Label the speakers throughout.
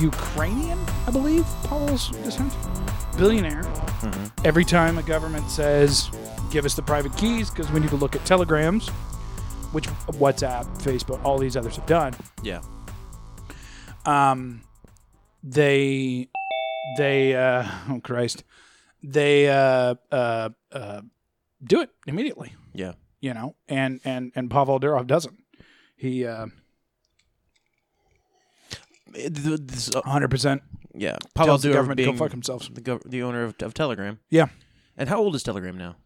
Speaker 1: Ukrainian, I believe, Pavel's descent. Billionaire.
Speaker 2: Mm-hmm.
Speaker 1: Every time a government says, give us the private keys because we need to look at telegrams, which WhatsApp, Facebook, all these others have done,
Speaker 2: yeah.
Speaker 1: um, they, they, uh, oh Christ, they uh, uh, uh, do it immediately.
Speaker 2: Yeah.
Speaker 1: you know, and and and Pavel Durov doesn't. He uh,
Speaker 3: This, uh,
Speaker 1: 100%
Speaker 3: yeah, Pavel
Speaker 1: tells the
Speaker 3: Durov
Speaker 1: government to
Speaker 3: being
Speaker 1: go fuck themselves.
Speaker 3: the, gov- the owner of, of Telegram.
Speaker 1: Yeah.
Speaker 3: And how old is Telegram now?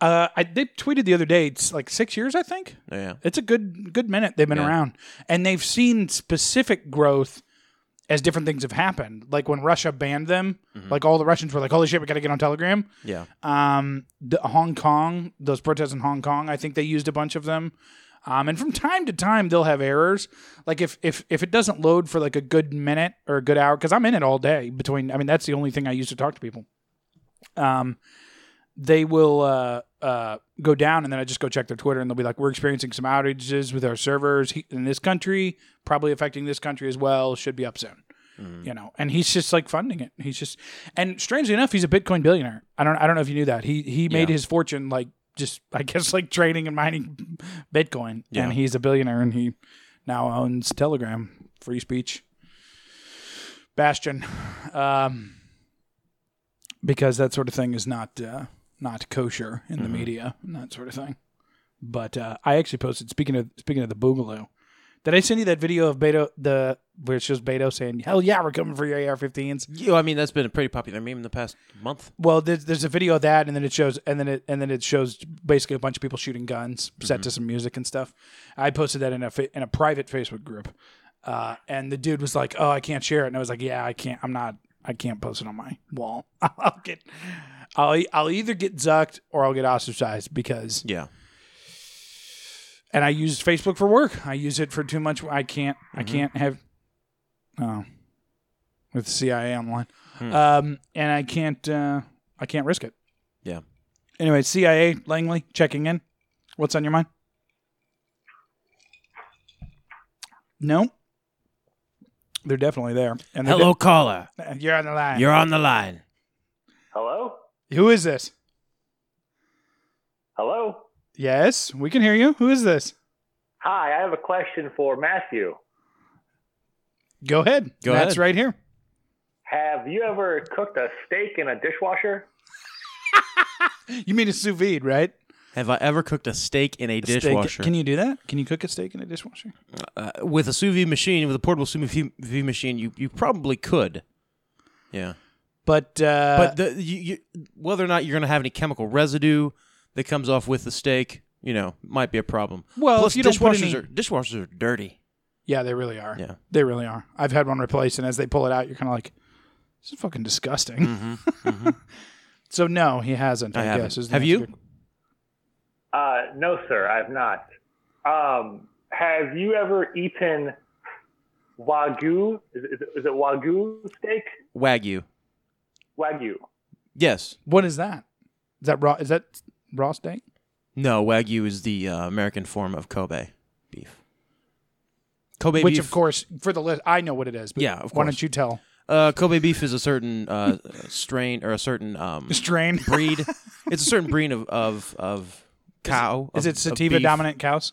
Speaker 1: Uh, I they tweeted the other day. It's like six years, I think.
Speaker 3: Oh, yeah,
Speaker 1: It's a good good minute they've been
Speaker 3: Yeah.
Speaker 1: around, and they've seen specific growth as different things have happened. Like when Russia banned them, like all the Russians were like, "Holy shit, we got to get on Telegram."
Speaker 3: Mm-hmm. yeah.
Speaker 1: Um, the, Hong Kong, those protests in Hong Kong, I think they used a bunch of them. Um, and from time to time, they'll have errors. Like if if if it doesn't load for like a good minute or a good hour, because I'm in it all day. Between, I mean, that's the only thing I use to talk to people. Um, they will uh, uh, go down, and then I just go check their Twitter, and they'll be like, "We're experiencing some outages with our servers he- in this country, probably affecting this country as well. Should be up soon."
Speaker 3: Mm-hmm.
Speaker 1: you know and he's just like funding it he's just and strangely enough he's a bitcoin billionaire i don't i don't know if you knew that he he made
Speaker 3: Yeah.
Speaker 1: his fortune like just i guess like trading and mining bitcoin
Speaker 3: Yeah.
Speaker 1: and he's a billionaire and he now owns telegram free speech bastion um because that sort of thing is not uh not kosher in the media and that sort of thing but uh i actually posted speaking of speaking of the boogaloo did I send you that video of Beto the where it shows Beto saying, "Hell yeah, we're coming for your AR-15s"?
Speaker 3: You, I mean, that's been a pretty popular meme in the past month.
Speaker 1: Well, there's, there's a video of that, and then it shows, and then it and then it shows basically a bunch of people shooting guns, set to some music and stuff. I posted that in a fa- in a private Facebook group, uh, and the dude was like, "Oh, I can't share it," and I was like, "Yeah, I can't. I'm not. I can't post it on my wall. I'll get, I'll e- I'll either get zucked or I'll get ostracized because."
Speaker 3: Yeah,
Speaker 1: and I use Facebook for work. I use it for too much. I can't. I
Speaker 3: Mm-hmm.
Speaker 1: can't have. Oh, with the CIA online,
Speaker 3: Hmm.
Speaker 1: um, and I can't. Uh, I can't risk it.
Speaker 3: yeah.
Speaker 1: Anyway, CIA Langley checking in. What's on your mind? No, they're definitely there. And they're
Speaker 3: caller.
Speaker 1: de- you're on the line.
Speaker 3: on the line.
Speaker 4: Hello?
Speaker 1: Who is this?
Speaker 4: Hello?
Speaker 1: Yes, we can hear you. Who is this?
Speaker 4: Hi, I have a question for Matthew.
Speaker 1: Go ahead.
Speaker 3: Go
Speaker 1: That's
Speaker 3: ahead.
Speaker 1: right here.
Speaker 4: Have you ever cooked a steak in a dishwasher?
Speaker 1: You mean a sous vide, right?
Speaker 3: Have I ever cooked a steak in a
Speaker 1: Steak-
Speaker 3: dishwasher?
Speaker 1: Can you do that? Can you cook a steak in a dishwasher?
Speaker 3: uh, with a sous vide machine, with a portable sous vide machine, you, you probably could. Yeah,
Speaker 1: But uh,
Speaker 3: but the, you, you, whether or not you're going to have any chemical residue that comes off with the steak, you know, might be a problem.
Speaker 1: Well,
Speaker 3: Plus,
Speaker 1: if you don't
Speaker 3: dishwashers
Speaker 1: put any-
Speaker 3: are dishwashers are dirty.
Speaker 1: yeah, they really are.
Speaker 3: Yeah.
Speaker 1: they really are. I've had one replaced, and as they pull it out, you're kind of like, "This is fucking disgusting." so no, he hasn't.
Speaker 3: Mm-hmm, I
Speaker 1: I,
Speaker 3: haven't.
Speaker 1: guess. is the
Speaker 3: Have
Speaker 1: answer.
Speaker 3: you?
Speaker 4: Uh, no, sir, I've not. Um, have you ever eaten wagyu? Is it, is it- is it wagyu steak?
Speaker 3: Wagyu.
Speaker 4: Wagyu.
Speaker 3: Yes.
Speaker 1: What is that? Is that raw? Is that raw steak?
Speaker 3: No, Wagyu is the uh, American form of Kobe beef. Kobe
Speaker 1: Which,
Speaker 3: beef,
Speaker 1: of course, for the list, I know what it is. But
Speaker 3: Yeah, of
Speaker 1: Why don't
Speaker 3: course.
Speaker 1: you tell?
Speaker 3: Uh, Kobe beef is a certain uh, strain or a certain um,
Speaker 1: Strain.
Speaker 3: breed. It's a certain breed of of, of cow.
Speaker 1: Is
Speaker 3: of-
Speaker 1: it
Speaker 3: of
Speaker 1: sativa
Speaker 3: beef.
Speaker 1: dominant cows?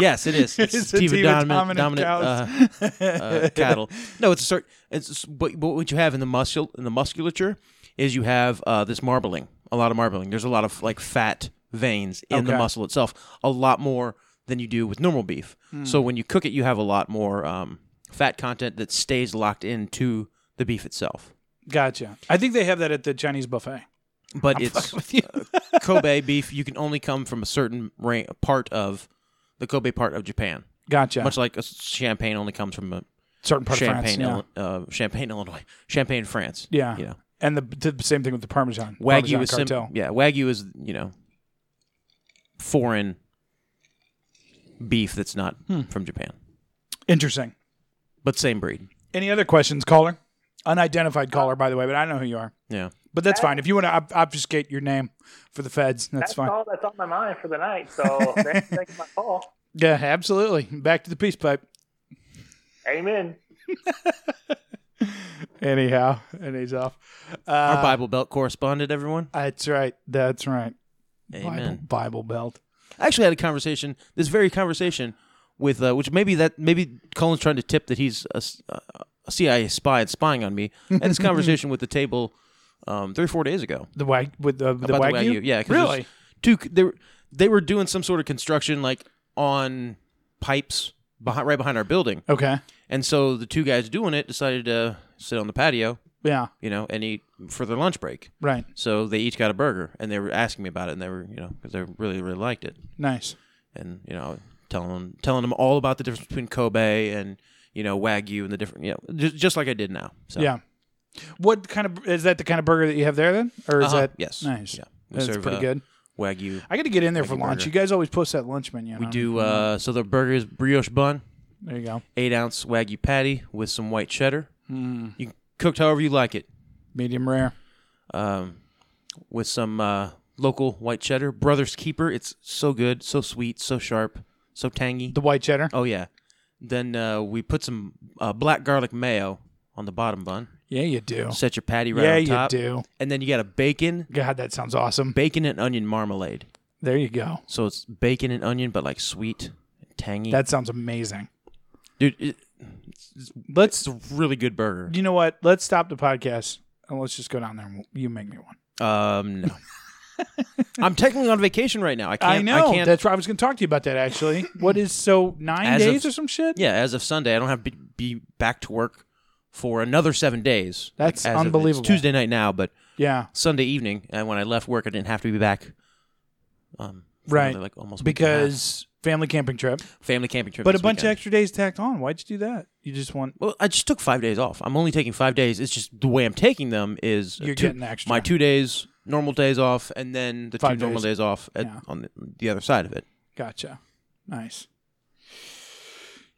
Speaker 3: Yes, it is. It's sativa, dominant, dominant uh, uh, cattle. No, it's a certain. It's but, but what you have in the muscle in the musculature is you have uh, this marbling, a lot of marbling. There's a lot of like fat veins in the
Speaker 1: Okay.
Speaker 3: muscle itself, a lot more than you do with normal beef. So when you cook it, you have a lot more um, fat content that stays locked into the beef itself.
Speaker 1: gotcha. I think they have that at the Chinese buffet.
Speaker 3: But it's uh, Kobe beef. You can only come from a certain ra- part of the Kobe part of Japan.
Speaker 1: Gotcha.
Speaker 3: much like a s- champagne only comes from a
Speaker 1: Certain part
Speaker 3: champagne,
Speaker 1: of France.
Speaker 3: Illi- uh, Champagne, Illinois, Champagne, France.
Speaker 1: Yeah. yeah.
Speaker 3: you know,
Speaker 1: And the, the same thing with the Parmesan.
Speaker 3: Wagyu
Speaker 1: Parmesan
Speaker 3: is sim-
Speaker 1: cartel.
Speaker 3: yeah, Wagyu is you know foreign beef that's not
Speaker 1: Hmm.
Speaker 3: from Japan,
Speaker 1: Interesting.
Speaker 3: but same breed.
Speaker 1: Any other questions, caller? Unidentified caller, by the way, but I know who you are.
Speaker 3: Yeah,
Speaker 1: But that's fine. If you want to ob- obfuscate your name for the feds, that's,
Speaker 4: That's
Speaker 1: fine.
Speaker 4: all that's on my mind for the night. So thanks for taking my call.
Speaker 1: Yeah, absolutely. Back to the peace pipe.
Speaker 4: Amen.
Speaker 1: Anyhow, and he's off.
Speaker 3: our Bible Belt correspondent, everyone.
Speaker 1: Uh, That's right. That's right. Bible,
Speaker 3: Amen.
Speaker 1: Bible Belt.
Speaker 3: I actually had a conversation, this very conversation, with uh, which maybe that maybe Colin's trying to tip that he's a, s- uh, a CIA spy and spying on me. I had this conversation with the table um, three or four days ago.
Speaker 1: The wag with the, the
Speaker 3: about
Speaker 1: wagyu.
Speaker 3: the Wagyu. Yeah, 'cause
Speaker 1: really.
Speaker 3: there's Two, they were they were doing some sort of construction like on pipes behind right behind our building,
Speaker 1: Okay.
Speaker 3: and so the two guys doing it decided to sit on the patio,
Speaker 1: Yeah.
Speaker 3: you know, and eat for their lunch break.
Speaker 1: Right.
Speaker 3: So they each got a burger, and they were asking me about it, and they were you know because they really really liked it,
Speaker 1: Nice.
Speaker 3: and you know telling them telling them all about the difference between Kobe and you know Wagyu and the different you know just, just like I did now. So
Speaker 1: Yeah. What kind of is that? The kind of burger that you have there, then, or is
Speaker 3: Uh-huh.
Speaker 1: that
Speaker 3: yes
Speaker 1: Nice.
Speaker 3: yeah We
Speaker 1: That's
Speaker 3: serve,
Speaker 1: pretty
Speaker 3: uh,
Speaker 1: good.
Speaker 3: Wagyu.
Speaker 1: I got to get in there for lunch.
Speaker 3: burger.
Speaker 1: You guys always post that lunch menu.
Speaker 3: We
Speaker 1: huh?
Speaker 3: do uh, so the burger is brioche bun.
Speaker 1: There you go.
Speaker 3: eight ounce wagyu patty with some white cheddar.
Speaker 1: Mm.
Speaker 3: You cooked however you like it,
Speaker 1: Medium rare.
Speaker 3: um, with some uh, local white cheddar. Brother's Keeper. It's so good, so sweet, so sharp, so tangy.
Speaker 1: The white cheddar.
Speaker 3: oh yeah. Then uh, we put some uh, black garlic mayo on the bottom bun.
Speaker 1: Yeah, you do.
Speaker 3: Set your patty right
Speaker 1: yeah,
Speaker 3: on
Speaker 1: you
Speaker 3: top.
Speaker 1: do.
Speaker 3: And then you got a bacon,
Speaker 1: God, that sounds awesome.
Speaker 3: bacon and onion marmalade.
Speaker 1: There you go.
Speaker 3: So it's bacon and onion, but like sweet, and tangy.
Speaker 1: That sounds amazing.
Speaker 3: dude. It,
Speaker 1: Let's.
Speaker 3: it's a really good burger.
Speaker 1: You know what? Let's stop the podcast and let's just go down there. and we'll- You make me one.
Speaker 3: Um, no. I'm technically on vacation right now. I can't.
Speaker 1: I know.
Speaker 3: can't,
Speaker 1: That's right. I was going to talk to you about that actually. What is so nine
Speaker 3: As of-
Speaker 1: days or some shit?
Speaker 3: yeah, as of Sunday, I don't have to be be back to work for another seven days.
Speaker 1: That's
Speaker 3: as of- it's
Speaker 1: unbelievable.
Speaker 3: Tuesday night now, but
Speaker 1: Yeah.
Speaker 3: Sunday evening, and when I left work, I didn't have to be back. Um, for
Speaker 1: Right.
Speaker 3: another, like almost a week and a half.
Speaker 1: Because family camping trip,
Speaker 3: family camping trip,
Speaker 1: but a
Speaker 3: this
Speaker 1: bunch of
Speaker 3: weekend.
Speaker 1: extra days tacked on. Why'd you do that? You just want
Speaker 3: Well, I just took five days off. I'm only taking five days. It's just the way I'm taking them is
Speaker 1: You're
Speaker 3: two,
Speaker 1: getting extra.
Speaker 3: my two days, normal days off, and then the
Speaker 1: Five
Speaker 3: two normal
Speaker 1: days.
Speaker 3: days off at,
Speaker 1: Yeah.
Speaker 3: on the, the other side of it.
Speaker 1: Gotcha. Nice.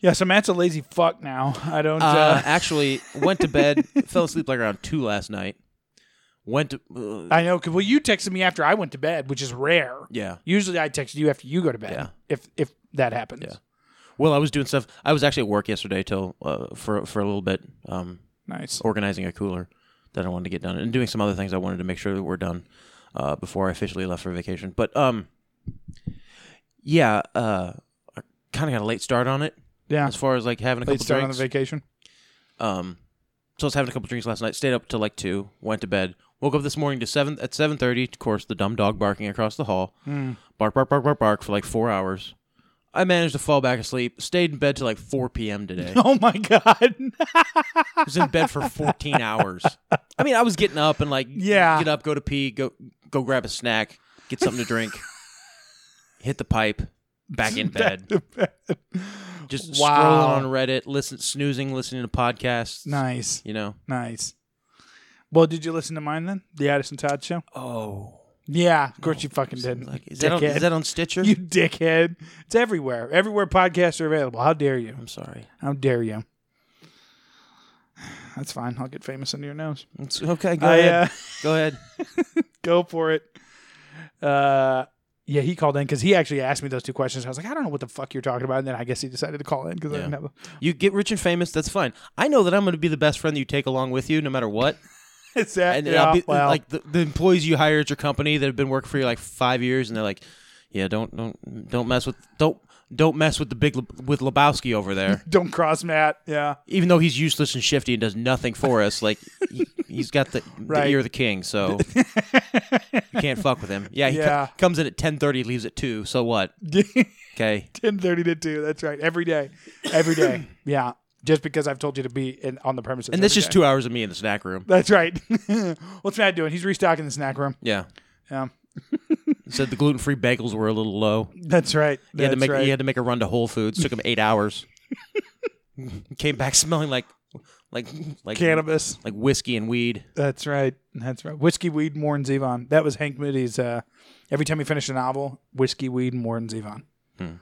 Speaker 1: Yeah, so Matt's a lazy fuck now. I don't. Uh,
Speaker 3: Uh, actually, went to bed, fell asleep like around two last night. Went to uh,
Speaker 1: I know. 'cause- well, you texted me after I went to bed, which is rare.
Speaker 3: yeah.
Speaker 1: Usually, I text you after you go to bed.
Speaker 3: Yeah.
Speaker 1: If if that happens.
Speaker 3: Yeah. Well, I was doing stuff. I was actually at work yesterday till uh, for for a little bit, um,
Speaker 1: Nice.
Speaker 3: organizing a cooler that I wanted to get done, and doing some other things I wanted to make sure that were done uh, before I officially left for vacation. But um, yeah, uh, I kind of got a late start on it
Speaker 1: yeah.
Speaker 3: as far as like having a
Speaker 1: Late
Speaker 3: couple
Speaker 1: start on the
Speaker 3: drinks.
Speaker 1: vacation.
Speaker 3: Um, so I was having a couple drinks last night. Stayed up till like two. Went to bed. Woke up this morning to seven at seven thirty. Of course, the dumb dog barking across the hall.
Speaker 1: Hmm.
Speaker 3: Bark, bark, bark, bark, bark for like four hours. I managed to fall back asleep. Stayed in bed till like four p.m. today.
Speaker 1: Oh my god.
Speaker 3: was in bed for fourteen hours. I mean, I was getting up and like
Speaker 1: Yeah.
Speaker 3: get up, go to pee, go go grab a snack, get something to drink, hit the pipe, back in bed, just
Speaker 1: Wow.
Speaker 3: scrolling on Reddit, listen, snoozing, listening to podcasts.
Speaker 1: nice.
Speaker 3: You know,
Speaker 1: Nice. Well, did you listen to mine then? The Addison Todd show.
Speaker 3: oh.
Speaker 1: Yeah, of course you fucking didn't.
Speaker 3: Like, is, that on,
Speaker 1: dickhead.
Speaker 3: is that on Stitcher?
Speaker 1: you dickhead. It's everywhere. Everywhere podcasts are available. How dare you?
Speaker 3: I'm sorry.
Speaker 1: How dare you? That's fine. I'll get famous under your nose.
Speaker 3: It's- okay, go
Speaker 1: I,
Speaker 3: ahead.
Speaker 1: uh,
Speaker 3: Go ahead.
Speaker 1: Go for it. Uh, yeah, he called in because he actually asked me those two questions. I was like, I don't know what the fuck you're talking about. And then I guess he decided to call in because I
Speaker 3: Yeah.
Speaker 1: didn't have a.
Speaker 3: You get rich and famous. That's fine. I know that I'm going to be the best friend that you take along with you, no matter what.
Speaker 1: It's that.
Speaker 3: And
Speaker 1: yeah,
Speaker 3: I'll be,
Speaker 1: well,
Speaker 3: like the, the employees you hire at your company that have been working for you like five years, and they're like, "Yeah, don't don't don't mess with don't don't mess with the big Le- with Lebowski over there.
Speaker 1: don't cross Matt. Yeah.
Speaker 3: Even though he's useless and shifty and does nothing for us, like he, he's got the,
Speaker 1: Right.
Speaker 3: the ear of the king, so you can't fuck with him. Yeah, he co-
Speaker 1: Yeah.
Speaker 3: comes in at ten thirty, leaves at two. So what?
Speaker 1: 10
Speaker 3: Okay,
Speaker 1: 30 to 2. That's right. Every day. Every day. yeah. Just because I've told you to be in, on the premises.
Speaker 3: and that's
Speaker 1: every
Speaker 3: just
Speaker 1: day.
Speaker 3: two hours of me in the snack room.
Speaker 1: That's right. What's Matt doing? He's restocking the snack room.
Speaker 3: Yeah.
Speaker 1: Yeah.
Speaker 3: said the gluten free bagels were a little low.
Speaker 1: That's right.
Speaker 3: He had, to
Speaker 1: That's
Speaker 3: make,
Speaker 1: right.
Speaker 3: he had to make a run to Whole Foods. Took him eight hours. Came back smelling like like like
Speaker 1: cannabis.
Speaker 3: like whiskey and weed.
Speaker 1: That's right. That's right. Whiskey, weed, Warren Zevon. That was Hank Moody's. Uh, every time he finished a novel, whiskey, weed, and Warren Zevon.
Speaker 3: Hmm.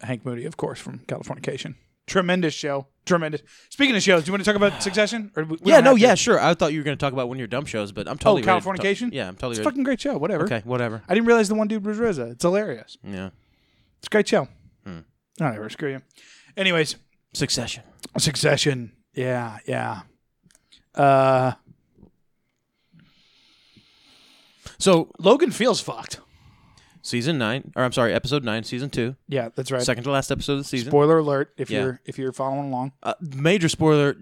Speaker 1: Hank Moody, of course, from Californication. Tremendous show. Tremendous. Speaking of shows, do you want to talk about Succession? Or we- we
Speaker 3: yeah,
Speaker 1: don't
Speaker 3: no,
Speaker 1: have to.
Speaker 3: yeah, sure. I thought you were going to talk about one of your dumb shows, but I'm
Speaker 1: Oh,
Speaker 3: totally ready to talk-
Speaker 1: Californication.
Speaker 3: yeah, I'm totally
Speaker 1: It's a
Speaker 3: ready.
Speaker 1: fucking great show. Whatever.
Speaker 3: okay, whatever.
Speaker 1: I didn't realize the one dude was RZA. It's hilarious.
Speaker 3: Yeah,
Speaker 1: It's a great show.
Speaker 3: Hmm.
Speaker 1: Whatever. Screw you. Anyways,
Speaker 3: Succession.
Speaker 1: Succession. Yeah, yeah. Uh,
Speaker 3: So
Speaker 1: Logan feels fucked.
Speaker 3: season nine, or I'm sorry, episode nine, season two,
Speaker 1: Yeah, that's right.
Speaker 3: second to last episode of the season.
Speaker 1: Spoiler alert! If
Speaker 3: Yeah.
Speaker 1: you're if you're following along,
Speaker 3: uh, major spoiler: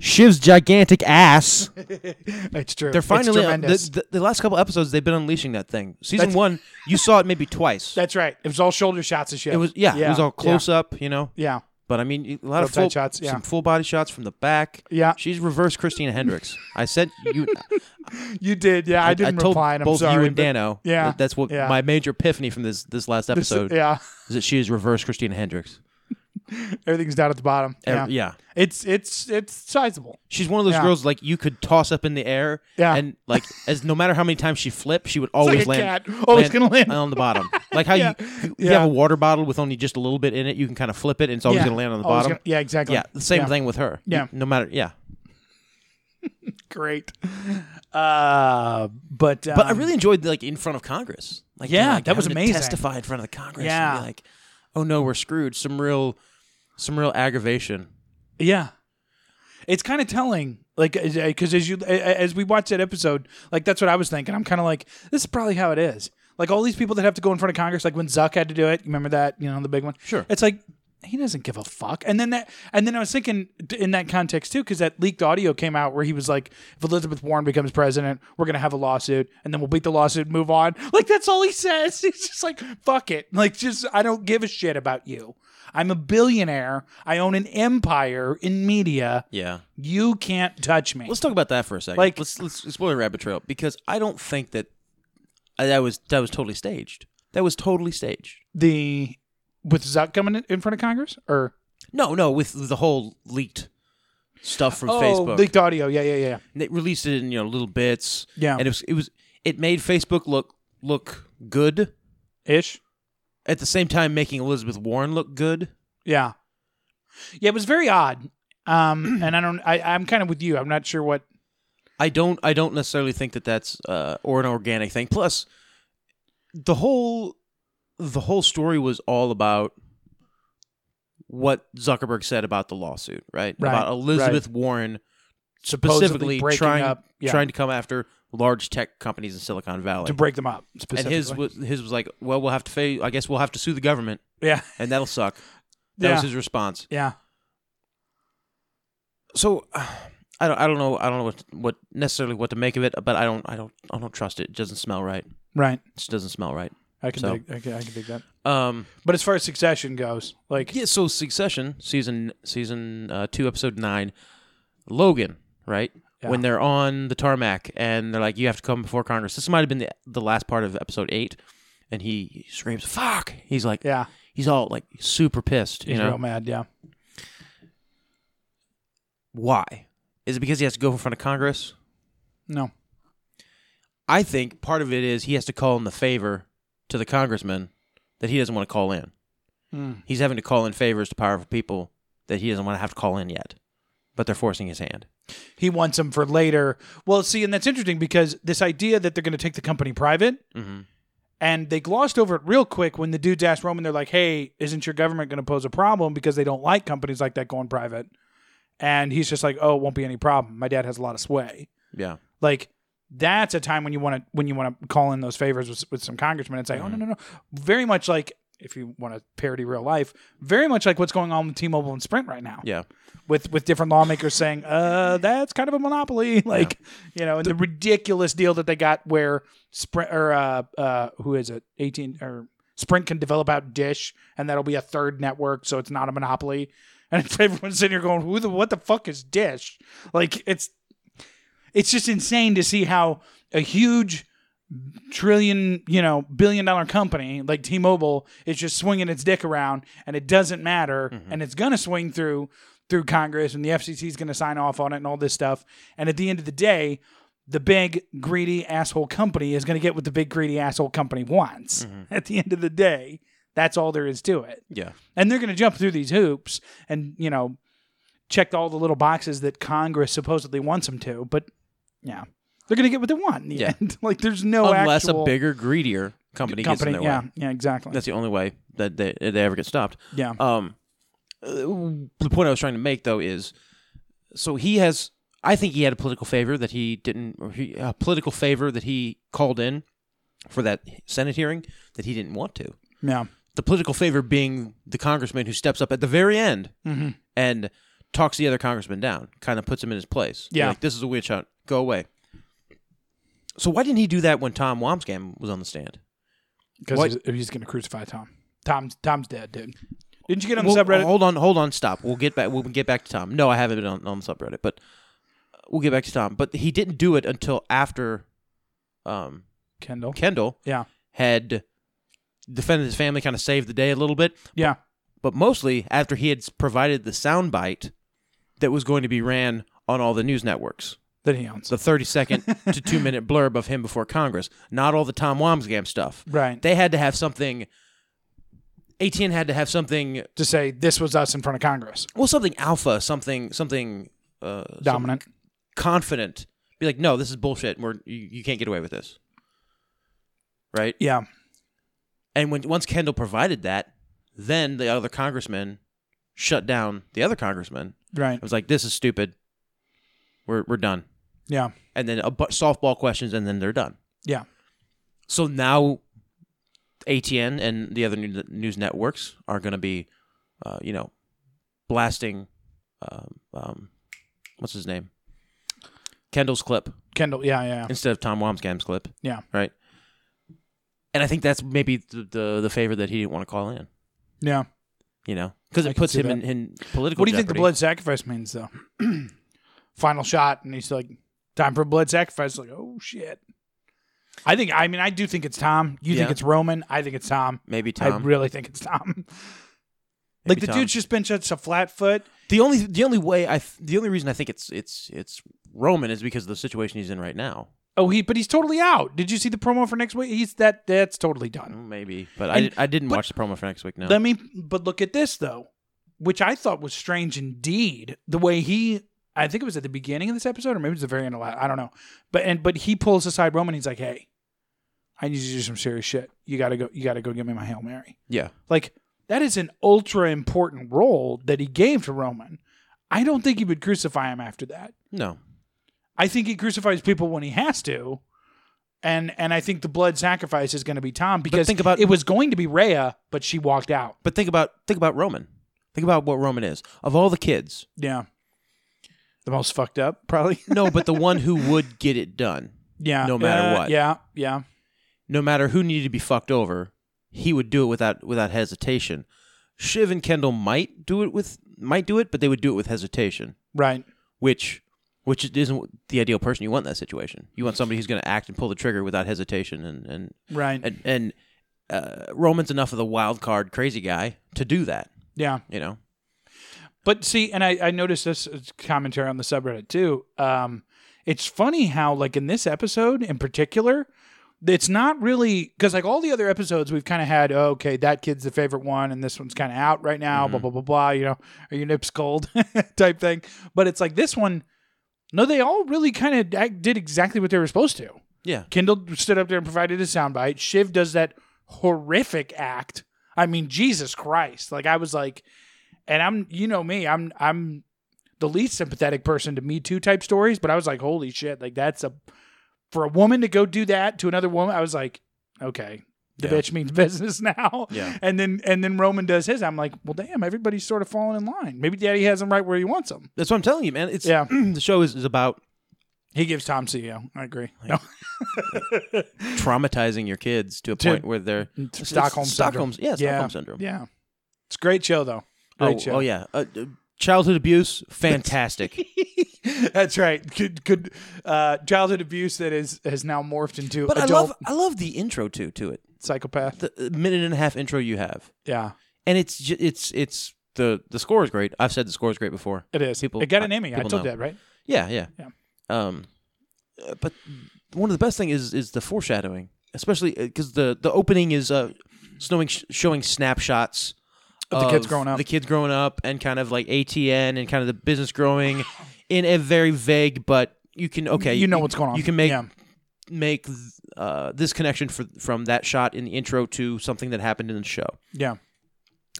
Speaker 3: Shiv's gigantic ass.
Speaker 1: it's true.
Speaker 3: They're
Speaker 1: It's
Speaker 3: finally uh, the,
Speaker 1: tremendous.
Speaker 3: the, the last couple episodes. They've been unleashing that thing. Season
Speaker 1: That's-
Speaker 3: one, you saw it maybe twice.
Speaker 1: That's right. It was all shoulder shots and shit.
Speaker 3: It was yeah, it was all close up, you know.
Speaker 1: Yeah.
Speaker 3: But I mean, a lot
Speaker 1: Real
Speaker 3: of full
Speaker 1: tight shots, yeah.
Speaker 3: some full body shots from the back.
Speaker 1: Yeah.
Speaker 3: she's reverse Christina Hendricks. I sent you.
Speaker 1: yeah. You did. Yeah, I, didn't
Speaker 3: told
Speaker 1: reply. And I'm
Speaker 3: both
Speaker 1: sorry.
Speaker 3: you and
Speaker 1: but-
Speaker 3: Dano.
Speaker 1: yeah,
Speaker 3: that- that's what
Speaker 1: yeah.
Speaker 3: my major epiphany from this this last
Speaker 1: This-
Speaker 3: episode
Speaker 1: yeah,
Speaker 3: is that she is reverse Christina Hendricks.
Speaker 1: everything's down at the bottom. Yeah.
Speaker 3: Ev- yeah.
Speaker 1: It's it's it's sizable.
Speaker 3: She's one of those
Speaker 1: Yeah.
Speaker 3: girls like you could toss up in the air,
Speaker 1: Yeah.
Speaker 3: and like as no matter how many times she flipped, she would always
Speaker 1: a
Speaker 3: land.
Speaker 1: cat. Always gonna land.
Speaker 3: on the bottom, like how you, you, you
Speaker 1: Yeah.
Speaker 3: have a water bottle with only just a little bit in it. You can kind of flip it, and it's always
Speaker 1: yeah.
Speaker 3: Oh, gonna land on the
Speaker 1: Always
Speaker 3: bottom.
Speaker 1: gonna- yeah, exactly.
Speaker 3: yeah, the same thing with her.
Speaker 1: Yeah.
Speaker 3: no matter. Yeah,
Speaker 1: Great. Uh, but um,
Speaker 3: but I really enjoyed like in front of Congress. Like
Speaker 1: Yeah,
Speaker 3: like,
Speaker 1: that was
Speaker 3: having to
Speaker 1: amazing.
Speaker 3: testify in front of the Congress.
Speaker 1: Yeah.
Speaker 3: and be like, oh no, we're screwed. Some real, some real aggravation.
Speaker 1: Yeah, it's kind of telling. Like, because as you as we watch that episode, like that's what I was thinking. I'm kind of like, this is probably how it is. Like all these people that have to go in front of Congress, like when Zuck had to do it. You remember that? You know, the big one.
Speaker 3: Sure.
Speaker 1: It's like he doesn't give a fuck. And then that, and then I was thinking d- in that context too, because that leaked audio came out where he was like, if Elizabeth Warren becomes president, we're gonna have a lawsuit, and then we'll beat the lawsuit, and move on. Like that's all he says. He's just like, fuck it. Like just I don't give a shit about you. I'm a billionaire. I own an empire in media.
Speaker 3: Yeah,
Speaker 1: You can't touch me.
Speaker 3: Let's talk about that for a second.
Speaker 1: Like-
Speaker 3: Like, let's let's explore the rabbit trail because I don't think that I- that was that was totally staged. That was totally staged.
Speaker 1: The with Zuck coming in- in front of Congress or
Speaker 3: No, no, with the whole leaked stuff
Speaker 1: Oh,
Speaker 3: from Facebook.
Speaker 1: leaked audio. Yeah, yeah, yeah.
Speaker 3: And they released it in you know little bits.
Speaker 1: Yeah.
Speaker 3: and it was it was it made Facebook look look good
Speaker 1: Ish.
Speaker 3: at the same time making Elizabeth Warren look good.
Speaker 1: Yeah. Yeah, it was very odd. Um, and I don't. I, I'm kind of with you. I'm not sure what.
Speaker 3: I don't I don't necessarily think that that's uh, or an organic thing. Plus, the whole the whole story was all about what Zuckerberg said about the lawsuit, right?
Speaker 1: Right,
Speaker 3: about Elizabeth Warren
Speaker 1: Supposedly
Speaker 3: specifically
Speaker 1: breaking
Speaker 3: trying
Speaker 1: up- yeah.
Speaker 3: trying to come after large tech companies in Silicon Valley.
Speaker 1: to break them up.
Speaker 3: and
Speaker 1: Specifically.
Speaker 3: his was, his was like, well, we'll have to fa- I guess we'll have to sue the government,
Speaker 1: yeah,
Speaker 3: and that'll suck. That
Speaker 1: Yeah.
Speaker 3: was his response.
Speaker 1: yeah,
Speaker 3: So I don't I don't know I don't know what what necessarily what to make of it, but I don't I don't I don't trust it. It doesn't smell right.
Speaker 1: right.
Speaker 3: just doesn't smell right.
Speaker 1: I can,
Speaker 3: So-
Speaker 1: dig, I can, I can dig that.
Speaker 3: Um,
Speaker 1: But as far as Succession goes, like,
Speaker 3: yeah. So Succession season season uh, two episode nine, Logan, right? When they're on the tarmac and they're like, "You have to come before Congress." This might have been the the last part of episode eight, and he screams, "Fuck!" He's like,
Speaker 1: yeah,
Speaker 3: he's all like super pissed. You
Speaker 1: he's
Speaker 3: know
Speaker 1: real mad. Yeah,
Speaker 3: why? Is it because he has to go in front of Congress?
Speaker 1: no,
Speaker 3: I think part of it is he has to call in the favor to the congressman that he doesn't want to call in. He's having to call in favors to powerful people that he doesn't want to have to call in yet, but they're forcing his hand.
Speaker 1: he wants them for later. Well, see, and that's interesting because this idea that they're going to take the company private, and they glossed over it real quick when the dudes asked Roman, they're like, "Hey, isn't your government going to pose a problem because they don't like companies like that going private?" And he's just like, "Oh, it won't be any problem. My dad has a lot of sway."
Speaker 3: Yeah,
Speaker 1: Like that's a time when you want to when you want to call in those favors with, with some congressmen and say, "Oh no, no, no!" Very much like if you want to parody real life, very much like what's going on with T-Mobile and Sprint right now
Speaker 3: yeah.
Speaker 1: with with different lawmakers saying, "Uh, that's kind of a monopoly." Like, you know, and the ridiculous deal that they got where Sprint or uh, uh, who is it, eighteen or Sprint can develop out Dish, and that'll be a third network, so it's not a monopoly. And if everyone's sitting here going, "Who the what the fuck is Dish?" Like, it's it's just insane to see how a huge trillion, you know, billion dollar company like T Mobile is just swinging its dick around and it doesn't matter.
Speaker 3: Mm-hmm.
Speaker 1: And it's going to swing through. Through Congress and the FCC is going to sign off on it and all this stuff. And at the end of the day, the big greedy asshole company is going to get what the big greedy asshole company wants.
Speaker 3: Mm-hmm.
Speaker 1: At the end of the day, that's all there is to it.
Speaker 3: Yeah.
Speaker 1: And they're going to jump through these hoops and, you know, check all the little boxes that Congress supposedly wants them to. But yeah, they're going to get what they want in the
Speaker 3: Yeah.
Speaker 1: end. like there's no
Speaker 3: Unless
Speaker 1: actual
Speaker 3: a bigger, greedier company, gets in
Speaker 1: company.
Speaker 3: their
Speaker 1: yeah,
Speaker 3: way.
Speaker 1: yeah, exactly.
Speaker 3: That's the only way that they, they ever get stopped.
Speaker 1: yeah.
Speaker 3: Um, uh, the point I was trying to make though is, so he has. I think he had a political favor that he didn't, or he, a political favor that he called in for that Senate hearing that he didn't want to.
Speaker 1: yeah.
Speaker 3: The political favor being the congressman who steps up at the very end and talks the other congressman down, kind of puts him in his place.
Speaker 1: Yeah.
Speaker 3: like this is a witch hunt. Go away. So why didn't he do that when Tom Wamsgam was on the stand? What-
Speaker 1: Because he's, he's going to crucify Tom. Tom's Tom's dead, dude. Didn't you get on the
Speaker 3: Well,
Speaker 1: subreddit?
Speaker 3: Hold on, hold on, stop. We'll get back. We'll get back to Tom. No, I haven't been on, on the subreddit, but uh, we'll get back to Tom. But he didn't do it until after um,
Speaker 1: Kendall.
Speaker 3: Kendall
Speaker 1: yeah.
Speaker 3: had defended his family, kind of saved the day a little bit,
Speaker 1: Yeah.
Speaker 3: but mostly after he had s- provided the soundbite that was going to be ran on all the news networks.
Speaker 1: That he owns.
Speaker 3: The 30 second to two minute blurb of him before Congress, not all the Tom Wamsgam stuff.
Speaker 1: right.
Speaker 3: They had to have something. ATN had to have something
Speaker 1: to say this was us in front of Congress.
Speaker 3: well something alpha something something uh something
Speaker 1: Dominant.
Speaker 3: confident be like no this is bullshit we're you, you can't get away with this right
Speaker 1: Yeah.
Speaker 3: and when once kendall provided that then the other congressman shut down the other congressman
Speaker 1: Right.
Speaker 3: i was like this is stupid we're, we're done
Speaker 1: Yeah.
Speaker 3: and then a bu- softball questions and then they're done
Speaker 1: Yeah.
Speaker 3: so now atn and the other new- news networks are going to be uh, you know blasting um, um, what's his name kendall's clip
Speaker 1: Kendall. Yeah. Yeah.
Speaker 3: instead of tom wamsgam's clip
Speaker 1: Yeah.
Speaker 3: right and i think that's maybe the the, the favor that he didn't want to call in
Speaker 1: Yeah.
Speaker 3: you know because
Speaker 1: I
Speaker 3: it
Speaker 1: can
Speaker 3: puts
Speaker 1: see
Speaker 3: him in,
Speaker 1: that.
Speaker 3: in political
Speaker 1: What do you think the
Speaker 3: jeopardy.
Speaker 1: blood sacrifice means, though? Final shot, and he's like, "Time for blood sacrifice." Like, oh shit. I think. I mean, I do think it's Tom. You think
Speaker 3: Yeah.
Speaker 1: it's Roman? I think it's Tom.
Speaker 3: maybe tom
Speaker 1: I really think it's Tom.
Speaker 3: Maybe
Speaker 1: like the
Speaker 3: Tom.
Speaker 1: dude's just been such a flat foot.
Speaker 3: The only the only way I th- the only reason I think it's it's it's Roman is because of the situation he's in right now.
Speaker 1: Oh, he. But he's totally out. Did you see the promo for next week? He's that. That's totally done.
Speaker 3: Maybe, but I
Speaker 1: And-
Speaker 3: did, I didn't
Speaker 1: but-
Speaker 3: watch the promo for next week. No,
Speaker 1: Let me. But look at this though, which I thought was strange indeed. The way he, I think it was at the beginning of this episode, or maybe it was the very end. Of, la- I don't know. But and but he pulls aside Roman. He's like, "Hey, I need you to do some serious shit. You gotta go. You gotta go give me my hail mary."
Speaker 3: yeah,
Speaker 1: Like that is an ultra important role that he gave to Roman. I don't think he would crucify him after that.
Speaker 3: no,
Speaker 1: I think he crucifies people when he has to. And and I think the blood sacrifice is going to be Tom because
Speaker 3: think about-
Speaker 1: it was going to be Rhea, but she walked out.
Speaker 3: but think about think about Roman. Think about what Roman is. Of all the kids,
Speaker 1: Yeah. The most fucked up, probably.
Speaker 3: no, but the one who would get it done,
Speaker 1: yeah.
Speaker 3: No matter
Speaker 1: Yeah,
Speaker 3: what.
Speaker 1: Yeah. Yeah.
Speaker 3: no matter who needed to be fucked over, he would do it without without hesitation. Shiv and Kendall might do it with might do it, but they would do it with hesitation,
Speaker 1: Right.
Speaker 3: which which isn't the ideal person you want in that situation. You want somebody who's going to act and pull the trigger without hesitation and and
Speaker 1: Right.
Speaker 3: and, and uh, Roman's enough of the wild card crazy guy to do that.
Speaker 1: yeah.
Speaker 3: You know,
Speaker 1: But see, and I, I noticed this uh, commentary on the subreddit too. Um, it's funny how, like in this episode in particular, it's not really because like all the other episodes we've kind of had. Oh, okay, that kid's the favorite one, and this one's kind of out right now. Blah blah blah blah. You know, are your nips cold type thing. But it's like this one. No, they all really kind of did exactly what they were supposed to.
Speaker 3: yeah,
Speaker 1: Kendall stood up there and provided a soundbite. Shiv does that horrific act. I mean, Jesus Christ. Like I was like, and I'm you know me, I'm I'm the least sympathetic person to Me Too type stories, but I was like, holy shit, like that's a for a woman to go do that to another woman, I was like, okay. The
Speaker 3: Yeah.
Speaker 1: bitch means business now.
Speaker 3: Yeah.
Speaker 1: And then and then Roman does his. I'm like, well damn, everybody's sort of falling in line. Maybe daddy has him right where he wants him.
Speaker 3: that's what I'm telling you, man. It's
Speaker 1: Yeah.
Speaker 3: the show is, is about
Speaker 1: He gives Tom CEO. I agree. No.
Speaker 3: traumatizing your kids to a
Speaker 1: Dude.
Speaker 3: point where they're
Speaker 1: Mm, Stockholm syndrome.
Speaker 3: Stockholm's, yeah, Stockholm syndrome.
Speaker 1: Yeah. It's a great show though. Great
Speaker 3: Oh,
Speaker 1: show.
Speaker 3: oh yeah, uh, uh, Childhood abuse, fantastic.
Speaker 1: That's right. Good, good uh, childhood abuse that is has now morphed into
Speaker 3: but I
Speaker 1: adult
Speaker 3: love I love the intro too to it.
Speaker 1: psychopath.
Speaker 3: The uh, minute and a half intro you have,
Speaker 1: yeah,
Speaker 3: and it's ju- it's it's the the score is great. I've said the score is great before.
Speaker 1: it is.
Speaker 3: People-
Speaker 1: it got an Emmy. I
Speaker 3: people
Speaker 1: told
Speaker 3: know.
Speaker 1: that right.
Speaker 3: Yeah, yeah,
Speaker 1: Yeah.
Speaker 3: Um, uh, but one of the best thing is is the foreshadowing, especially because the the opening is uh, snowing sh- showing snapshots
Speaker 1: Of the kids growing up.
Speaker 3: the kids growing up, and kind of like ATN and kind of the business growing in a very vague, but you can okay,
Speaker 1: you know what's going on.
Speaker 3: You can make
Speaker 1: Yeah.
Speaker 3: make uh, this connection for, from that shot in the intro to something that happened in the show.
Speaker 1: Yeah,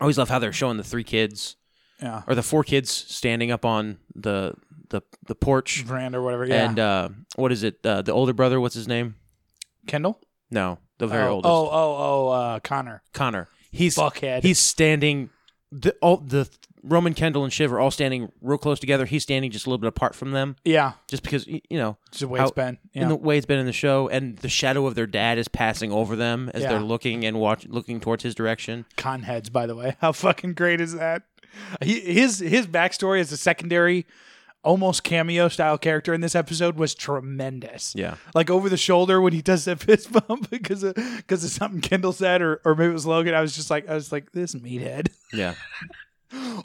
Speaker 3: I always love how they're showing the three kids
Speaker 1: yeah,
Speaker 3: or the four kids standing up on the the the porch.
Speaker 1: Brand or whatever. Yeah,
Speaker 3: And uh, what is it? Uh, the older brother, what's his name?
Speaker 1: Kendall.
Speaker 3: No, the very
Speaker 1: oh,
Speaker 3: oldest,
Speaker 1: Oh, oh, oh, uh, Connor.
Speaker 3: Connor. He's
Speaker 1: Fuckhead.
Speaker 3: he's standing. The all the Roman Kendall and Shiv are all standing real close together. He's standing just a little bit apart from them,
Speaker 1: yeah,
Speaker 3: just because y- you know
Speaker 1: just the way
Speaker 3: how-
Speaker 1: it's been. Yeah,
Speaker 3: in the way it's been in the show, and the shadow of their dad is passing over them as
Speaker 1: Yeah.
Speaker 3: they're looking and watch, looking towards his direction.
Speaker 1: con heads, by the way. How fucking great is that? He, his his backstory as a secondary, almost cameo style character in this episode was tremendous.
Speaker 3: Yeah.
Speaker 1: like over the shoulder when he does that fist bump because of because of something Kendall said or or maybe it was Logan. I was just like I was like this meathead.
Speaker 3: Yeah,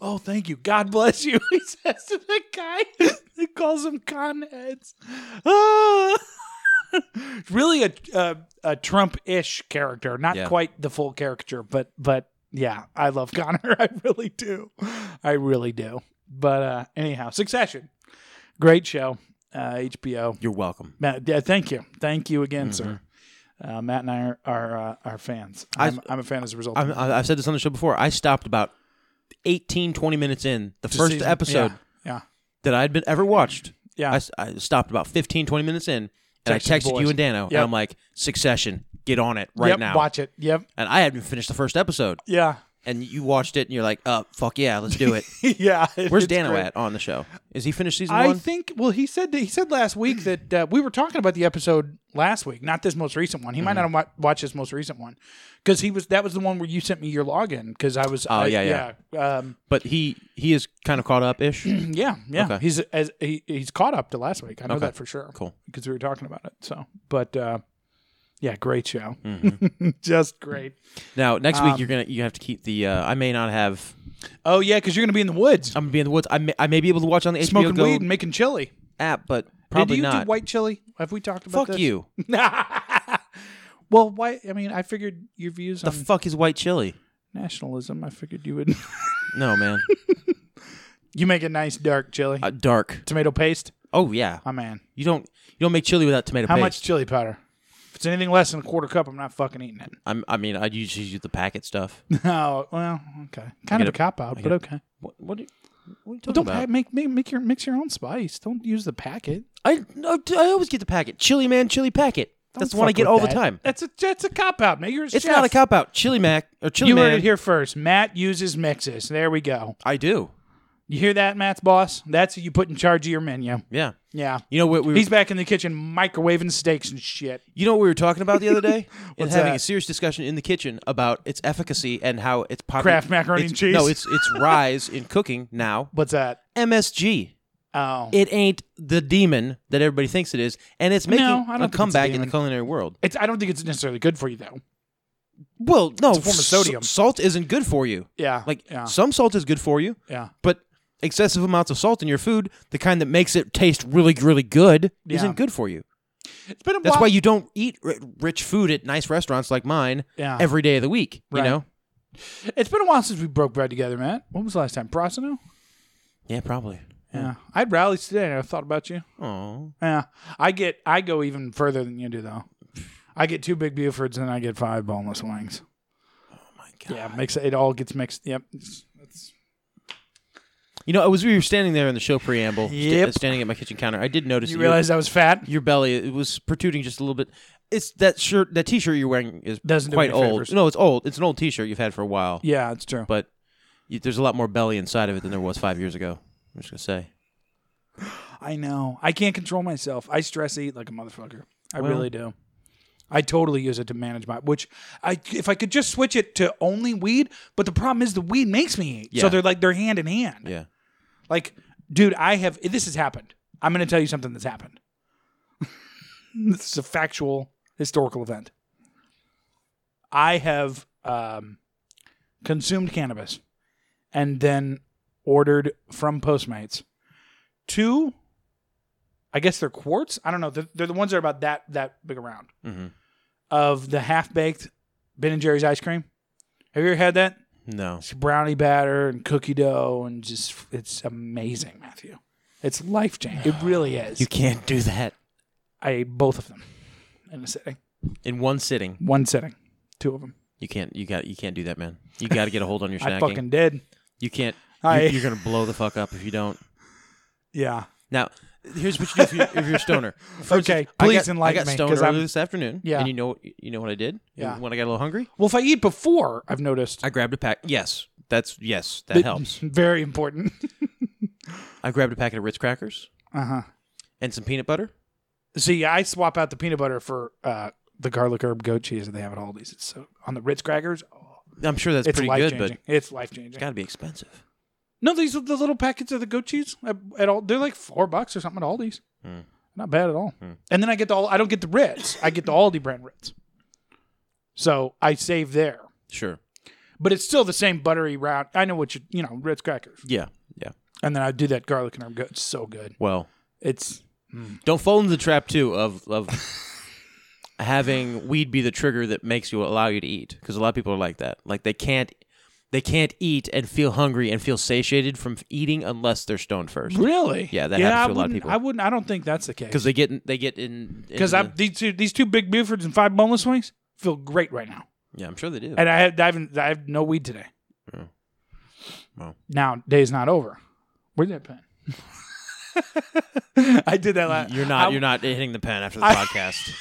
Speaker 1: Oh, thank you. God bless you. He says to the guy he calls him con heads. Ah. really a a, a Trump ish character, not
Speaker 3: Yeah.
Speaker 1: quite the full caricature, but but yeah, I love Connor. I really do. I really do. But uh anyhow, Succession, great show. Uh, HBO.
Speaker 3: you're welcome.
Speaker 1: Matt, yeah, thank you, thank you again, sir.
Speaker 3: Mm-hmm.
Speaker 1: Uh, Matt and I are are, uh, are fans. I'm, I, am i am a fan as a result.
Speaker 3: I'm,
Speaker 1: of
Speaker 3: I- I've said this on the show before. I stopped about 18, 20 minutes in the first
Speaker 1: season.
Speaker 3: episode
Speaker 1: Yeah, yeah.
Speaker 3: that I'd been ever watched.
Speaker 1: Yeah.
Speaker 3: I s- I, stopped about 15, 20 minutes in,
Speaker 1: Texted
Speaker 3: and
Speaker 1: the
Speaker 3: I texted
Speaker 1: boys.
Speaker 3: you and Dano, and
Speaker 1: Yep.
Speaker 3: I'm like, "Succession, get on it right
Speaker 1: yep,
Speaker 3: now."
Speaker 1: Watch it. Yep.
Speaker 3: And I hadn't finished the first episode,
Speaker 1: Yeah.
Speaker 3: and you watched it, and you're like, "Uh, fuck yeah, let's do it."
Speaker 1: yeah.
Speaker 3: Where's
Speaker 1: it's
Speaker 3: Dano
Speaker 1: great.
Speaker 3: at on the show? Is he finished season
Speaker 1: I
Speaker 3: one?
Speaker 1: think. Well, he said that, he said last week that uh, we were talking about the episode last week, not this most recent one. He might not
Speaker 3: Mm-hmm.
Speaker 1: have wa- watched this most recent one because he was that was the one where you sent me your login because I was. Oh
Speaker 3: yeah, yeah.
Speaker 1: yeah. Um,
Speaker 3: but he he is kind of caught up ish.
Speaker 1: Yeah, yeah.
Speaker 3: Okay.
Speaker 1: He's as he, he's caught up to last week. I know
Speaker 3: Okay.
Speaker 1: that for sure.
Speaker 3: Cool.
Speaker 1: Because we were talking about it. So, but uh yeah, great show.
Speaker 3: Mm-hmm.
Speaker 1: Just great.
Speaker 3: now next
Speaker 1: Um,
Speaker 3: week you're gonna you have to keep the. Uh, I may not have.
Speaker 1: Oh yeah, cuz you're going to be in the woods
Speaker 3: I'm gonna be in the woods. I may, I may be able to watch on the
Speaker 1: smoking
Speaker 3: HBO Go
Speaker 1: weed and making chili.
Speaker 3: app, but probably
Speaker 1: Did you
Speaker 3: not.
Speaker 1: do white chili? Have we talked about
Speaker 3: fuck
Speaker 1: this?
Speaker 3: you.
Speaker 1: well, why I mean, I figured your views
Speaker 3: The
Speaker 1: on
Speaker 3: fuck is white chili?
Speaker 1: nationalism, I figured you would
Speaker 3: No man,
Speaker 1: You make a nice dark chili.
Speaker 3: uh, dark.
Speaker 1: Tomato paste?
Speaker 3: Oh yeah,
Speaker 1: My man.
Speaker 3: you don't you don't make chili without tomato
Speaker 1: How
Speaker 3: paste.
Speaker 1: much chili powder? If it's anything less than a quarter cup, I'm not fucking eating it.
Speaker 3: I'm, I mean, I usually use the packet stuff.
Speaker 1: Oh, well, okay. Kind of
Speaker 3: get
Speaker 1: a
Speaker 3: a-
Speaker 1: cop out, but
Speaker 3: a-
Speaker 1: okay.
Speaker 3: what, what, are, you- what are you
Speaker 1: Well,
Speaker 3: talking
Speaker 1: don't
Speaker 3: about?
Speaker 1: pa- make, make make your mix your own spice. Don't use the packet.
Speaker 3: I, no, d- I always get the packet. Chili man, chili packet. That's the
Speaker 1: Don't
Speaker 3: one I
Speaker 1: fuck
Speaker 3: get
Speaker 1: with
Speaker 3: all the
Speaker 1: that.
Speaker 3: time.
Speaker 1: That's a that's a cop out. Make your
Speaker 3: It's not a cop out. Chili mac or chili
Speaker 1: You
Speaker 3: man.
Speaker 1: heard it here first. Matt uses mixes. There we go.
Speaker 3: I do.
Speaker 1: You hear that, Matt's boss? That's who you put in charge of your menu.
Speaker 3: Yeah.
Speaker 1: Yeah.
Speaker 3: You know what we were,
Speaker 1: He's back in the kitchen microwaving steaks and shit.
Speaker 3: you know what we were talking about the other day? and
Speaker 1: What's
Speaker 3: having
Speaker 1: that?
Speaker 3: a serious discussion in the kitchen about its efficacy and how it's popular.
Speaker 1: Kraft macaroni
Speaker 3: it's-
Speaker 1: and cheese?
Speaker 3: No, it's it's rise in cooking now.
Speaker 1: What's that?
Speaker 3: MSG.
Speaker 1: Oh,
Speaker 3: It ain't the demon that everybody thinks it is, and it's making
Speaker 1: No, I don't think
Speaker 3: a
Speaker 1: it's a
Speaker 3: comeback in the
Speaker 1: demon.
Speaker 3: culinary world.
Speaker 1: it's. I don't think it's necessarily good for you though.
Speaker 3: Well,
Speaker 1: a
Speaker 3: no,
Speaker 1: form of
Speaker 3: s-
Speaker 1: sodium.
Speaker 3: salt isn't good for you.
Speaker 1: Yeah.
Speaker 3: Like
Speaker 1: yeah.
Speaker 3: some salt is good for you,
Speaker 1: yeah.
Speaker 3: but excessive amounts of salt in your food, the kind that makes it taste really, really good,
Speaker 1: Yeah.
Speaker 3: isn't good for you.
Speaker 1: It's been a
Speaker 3: That's
Speaker 1: while.
Speaker 3: why you don't eat ri rich food at nice restaurants like mine
Speaker 1: Yeah.
Speaker 3: every day of the week.
Speaker 1: Right.
Speaker 3: You know?
Speaker 1: it's been a while since we broke bread together, Matt. When was the last time? Prosino?
Speaker 3: Yeah, probably.
Speaker 1: Yeah. I had rallies today and I thought about you.
Speaker 3: Oh,
Speaker 1: Yeah, I get I go even further than you do though. I get two big Bufords and I get five boneless wings.
Speaker 3: Oh my god.
Speaker 1: Yeah, makes it all gets mixed. Yep.
Speaker 3: You know, I was we were standing there in the show preamble, sta-
Speaker 1: Yep.
Speaker 3: standing at my kitchen counter. I did notice
Speaker 1: You
Speaker 3: that your-
Speaker 1: realize I was fat?
Speaker 3: your belly it was protruding just a little bit. It's that shirt, that T-shirt you're wearing is
Speaker 1: Doesn't do
Speaker 3: quite
Speaker 1: any
Speaker 3: old.
Speaker 1: favors.
Speaker 3: No, it's old. It's an old T-shirt you've had for a while,
Speaker 1: Yeah, it's true.
Speaker 3: but you, there's a lot more belly inside of it than there was five years ago. I'm just gonna say.
Speaker 1: I know. I can't control myself. I stress eat like a motherfucker. I
Speaker 3: Well-
Speaker 1: really do. I totally use it to manage my which I if I could just switch it to only weed, but the problem is the weed makes me eat.
Speaker 3: Yeah.
Speaker 1: So they're like they're hand in hand.
Speaker 3: Yeah.
Speaker 1: Like, dude, I have this has happened. I'm going to tell you something that's happened. this is a factual historical event. I have um, consumed cannabis and then ordered from Postmates two. I guess they're quarts. I don't know. They're, they're the ones that are about that that big around
Speaker 3: Mhm.
Speaker 1: of the half baked Ben and Jerry's ice cream. Have you ever had that?
Speaker 3: No.
Speaker 1: It's brownie batter and cookie dough and just it's amazing, Matthew. It's life changing. It really is.
Speaker 3: You can't do that
Speaker 1: I ate both of them in a sitting,
Speaker 3: in one sitting.
Speaker 1: one sitting, two of them.
Speaker 3: You can't. You got. You can't do that, man. You got to get a hold on your snacking.
Speaker 1: I fucking did.
Speaker 3: you can't.
Speaker 1: I-
Speaker 3: You, are gonna blow the fuck up if you don't.
Speaker 1: Yeah.
Speaker 3: Now, here's what you do if you're, if you're a stoner. For
Speaker 1: Okay,
Speaker 3: I
Speaker 1: please
Speaker 3: got-
Speaker 1: enlighten
Speaker 3: I got
Speaker 1: me,
Speaker 3: stoned
Speaker 1: 'cause
Speaker 3: earlier
Speaker 1: I'm-
Speaker 3: this afternoon.
Speaker 1: Yeah.
Speaker 3: And you know. You know what I did?
Speaker 1: Yeah.
Speaker 3: When I got a little hungry,
Speaker 1: Well, if I eat before, I've noticed
Speaker 3: I grabbed a pack. Yes. That's yes. That
Speaker 1: It-
Speaker 3: helps.
Speaker 1: Very important.
Speaker 3: I grabbed a packet of Ritz crackers
Speaker 1: Uh huh.
Speaker 3: and some peanut butter.
Speaker 1: See, I swap out the peanut butter for uh, the garlic herb goat cheese that they have at Aldi's. It's so on the Ritz crackers. Oh,
Speaker 3: I'm sure that's
Speaker 1: it's
Speaker 3: pretty
Speaker 1: life
Speaker 3: good,
Speaker 1: changing.
Speaker 3: but
Speaker 1: It's life
Speaker 3: it's
Speaker 1: changing.
Speaker 3: got to be expensive.
Speaker 1: No, these are the little packets of the goat cheese at, at all. They're like four bucks or something at Aldi's.
Speaker 3: Hmm.
Speaker 1: Not bad at all. And then I get the all. I don't get the Ritz. I get the Aldi brand Ritz. So I save there,
Speaker 3: Sure.
Speaker 1: but it's still the same buttery round. I know what you you know Ritz crackers,
Speaker 3: Yeah. Yeah.
Speaker 1: and then I do that garlic and herb goat. It's so good.
Speaker 3: Well,
Speaker 1: It's
Speaker 3: Don't fall into the trap too of of having weed be the trigger that makes you allow you to eat because a lot of people are like that. Like they can't they can't eat and feel hungry and feel satiated from eating unless they're stoned first
Speaker 1: really
Speaker 3: Yeah, that
Speaker 1: yeah,
Speaker 3: happens
Speaker 1: I
Speaker 3: to a lot of
Speaker 1: wouldn't-
Speaker 3: people.
Speaker 1: I wouldn't. I don't think that's the case
Speaker 3: because they get in, they get in
Speaker 1: because
Speaker 3: into
Speaker 1: I
Speaker 3: the-
Speaker 1: these two these two big Bufords and five boneless wings feel great right now.
Speaker 3: yeah I'm sure they do.
Speaker 1: And I have I, haven't, I have no weed today.
Speaker 3: Wow.
Speaker 1: Now day's not over. Where's that pen? I did that last.
Speaker 3: You're not
Speaker 1: How,
Speaker 3: you're not hitting the pen after the
Speaker 1: I-
Speaker 3: podcast.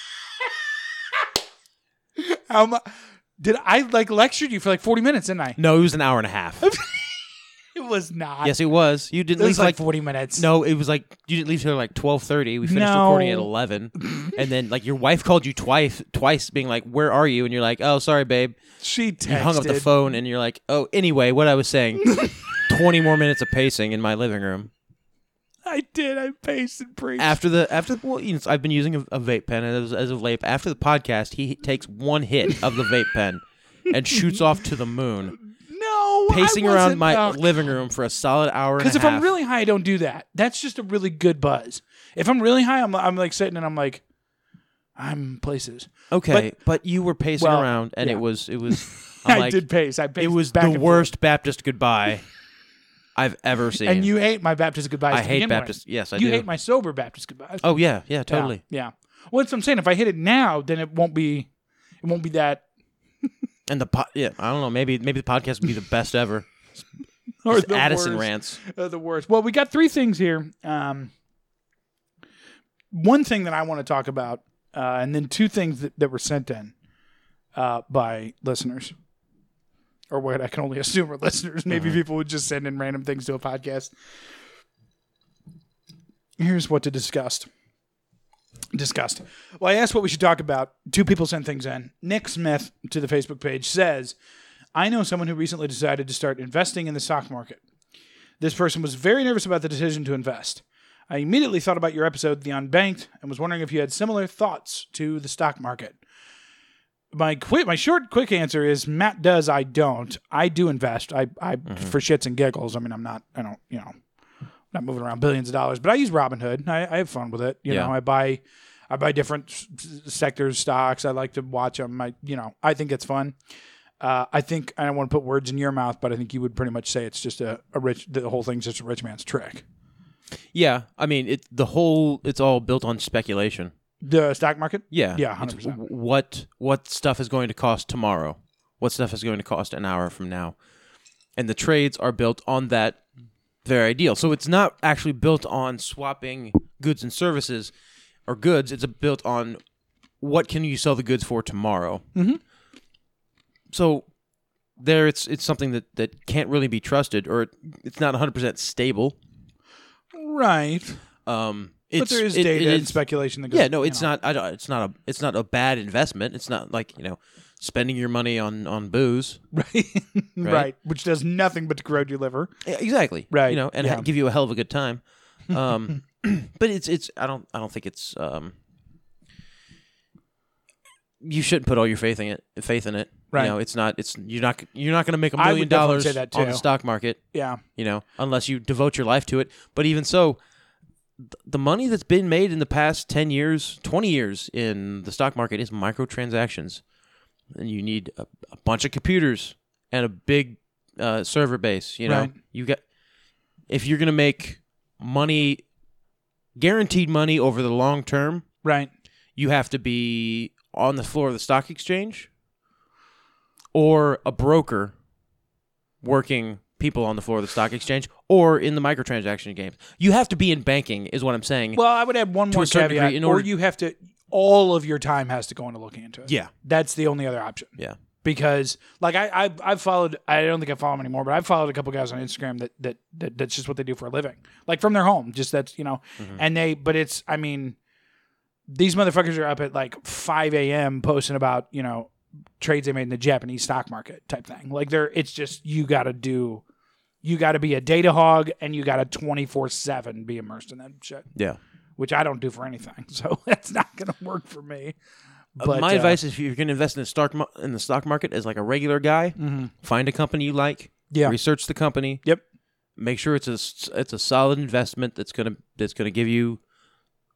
Speaker 1: How mu- did I like lectured you for like forty minutes? Didn't I?
Speaker 3: No, it was an hour and a half.
Speaker 1: It was not.
Speaker 3: yes, it was. You
Speaker 1: it
Speaker 3: didn't
Speaker 1: was
Speaker 3: leave
Speaker 1: like,
Speaker 3: like.
Speaker 1: forty minutes.
Speaker 3: no, it was like you didn't leave till like twelve thirty. We finished
Speaker 1: No.
Speaker 3: recording at eleven, and then like your wife called you twice, twice, being like, "Where are you?" And you're like, "Oh, sorry, babe,
Speaker 1: she texted.
Speaker 3: you hung up the phone and you're like, oh, anyway, what I was saying, 20 more minutes of pacing in my living room.
Speaker 1: I did. I paced and preached.
Speaker 3: After the, after, well, you know, I've been using a, a vape pen as, as of late. After the podcast, he takes one hit of the vape pen and shoots off to the moon,
Speaker 1: no, I
Speaker 3: pacing around
Speaker 1: wasn't,
Speaker 3: my
Speaker 1: uh,
Speaker 3: living room for a solid hour and a
Speaker 1: Because
Speaker 3: half.
Speaker 1: if I'm really high, I don't do that. That's just a really good buzz. If I'm really high, I'm, I'm like sitting and I'm like, I'm places.
Speaker 3: okay, but, you were pacing
Speaker 1: Well,
Speaker 3: around and
Speaker 1: yeah.
Speaker 3: it was, it was,
Speaker 1: i
Speaker 3: I'm like,
Speaker 1: did pace. I paced.
Speaker 3: it was
Speaker 1: back
Speaker 3: the
Speaker 1: and
Speaker 3: worst Baptist goodbye I've ever seen.
Speaker 1: forth. And you hate my Baptist goodbyes.
Speaker 3: I
Speaker 1: to
Speaker 3: hate
Speaker 1: begin with.
Speaker 3: Baptist. Yes, I
Speaker 1: you
Speaker 3: do.
Speaker 1: hate my sober Baptist goodbyes.
Speaker 3: oh yeah, yeah,
Speaker 1: Yeah,
Speaker 3: totally.
Speaker 1: Yeah. Well, that's what I'm saying. If I hit it now, then it won't be. It won't be that.
Speaker 3: And the po- yeah, I don't know. Maybe maybe the podcast would be the best ever.
Speaker 1: Or
Speaker 3: Just
Speaker 1: the
Speaker 3: Addison
Speaker 1: worst.
Speaker 3: rants.
Speaker 1: uh, the worst. Well, we got three things here. Um, one thing that I want to talk about, uh, and then two things that, that were sent in uh, by listeners, or what I can only assume are listeners. Maybe people would just send in random things to a podcast. Here's what to discuss. Discussed. Well, I asked what we should talk about. Two people sent things in. Nick Smith to the Facebook page says, I know someone who recently decided to start investing in the stock market. This person was very nervous about the decision to invest. I immediately thought about your episode, The Unbanked, and was wondering if you had similar thoughts to the stock market. My quick, my short, quick answer is Matt does. I don't. I do invest. I, I for shits and giggles. I mean, I'm not. I don't. You know, I'm not moving around billions of dollars, but I use Robinhood. I, I have fun with it. You
Speaker 3: Yeah.
Speaker 1: know, I buy, I buy different s- s- sectors stocks. I like to watch them. I, you know, I think it's fun. Uh, I think I don't want to put words in your mouth, but I think you would pretty much say it's just a, a rich. The whole thing's just a rich man's trick.
Speaker 3: Yeah, I mean, it the whole it's all built on speculation.
Speaker 1: The stock market.
Speaker 3: Yeah,
Speaker 1: Yeah,
Speaker 3: It's
Speaker 1: 100%.
Speaker 3: w- What what stuff is going to cost tomorrow? What stuff is going to cost an hour from now? And the trades are built on that very ideal. So it's not actually built on swapping goods and services or goods. It's built on what can you sell the goods for tomorrow. Mm-hmm. So there, it's it's something that that can't really be trusted, or it, it's not 100 percent stable.
Speaker 1: Right.
Speaker 3: Um,
Speaker 1: but
Speaker 3: it's-
Speaker 1: there is
Speaker 3: it-
Speaker 1: data
Speaker 3: it
Speaker 1: and
Speaker 3: is-
Speaker 1: speculation that goes.
Speaker 3: yeah, no,
Speaker 1: you
Speaker 3: it's
Speaker 1: know.
Speaker 3: not. I don't. It's not a. It's not a bad investment. It's not like you know spending your money on on booze.
Speaker 1: right? right, which does nothing but corrode your liver.
Speaker 3: Yeah, E, Exactly.
Speaker 1: Right,
Speaker 3: You know, and
Speaker 1: yeah.
Speaker 3: ha- give you a hell of a good time. Um, but it's it's I don't I don't think it's um. You shouldn't put all your faith in it. Faith in it.
Speaker 1: Right.
Speaker 3: You know, it's not. It's you're not. You're not going to make a
Speaker 1: I would
Speaker 3: million
Speaker 1: definitely
Speaker 3: dollars
Speaker 1: say that
Speaker 3: on the
Speaker 1: too.
Speaker 3: stock market.
Speaker 1: Yeah,
Speaker 3: You know, unless you devote your life to it. But even so, th- the money that's been made in the past ten years, twenty years in the stock market is microtransactions, and you need a, a bunch of computers and a big uh, server base. You know,
Speaker 1: Right.
Speaker 3: you got if you're going to make money, guaranteed money over the long term,
Speaker 1: right.
Speaker 3: you have to be on the floor of the stock exchange or a broker working people on the floor of the stock exchange or in the microtransaction games. You have to be in banking, is what I'm saying.
Speaker 1: Well, I would add one
Speaker 3: To
Speaker 1: more
Speaker 3: a certain
Speaker 1: caveat,
Speaker 3: degree, in
Speaker 1: or
Speaker 3: order-
Speaker 1: you have to all of your time has to go into looking into it.
Speaker 3: Yeah.
Speaker 1: that's the only other option.
Speaker 3: yeah.
Speaker 1: because like I, I I've followed I don't think I follow them anymore, but I've followed a couple guys on Instagram that that, that that's just what they do for a living, like from their home, just that's you know,
Speaker 3: Mm-hmm.
Speaker 1: and they but it's I mean, these motherfuckers are up at like five a.m. posting about you know trades they made in the Japanese stock market type thing. Like they're it's just you got to do. You got to be a data hog, and you got to twenty four seven be immersed in that shit,
Speaker 3: Yeah.
Speaker 1: which I don't do for anything. So that's not going to work for me. But
Speaker 3: My
Speaker 1: uh,
Speaker 3: advice is if you're going to invest in the stock mar- in the stock market as like a regular guy, find a company you like,
Speaker 1: Mm-hmm. Yeah.
Speaker 3: research the company,
Speaker 1: Yep.
Speaker 3: make sure it's a s- it's a solid investment that's gonna that's gonna give you,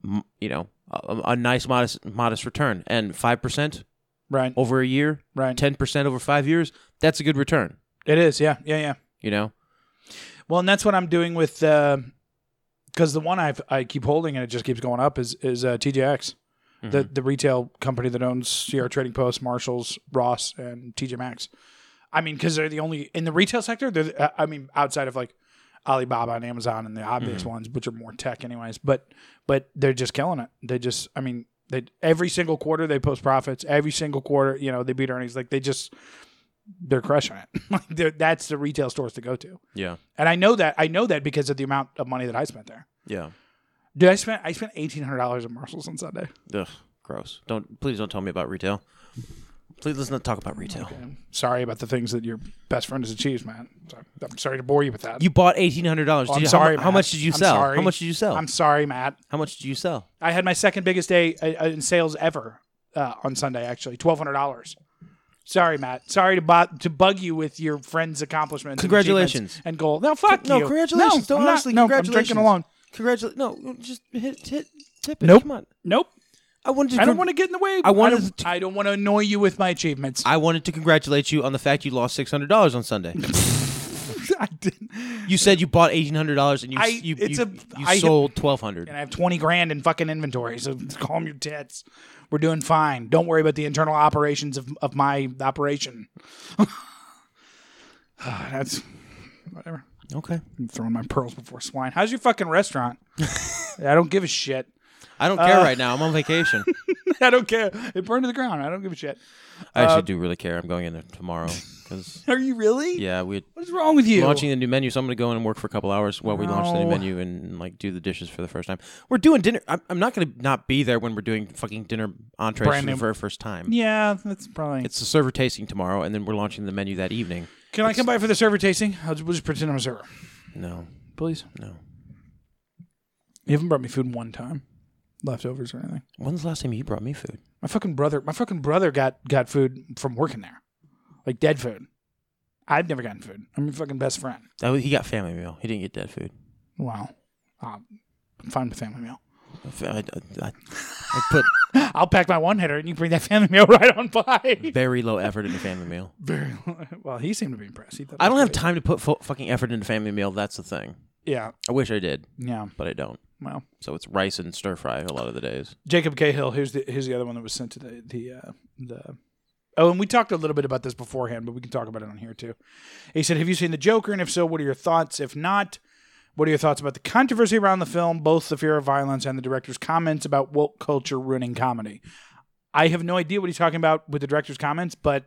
Speaker 3: m- you know, a, a nice modest modest return and five percent
Speaker 1: Right.
Speaker 3: over a year,
Speaker 1: Right.
Speaker 3: Ten percent over five years. That's a good return.
Speaker 1: It is. Yeah. Yeah. Yeah.
Speaker 3: You know.
Speaker 1: Well, and that's what I'm doing with because the one I I keep holding and it just keeps going up is is uh, TJX, the the retail company that owns CR Trading Post, Marshalls, Ross, and TJ Maxx. I mean, because they're the only in the retail sector. They're the, uh, I mean, outside of like Alibaba and Amazon and the obvious ones, which are more tech, anyways. But but they're just killing it. They just I mean. They, every single quarter they post profits. Every single quarter, you know, they beat earnings. Like they just, they're crushing it. like they're, that's the retail stores to go to.
Speaker 3: Yeah.
Speaker 1: And I know that I know that because of the amount of money that I spent there.
Speaker 3: Yeah.
Speaker 1: Dude, I spent I spent eighteen hundred dollars at Marshalls on Sunday.
Speaker 3: Ugh. Gross. Don't please don't tell me about retail. Please let's not talk about retail.
Speaker 1: Sorry about the things that your best friend has achieved, man. So, I'm sorry to bore you with that.
Speaker 3: You bought eighteen hundred dollars.
Speaker 1: I'm sorry.
Speaker 3: How,
Speaker 1: Matt.
Speaker 3: much did you
Speaker 1: I'm
Speaker 3: sell?
Speaker 1: sorry.
Speaker 3: How much did you sell?
Speaker 1: I'm sorry, Matt.
Speaker 3: how much did you sell?
Speaker 1: I had my second biggest day uh, uh, in sales ever uh, on Sunday. Actually, twelve hundred dollars. Sorry, Matt. Sorry to bo- to bug you with your friend's accomplishments. and achievements
Speaker 3: Congratulations.
Speaker 1: and goal. No, fuck
Speaker 3: No,
Speaker 1: you.
Speaker 3: congratulations.
Speaker 1: No,
Speaker 3: Don't
Speaker 1: I'm not-
Speaker 3: honestly,
Speaker 1: no, I'm
Speaker 3: congratulations.
Speaker 1: drinking alone.
Speaker 3: Congratulations. No, just hit hit tip it.
Speaker 1: Nope.
Speaker 3: Come on.
Speaker 1: Nope.
Speaker 3: I wanted. To
Speaker 1: I don't
Speaker 3: congr-
Speaker 1: want to get in the way.
Speaker 3: I wanted
Speaker 1: don't-
Speaker 3: to-
Speaker 1: I don't want to annoy you with my achievements.
Speaker 3: I wanted to congratulate you on the fact you lost six hundred dollars on Sunday.
Speaker 1: I didn't.
Speaker 3: you said you bought eighteen hundred dollars and you
Speaker 1: I-
Speaker 3: you,
Speaker 1: it's
Speaker 3: you,
Speaker 1: a-
Speaker 3: you
Speaker 1: I-
Speaker 3: sold twelve hundred.
Speaker 1: and I have 20 grand in fucking inventory. So calm your tits. We're doing fine. Don't worry about the internal operations of, of my operation. Ah, That's whatever.
Speaker 3: Okay.
Speaker 1: I'm throwing my pearls before swine. How's your fucking restaurant? I don't give a shit.
Speaker 3: I don't care right now. I'm on vacation.
Speaker 1: I don't care. It burned to the ground. I don't give a shit.
Speaker 3: I
Speaker 1: Um,
Speaker 3: actually do really care. I'm going in there tomorrow because
Speaker 1: Are you really?
Speaker 3: yeah, we
Speaker 1: What's wrong with you?
Speaker 3: launching the new menu. So I'm going to go in and work for a couple hours while we launch the new
Speaker 1: No.
Speaker 3: menu and like do the dishes for the first time. We're doing dinner. I'm, I'm not going to not be there when we're doing fucking dinner entrees
Speaker 1: Brand
Speaker 3: for the
Speaker 1: new.
Speaker 3: very first time.
Speaker 1: yeah, that's probably.
Speaker 3: It's the server tasting tomorrow, and then we're launching the menu that evening.
Speaker 1: Can I come by for the server tasting? I'll just, we'll just pretend I'm a server,
Speaker 3: No,
Speaker 1: please.
Speaker 3: no.
Speaker 1: You haven't brought me food one time, leftovers or anything.
Speaker 3: When's the last time you brought me food?
Speaker 1: My fucking brother, my fucking brother got got food from working there, like dead food. I've never gotten food. I'm your fucking best friend.
Speaker 3: That was, Oh, he got family meal. He didn't get dead food.
Speaker 1: Wow, um, I'm fine with family meal.
Speaker 3: I, I- I- I put
Speaker 1: I'll pack my one hitter and you bring that family meal right on by.
Speaker 3: very low effort into family meal.
Speaker 1: Very well. He seemed to be impressed. He thought
Speaker 3: I
Speaker 1: it
Speaker 3: don't
Speaker 1: was
Speaker 3: have
Speaker 1: great.
Speaker 3: time to put fu- fucking effort into family meal. That's the thing.
Speaker 1: Yeah,
Speaker 3: I wish I did,
Speaker 1: yeah.
Speaker 3: but I don't.
Speaker 1: Well,
Speaker 3: So it's rice and stir fry a lot of the days.
Speaker 1: Jacob Cahill. Here's the here's the other one that was sent today. The uh, the oh, and we talked a little bit about this beforehand, but we can talk about it on here too. He said, "Have you seen the Joker? And if so, what are your thoughts? If not, what are your thoughts about the controversy around the film, both the fear of violence and the director's comments about woke culture ruining comedy?" I have no idea what he's talking about with the director's comments, but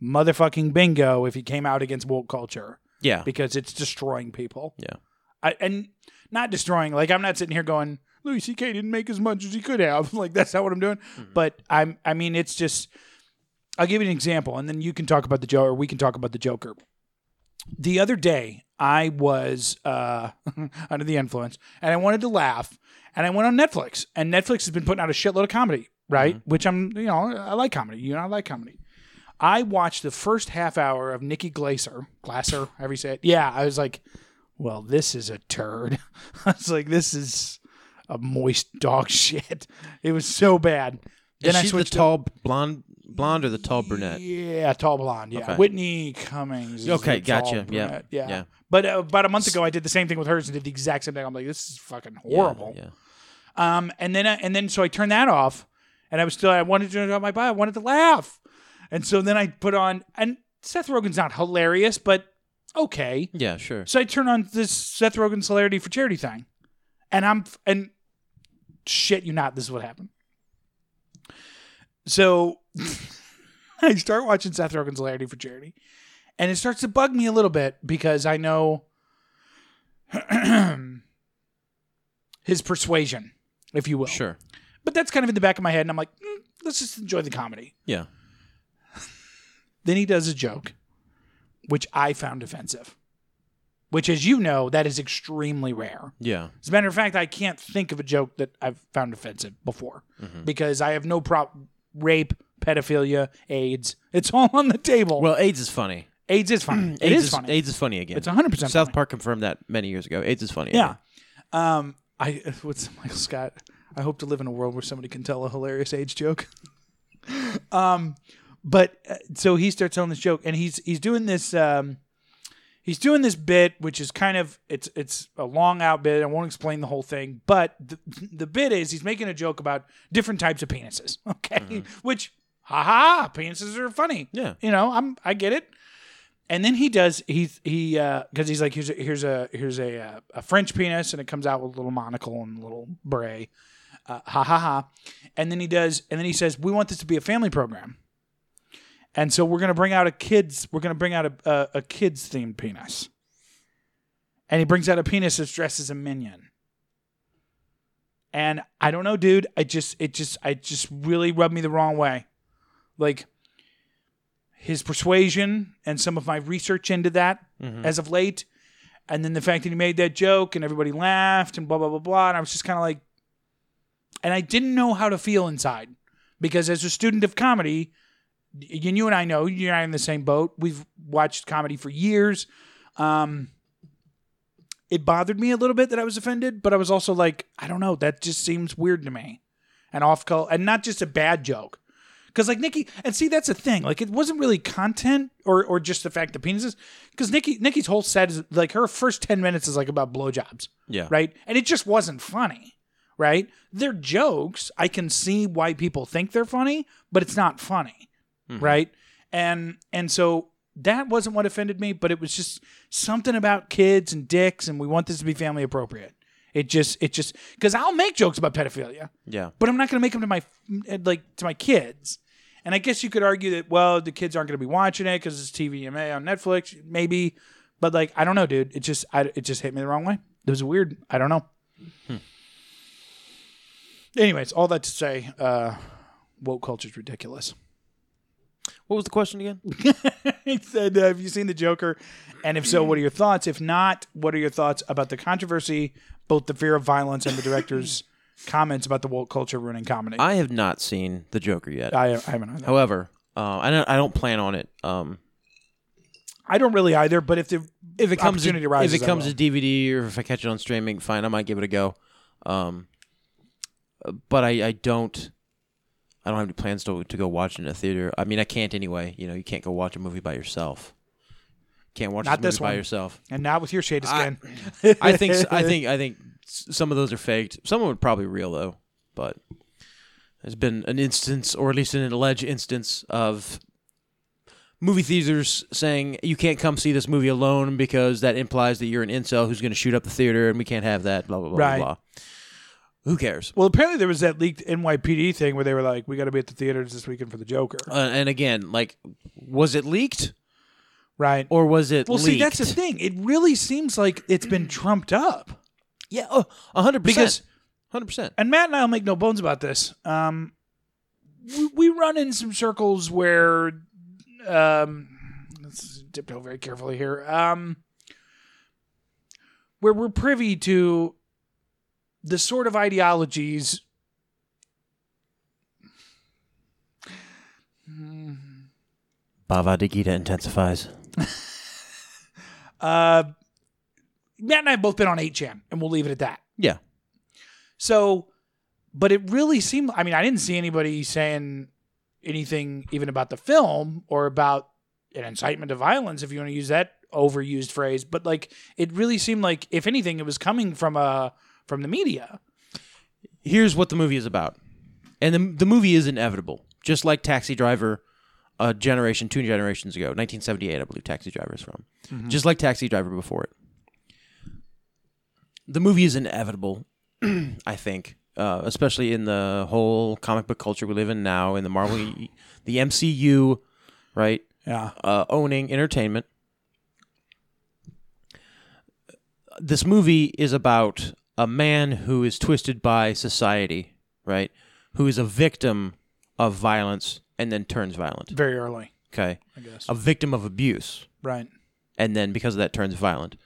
Speaker 1: motherfucking bingo if he came out against woke culture
Speaker 3: Yeah.
Speaker 1: because it's destroying people.
Speaker 3: Yeah.
Speaker 1: I, and not destroying. Like I'm not sitting here going, Louis
Speaker 3: Mm-hmm.
Speaker 1: C.K. didn't make as much as he could have. Like that's not what I'm doing. But I'm. I mean, it's just I'll give you an example, and then you can talk about the Joker, or we can talk about the Joker. The other day, I was uh, under the influence, and I wanted to laugh, and I went on Netflix, and Netflix has been putting out a shitload of comedy, right?
Speaker 3: Mm-hmm.
Speaker 1: Which I'm, you know, I like comedy. You know, I like comedy. I watched the first half hour of Nikki Glaser, Glasser, however you say it. Yeah, I was like, well, this is a turd. I was like, this is a moist dog shit. It was so bad.
Speaker 3: Is
Speaker 1: I
Speaker 3: she the
Speaker 1: switched to-
Speaker 3: tall blonde, blonde or the tall brunette?
Speaker 1: yeah, tall blonde. Yeah,
Speaker 3: Okay.
Speaker 1: Whitney Cummings. is
Speaker 3: Okay,
Speaker 1: the tall
Speaker 3: gotcha. Yeah,
Speaker 1: brunette, yeah,
Speaker 3: yeah.
Speaker 1: But uh, about a month ago, I did the same thing with hers and did the exact same thing. I'm like, this is fucking horrible.
Speaker 3: Yeah.
Speaker 1: Um, and then I, and then so I turned that off, and I was still I wanted to turn it on my bio. I wanted to laugh, and so then I put on and Seth Rogen's not hilarious, but okay.
Speaker 3: Yeah, sure.
Speaker 1: So I turn on this Seth Rogen celerity for charity thing, and I'm and shit, you not. This is what happened. So I start watching Seth Rogen celerity for charity, and it starts to bug me a little bit because I know his persuasion, if you will.
Speaker 3: Sure.
Speaker 1: But that's kind of in the back of my head, and I'm like, "Mm, let's just enjoy the comedy.
Speaker 3: Yeah.
Speaker 1: Then he does a joke, which I found offensive. Which, as you know, that is extremely rare.
Speaker 3: Yeah.
Speaker 1: As a matter of fact, I can't think of a joke that I've found offensive before
Speaker 3: Mm-hmm.
Speaker 1: because I have no problem. Rape, pedophilia, AIDS. It's all on the table.
Speaker 3: Well, AIDS is funny.
Speaker 1: AIDS is funny. it
Speaker 3: AIDS
Speaker 1: is funny.
Speaker 3: AIDS is funny again.
Speaker 1: It's 100%
Speaker 3: South
Speaker 1: funny.
Speaker 3: Park confirmed that many years ago. AIDS is funny.
Speaker 1: Yeah.
Speaker 3: again.
Speaker 1: Um, I what's Michael Scott? I hope to live in a world where somebody can tell a hilarious age joke. um, but uh, so he starts telling this joke, and he's he's doing this um, he's doing this bit, which is kind of it's it's a long out bit. I won't explain the whole thing, but the the bit is he's making a joke about different types of penises. Okay, which haha, penises are funny.
Speaker 3: Yeah.
Speaker 1: you know I'm I get it and then he does he he because he's like here's a here's a here's a uh, a French penis and it comes out with a little monocle and a little beret, uh, ha ha ha, and then he does and then he says we want this to be a family program, and so we're gonna bring out a kids we're gonna bring out a a, a kids themed penis, and he brings out a penis that's dressed as a minion. And I don't know, dude. I just it just I just really rubbed me the wrong way, like his persuasion and some of my research into that as of late. And then the fact that he made that joke and everybody laughed and blah, blah, blah, blah. And I was just kind of like, and I didn't know how to feel inside because as a student of comedy, y- and you and I know you're not in the same boat. We've watched comedy for years. Um, it bothered me a little bit that I was offended, but I was also like, I don't know, that just seems weird to me. And off color, and not just a bad joke. Because like Nikki, and see that's the thing. Like it wasn't really content or or just the fact the penises. Because Nikki Nikki's whole set is like her first ten minutes is like about blowjobs,
Speaker 3: Yeah.
Speaker 1: right? And it just wasn't funny, right? They're jokes. I can see why people think they're funny, but it's not funny, right? And and so that wasn't what offended me, but it was just something about kids and dicks, and we want this to be family appropriate. It just it just because I'll make jokes about pedophilia
Speaker 3: Yeah.
Speaker 1: but I'm not going to make them to my eh, like to my kids. And I guess you could argue that well, the kids aren't going to be watching it because it's TVMA on Netflix, maybe. But like, I don't know, dude. It just I, it just hit me the wrong way. It was weird. I don't know. Anyways, all that to say, uh, woke culture's ridiculous.
Speaker 3: What was the question again?
Speaker 1: he said, uh, "Have you seen the Joker? And if so, what are your thoughts? If not, what are your thoughts about the controversy, both the fear of violence and the director's comments about the woke culture ruining comedy?" I
Speaker 3: I have not seen the Joker yet.
Speaker 1: I, haven't. Either.
Speaker 3: However, uh, I don't. I don't plan on it. Um,
Speaker 1: I don't really either, but if the
Speaker 3: if it comes,
Speaker 1: opportunity
Speaker 3: to,
Speaker 1: arises,
Speaker 3: if it
Speaker 1: I
Speaker 3: comes
Speaker 1: will.
Speaker 3: to DVD or if I catch it on streaming, fine, I might give it a go. Um, but I, I don't. I don't have any plans to to go watch it in a theater. I mean, I can't anyway. You know, you can't go watch a movie by yourself. Can't watch
Speaker 1: Not
Speaker 3: this
Speaker 1: this
Speaker 3: movie by
Speaker 1: one.
Speaker 3: yourself.
Speaker 1: and not with your shade of skin.
Speaker 3: I think s- I think I think s- some of those are faked. Some of them are probably real though. But there's been an instance, or at least an alleged instance, of movie theaters saying you can't come see this movie alone because that implies that you're an incel who's going to shoot up the theater, and we can't have that. Blah blah blah
Speaker 1: Right.
Speaker 3: blah blah. Who cares?
Speaker 1: well, apparently there was that leaked NYPD thing where they were like, "We got to be at the theaters this weekend for the Joker,"
Speaker 3: Uh, and again, like, was it leaked
Speaker 1: right?
Speaker 3: or was it?
Speaker 1: well, see, that's the
Speaker 3: leaked?
Speaker 1: thing. It really seems like it's been trumped up
Speaker 3: Yeah, oh, hundred
Speaker 1: because
Speaker 3: percent, hundred percent.
Speaker 1: and Matt and I'll make no bones about this. Um, we, we run in some circles where um let's tiptoe very carefully here um where we're privy to the sort of ideologies
Speaker 3: Bhagavad Gita intensifies.
Speaker 1: uh Matt and I have both been on 8chan and we'll leave it at that
Speaker 3: Yeah.
Speaker 1: So, but it really seemed. I mean, I didn't see anybody saying anything even about the film or about an incitement to violence, if you want to use that overused phrase. But like, it really seemed like, if anything, it was coming from uh from the media.
Speaker 3: here's what the movie is about. And the, the movie is inevitable, just like Taxi Driver, a generation, two generations ago, 1978, I believe Taxi Driver is from. Just like Taxi Driver before it. The movie is inevitable, I think, uh, especially in the whole comic book culture we live in now, in the Marvel, the MCU, right?
Speaker 1: Yeah.
Speaker 3: uh, owning entertainment. This movie is about a man who is twisted by society, right? Who is a victim of violence and then turns violent.
Speaker 1: Very early,
Speaker 3: Okay.
Speaker 1: I guess.
Speaker 3: A victim of abuse
Speaker 1: Right.
Speaker 3: and then because of that turns violent.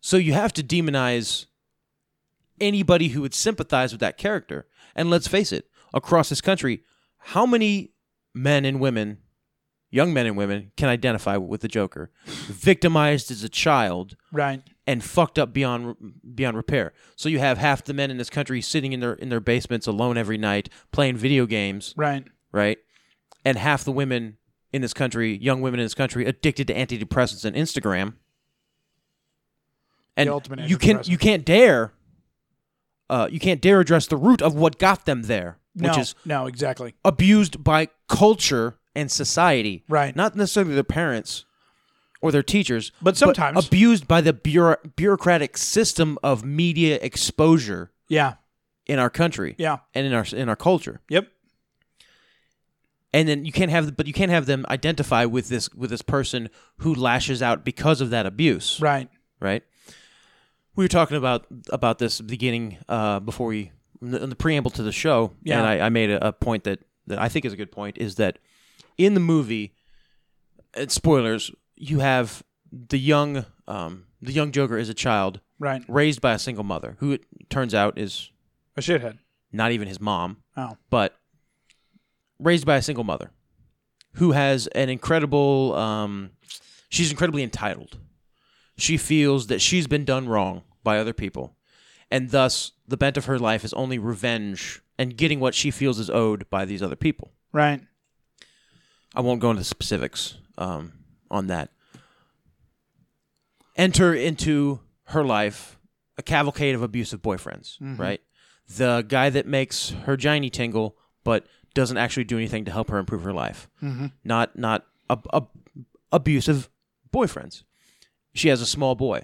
Speaker 3: So you have to demonize anybody who would sympathize with that character. And let's face it, across this country, how many men and women, young men and women, can identify with the Joker? Victimized as a child
Speaker 1: Right.
Speaker 3: and fucked up beyond beyond repair. So you have half the men in this country sitting in their in their basements alone every night playing video games
Speaker 1: Right.
Speaker 3: right? And half the women in this country, young women in this country, addicted to antidepressants and Instagram. And
Speaker 1: The ultimate
Speaker 3: you can
Speaker 1: antidepressant.
Speaker 3: you can't dare, uh, you can't dare address the root of what got them there,
Speaker 1: No.
Speaker 3: which is
Speaker 1: no. Exactly.
Speaker 3: abused by culture and society,
Speaker 1: Right.
Speaker 3: Not necessarily their parents or their teachers,
Speaker 1: But sometimes-
Speaker 3: abused by the bureau- bureaucratic system of media exposure
Speaker 1: Yeah.
Speaker 3: in our country,
Speaker 1: Yeah.
Speaker 3: and in our in our culture.
Speaker 1: Yep.
Speaker 3: and then you can't have but you can't have them identify with this with this person who lashes out because of that abuse right,
Speaker 1: Right.
Speaker 3: we were talking about about this beginning uh before we in the, in the preamble to the show
Speaker 1: Yeah.
Speaker 3: and I, I made a, a point that that i think is a good point is that in the movie and spoilers you have the young um the young joker is a child
Speaker 1: Right.
Speaker 3: raised by a single mother who it turns out is
Speaker 1: A shithead.
Speaker 3: not even his mom
Speaker 1: Oh.
Speaker 3: but raised by a single mother who has an incredible um, she's incredibly entitled she feels that she's been done wrong by other people and thus the bent of her life is only revenge and getting what she feels is owed by these other people
Speaker 1: Right.
Speaker 3: i won't go into the specifics um, on that enter into her life a cavalcade of abusive boyfriends right the guy that makes her giny tingle but doesn't actually do anything to help her improve her life not not ab- ab- abusive boyfriends she has a small boy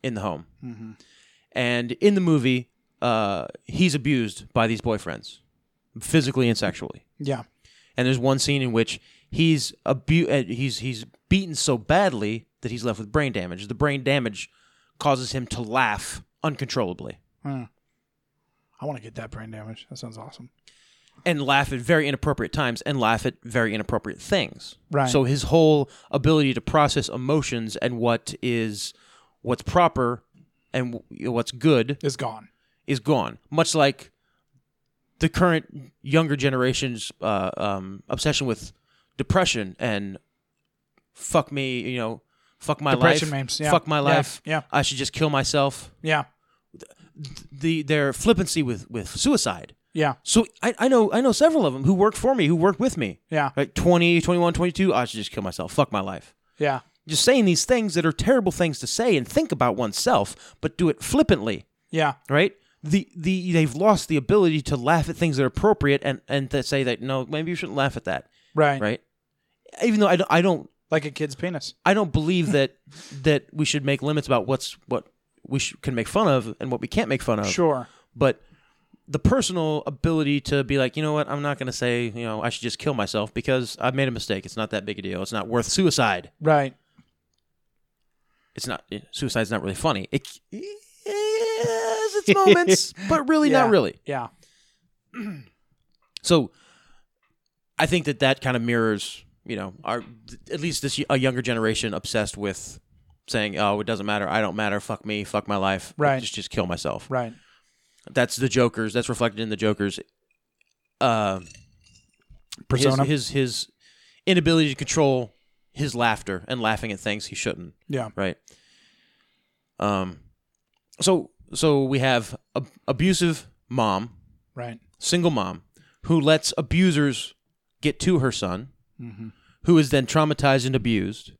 Speaker 3: in the home and in the movie uh, he's abused by these boyfriends physically and sexually
Speaker 1: Yeah.
Speaker 3: and there's one scene in which he's abu- uh, he's he's beaten so badly that he's left with brain damage. The brain damage causes him to laugh uncontrollably
Speaker 1: Hmm. I want to get that brain damage. That sounds awesome.
Speaker 3: and laugh at very inappropriate times and laugh at very inappropriate things.
Speaker 1: Right.
Speaker 3: So his whole ability to process emotions and what is what's proper and w- what's good
Speaker 1: It's gone.
Speaker 3: is gone. Much like the current younger generation's uh, um, obsession with depression and fuck me, you know, fuck my
Speaker 1: Depression
Speaker 3: life,
Speaker 1: memes, yeah.
Speaker 3: fuck my
Speaker 1: Yeah,
Speaker 3: life.
Speaker 1: yeah.
Speaker 3: I should just kill myself.
Speaker 1: Yeah.
Speaker 3: The their flippancy with with suicide.
Speaker 1: Yeah.
Speaker 3: So I, I know I know several of them who work for me, who work with me.
Speaker 1: Yeah.
Speaker 3: Like 20, 21, 22, I should just kill myself. Fuck my life.
Speaker 1: Yeah.
Speaker 3: Just saying these things that are terrible things to say and think about oneself, but do it flippantly
Speaker 1: Yeah.
Speaker 3: right? The the they've lost the ability to laugh at things that are appropriate and and to say that no, maybe you shouldn't laugh at that,
Speaker 1: Right.
Speaker 3: right? Even though I don't I don't
Speaker 1: Like a kid's penis.
Speaker 3: I don't believe that that we should make limits about what's what we sh- can make fun of and what we can't make fun of.
Speaker 1: Sure.
Speaker 3: but the personal ability to be like, you know what, I'm not going to say, you know, I should just kill myself because I've made a mistake. It's not that big a deal. It's not worth suicide.
Speaker 1: Right.
Speaker 3: It's not eh, suicide's not really funny. It it has its moments, but really
Speaker 1: Yeah.
Speaker 3: not really.
Speaker 1: Yeah.
Speaker 3: So I think that that kind of mirrors, you know, our at least this a younger generation obsessed with saying, "Oh, it doesn't matter. I don't matter. Fuck me. Fuck my life.
Speaker 1: Right.
Speaker 3: Just just kill myself."
Speaker 1: Right.
Speaker 3: That's the Joker's. That's reflected in the Joker's. Uh, his,
Speaker 1: Persona.
Speaker 3: his his inability to control his laughter and laughing at things he shouldn't.
Speaker 1: yeah.
Speaker 3: Right. Um. So so we have ab- abusive mom
Speaker 1: Right.
Speaker 3: single mom who lets abusers get to her son, who is then traumatized and abused,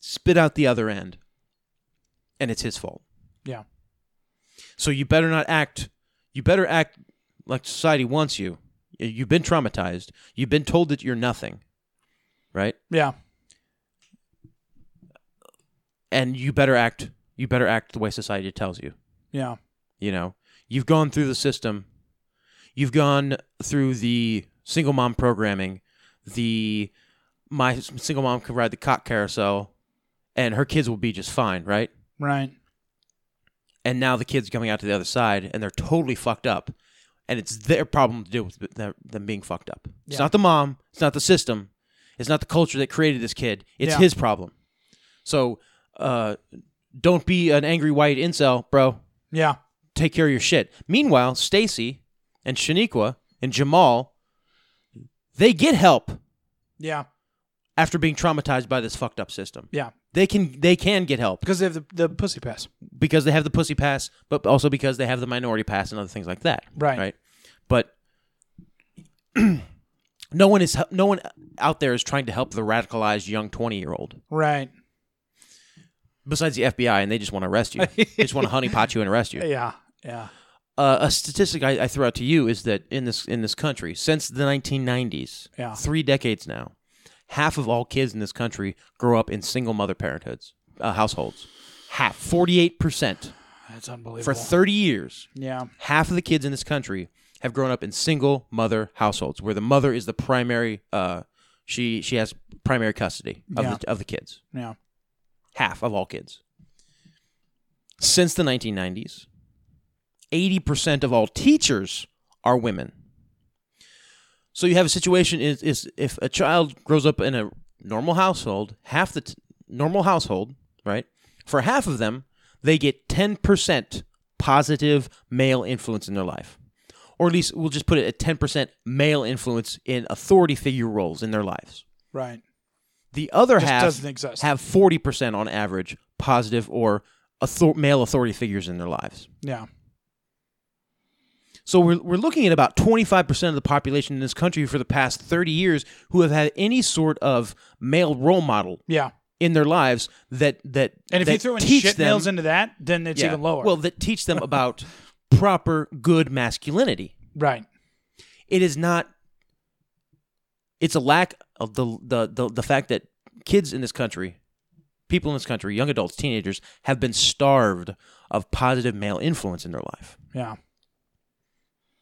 Speaker 3: spit out the other end, and it's his fault.
Speaker 1: Yeah.
Speaker 3: So you better not act. You better act like society wants you. You've been traumatized. You've been told that you're nothing, right?
Speaker 1: Yeah.
Speaker 3: And you better act. You better act the way society tells you.
Speaker 1: Yeah.
Speaker 3: You know, you've gone through the system, you've gone through the single mom programming, the my s- single mom can ride the cock carousel, and her kids will be just fine, right?
Speaker 1: Right.
Speaker 3: And now the kids coming out to the other side, and they're totally fucked up, and it's their problem to deal with th- them- them being fucked up. It's
Speaker 1: Yeah.
Speaker 3: not the mom, it's not the system, it's not the culture that created this kid. It's
Speaker 1: Yeah.
Speaker 3: his problem. So, uh, don't be an angry white incel, bro
Speaker 1: Yeah.
Speaker 3: take care of your shit. Meanwhile, Stacy and Shaniqua and Jamal, they get help
Speaker 1: Yeah.
Speaker 3: after being traumatized by this fucked up system.
Speaker 1: Yeah.
Speaker 3: They can they can get help
Speaker 1: Because they have the, the pussy pass.
Speaker 3: because they have the pussy pass, but also because they have the minority pass and other things like that.
Speaker 1: Right.
Speaker 3: Right. But no one is no one out there is trying to help the radicalized young twenty year old.
Speaker 1: Right.
Speaker 3: Besides the FBI, and they just want to arrest you. they just want to honeypot you and arrest you.
Speaker 1: Yeah. Yeah.
Speaker 3: uh, a statistic I, I threw out to you is that in this in this country, since the 1990s,
Speaker 1: Yeah.
Speaker 3: three decades now, half of all kids in this country grow up in single mother parenthoods uh, households. Half, 48 percent
Speaker 1: That's unbelievable.
Speaker 3: for 30 years.
Speaker 1: yeah.
Speaker 3: Half of the kids in this country have grown up in single mother households, where the mother is the primary. Uh, she she has primary custody of
Speaker 1: Yeah.
Speaker 3: the, of the kids
Speaker 1: Yeah.
Speaker 3: half of all kids. Since the 1990s, 80% of all teachers are women. So you have a situation is, is if a child grows up in a normal household, half the t- normal household, right? For half of them, they get 10% positive male influence in their life. Or at least we'll just put it at 10% male influence in authority figure roles in their lives.
Speaker 1: Right.
Speaker 3: The other
Speaker 1: Just
Speaker 3: half
Speaker 1: doesn't exist.
Speaker 3: have forty percent on average positive or author- male authority figures in their lives.
Speaker 1: Yeah.
Speaker 3: So we're we're looking at about twenty five percent of the population in this country for the past thirty years who have had any sort of male role model
Speaker 1: Yeah.
Speaker 3: in their lives that that
Speaker 1: And if
Speaker 3: that
Speaker 1: you throw in
Speaker 3: teach
Speaker 1: shit
Speaker 3: them,
Speaker 1: nails into that, then it's
Speaker 3: Yeah.
Speaker 1: even lower.
Speaker 3: Well, that teach them about proper good masculinity.
Speaker 1: right.
Speaker 3: it is not it's a lack of the the the, the fact that kids in this country people in this country young adults teenagers have been starved of positive male influence in their life
Speaker 1: Yeah.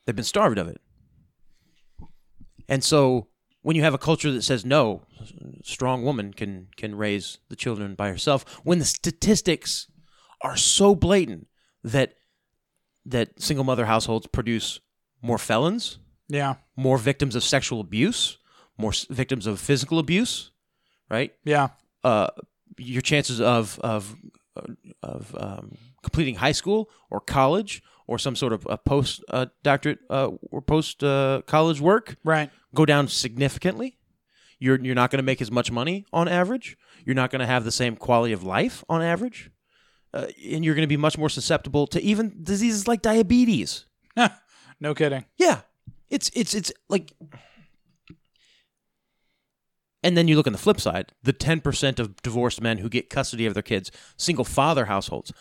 Speaker 3: they've been starved of it and so when you have a culture that says no strong woman can can raise the children by herself when the statistics are so blatant that that single mother households produce more felons
Speaker 1: Yeah.
Speaker 3: more victims of sexual abuse, more s- victims of physical abuse, right?
Speaker 1: Yeah.
Speaker 3: Uh, your chances of of of um, completing high school or college or some sort of a post uh, doctorate uh, or post uh, college work
Speaker 1: Right.
Speaker 3: go down significantly. You're you're not going to make as much money on average. You're not going to have the same quality of life on average, uh, and you're going to be much more susceptible to even diseases like diabetes.
Speaker 1: No kidding.
Speaker 3: Yeah. It's it's it's like And then you look on the flip side, the 10% of divorced men who get custody of their kids, single father households.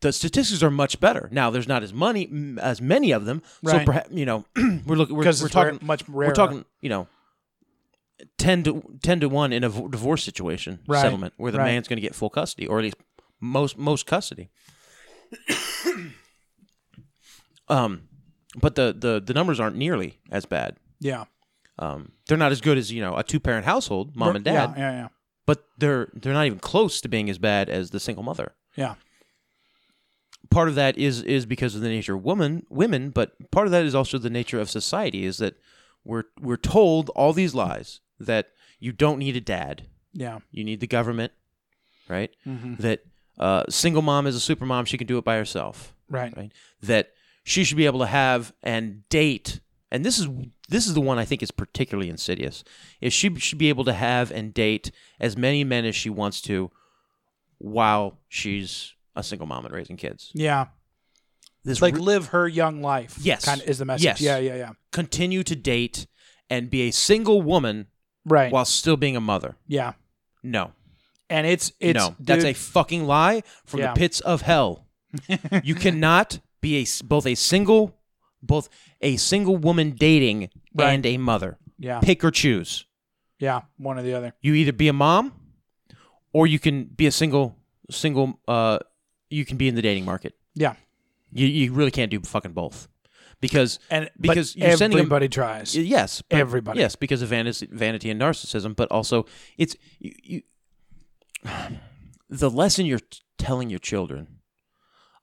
Speaker 3: The statistics are much better. Now there's not as money m- as many of them. So
Speaker 1: Right.
Speaker 3: perhaps you know, we're looking we're,
Speaker 1: Because
Speaker 3: we're
Speaker 1: it's rare-
Speaker 3: talking
Speaker 1: much
Speaker 3: We're
Speaker 1: rarer.
Speaker 3: talking, you know, 10 to 10 to 1 in a v- divorce situation
Speaker 1: Right.
Speaker 3: settlement where the
Speaker 1: Right.
Speaker 3: man's going to get full custody or at least most most custody. um but the, the the numbers aren't nearly as bad.
Speaker 1: Yeah.
Speaker 3: Um, they're not as good as you know a two parent household, mom and dad,
Speaker 1: Yeah. Yeah.
Speaker 3: but they're they're not even close to being as bad as the single mother.
Speaker 1: Yeah.
Speaker 3: Part of that is is because of the nature of women women, but part of that is also the nature of society is that we're we're told all these lies that you don't need a dad,
Speaker 1: Yeah.
Speaker 3: you need the government, right?
Speaker 1: Mm-hmm.
Speaker 3: That uh, single mom is a super mom; she can do it by herself,
Speaker 1: Right.
Speaker 3: right? That she should be able to have and date, and this is this is the one I think is particularly insidious. Is she should be able to have and date as many men as she wants to, while she's a single mom and raising kids.
Speaker 1: Yeah.
Speaker 3: This
Speaker 1: Like
Speaker 3: re-
Speaker 1: live her young life.
Speaker 3: Yes.
Speaker 1: Kind of is the message.
Speaker 3: Yes.
Speaker 1: Yeah. Yeah. Yeah.
Speaker 3: continue to date and be a single woman
Speaker 1: Right.
Speaker 3: while still being a mother.
Speaker 1: yeah.
Speaker 3: No,
Speaker 1: And it's it's
Speaker 3: no, that's a
Speaker 1: dude,
Speaker 3: fucking lie from
Speaker 1: Yeah.
Speaker 3: the pits of hell. you cannot be a s- both a single, both a single woman dating
Speaker 1: Right.
Speaker 3: and a mother.
Speaker 1: yeah
Speaker 3: Pick or choose.
Speaker 1: yeah one or the other.
Speaker 3: You either be a mom, or you can be a single single. Uh, you can be in the dating market.
Speaker 1: Yeah.
Speaker 3: You you really can't do fucking both, because
Speaker 1: And but
Speaker 3: because you're sending them-
Speaker 1: everybody tries.
Speaker 3: Y- Yes, but-
Speaker 1: Everybody.
Speaker 3: Yes, because of vanity, vanity and narcissism, but also it's you, you, the lesson you're t- telling your children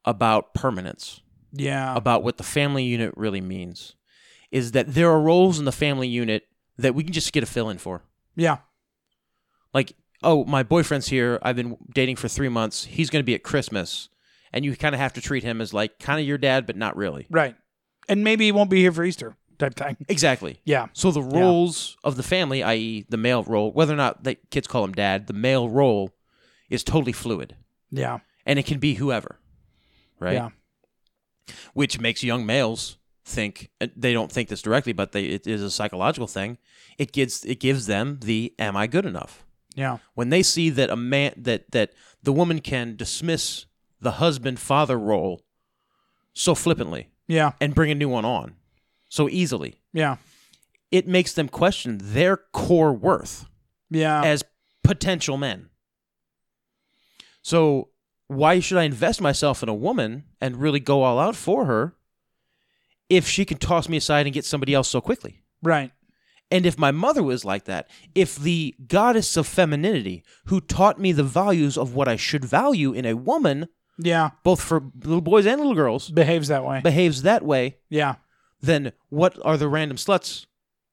Speaker 3: about permanence,
Speaker 1: yeah.
Speaker 3: about what the family unit really means, is that there are roles in the family unit that we can just get a fill in for.
Speaker 1: yeah.
Speaker 3: Like, oh, my boyfriend's here. I've been dating for three months. He's going to be at Christmas, and you kind of have to treat him as like kind of your dad, but not really.
Speaker 1: Right. And maybe he won't be here for Easter type thing.
Speaker 3: Exactly.
Speaker 1: Yeah.
Speaker 3: So the roles of the family, i.e., the male role, whether or not the kids call him dad, the male role is totally fluid,
Speaker 1: Yeah.
Speaker 3: and it can be whoever, right?
Speaker 1: Yeah.
Speaker 3: Which makes young males think uh, they don't think this directly, but they, it is a psychological thing. It gives it gives them the "Am I good enough?"
Speaker 1: Yeah.
Speaker 3: when they see that a man that that the woman can dismiss the husband father role so flippantly
Speaker 1: Yeah.
Speaker 3: and bring a new one on so easily
Speaker 1: Yeah.
Speaker 3: it makes them question their core worth
Speaker 1: Yeah.
Speaker 3: as potential men. So why should I invest myself in a woman and really go all out for her if she can toss me aside and get somebody else so quickly?
Speaker 1: right.
Speaker 3: And if my mother was like that, if the goddess of femininity who taught me the values of what I should value in a woman,
Speaker 1: Yeah.
Speaker 3: both for little boys and little girls,
Speaker 1: Behaves that way.
Speaker 3: behaves that way,
Speaker 1: yeah.
Speaker 3: then what are the random sluts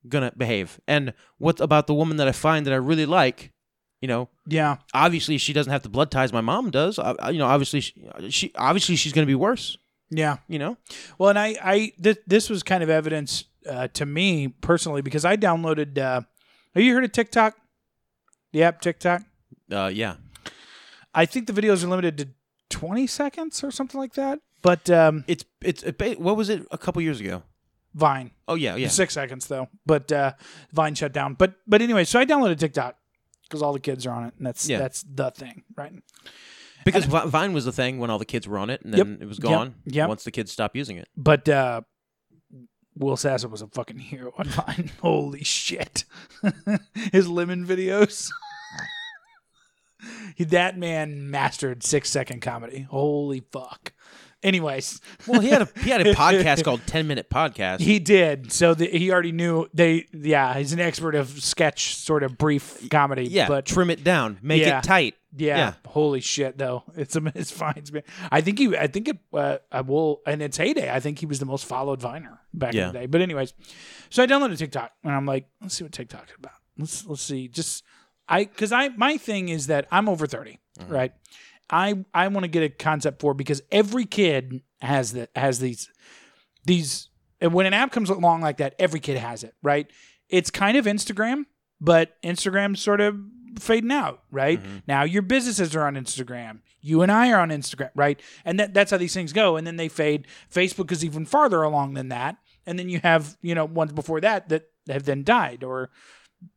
Speaker 3: gonna behave? And what about the woman that I find that I really like? You know,
Speaker 1: Yeah.
Speaker 3: obviously she doesn't have the blood ties my mom does. I, I- you know, obviously she, she obviously she's gonna be worse.
Speaker 1: Yeah.
Speaker 3: You know,
Speaker 1: Well, and I, I th- this was kind of evidence uh, to me personally because I downloaded. Uh, have you heard of TikTok? The app TikTok.
Speaker 3: uh, yeah,
Speaker 1: I think the videos are limited to twenty seconds or something like that. But um,
Speaker 3: it's it's it, ba- what was it a couple years ago?
Speaker 1: Vine,
Speaker 3: Oh yeah, yeah,
Speaker 1: six seconds though. But uh, Vine shut down. But but anyway, so I downloaded TikTok because all the kids are on it, and that's
Speaker 3: Yeah.
Speaker 1: that's the thing, right?
Speaker 3: because Vi- Vine was the thing when all the kids were on it, and
Speaker 1: Yep,
Speaker 3: then it was gone.
Speaker 1: yep.
Speaker 3: once the kids stopped using it.
Speaker 1: But uh, Will Sasser was a fucking hero on Vine. Holy shit. His lemon videos. He- that man mastered six second comedy. Holy fuck. Anyways,
Speaker 3: Well, he had a he had a podcast called Ten Minute Podcast.
Speaker 1: he did. So the, he already knew they, yeah, he's an expert of sketch, sort of brief comedy.
Speaker 3: yeah,
Speaker 1: But
Speaker 3: trim it down, make
Speaker 1: Yeah.
Speaker 3: it tight.
Speaker 1: Yeah.
Speaker 3: Yeah.
Speaker 1: Holy shit, though. It's a it's fine. man. I think he. I think it. Uh, I will. And its heyday. I think he was the most followed Viner back
Speaker 3: Yeah.
Speaker 1: in the day. But anyways, so I downloaded TikTok and I'm like, let's see what TikTok's about. Let's let's see. Just I because I my thing is that I'm over 30
Speaker 3: Mm-hmm.
Speaker 1: right? I I want to get a concept for because every kid has the has these these and when an app comes along like that, every kid has it, right? It's kind of Instagram, but Instagram's sort of fading out, right? Now your businesses are on Instagram. You and I are on Instagram, right? And that, that's how these things go. And then they fade. Facebook is even farther along than that. And then you have, you know, ones before that that have then died or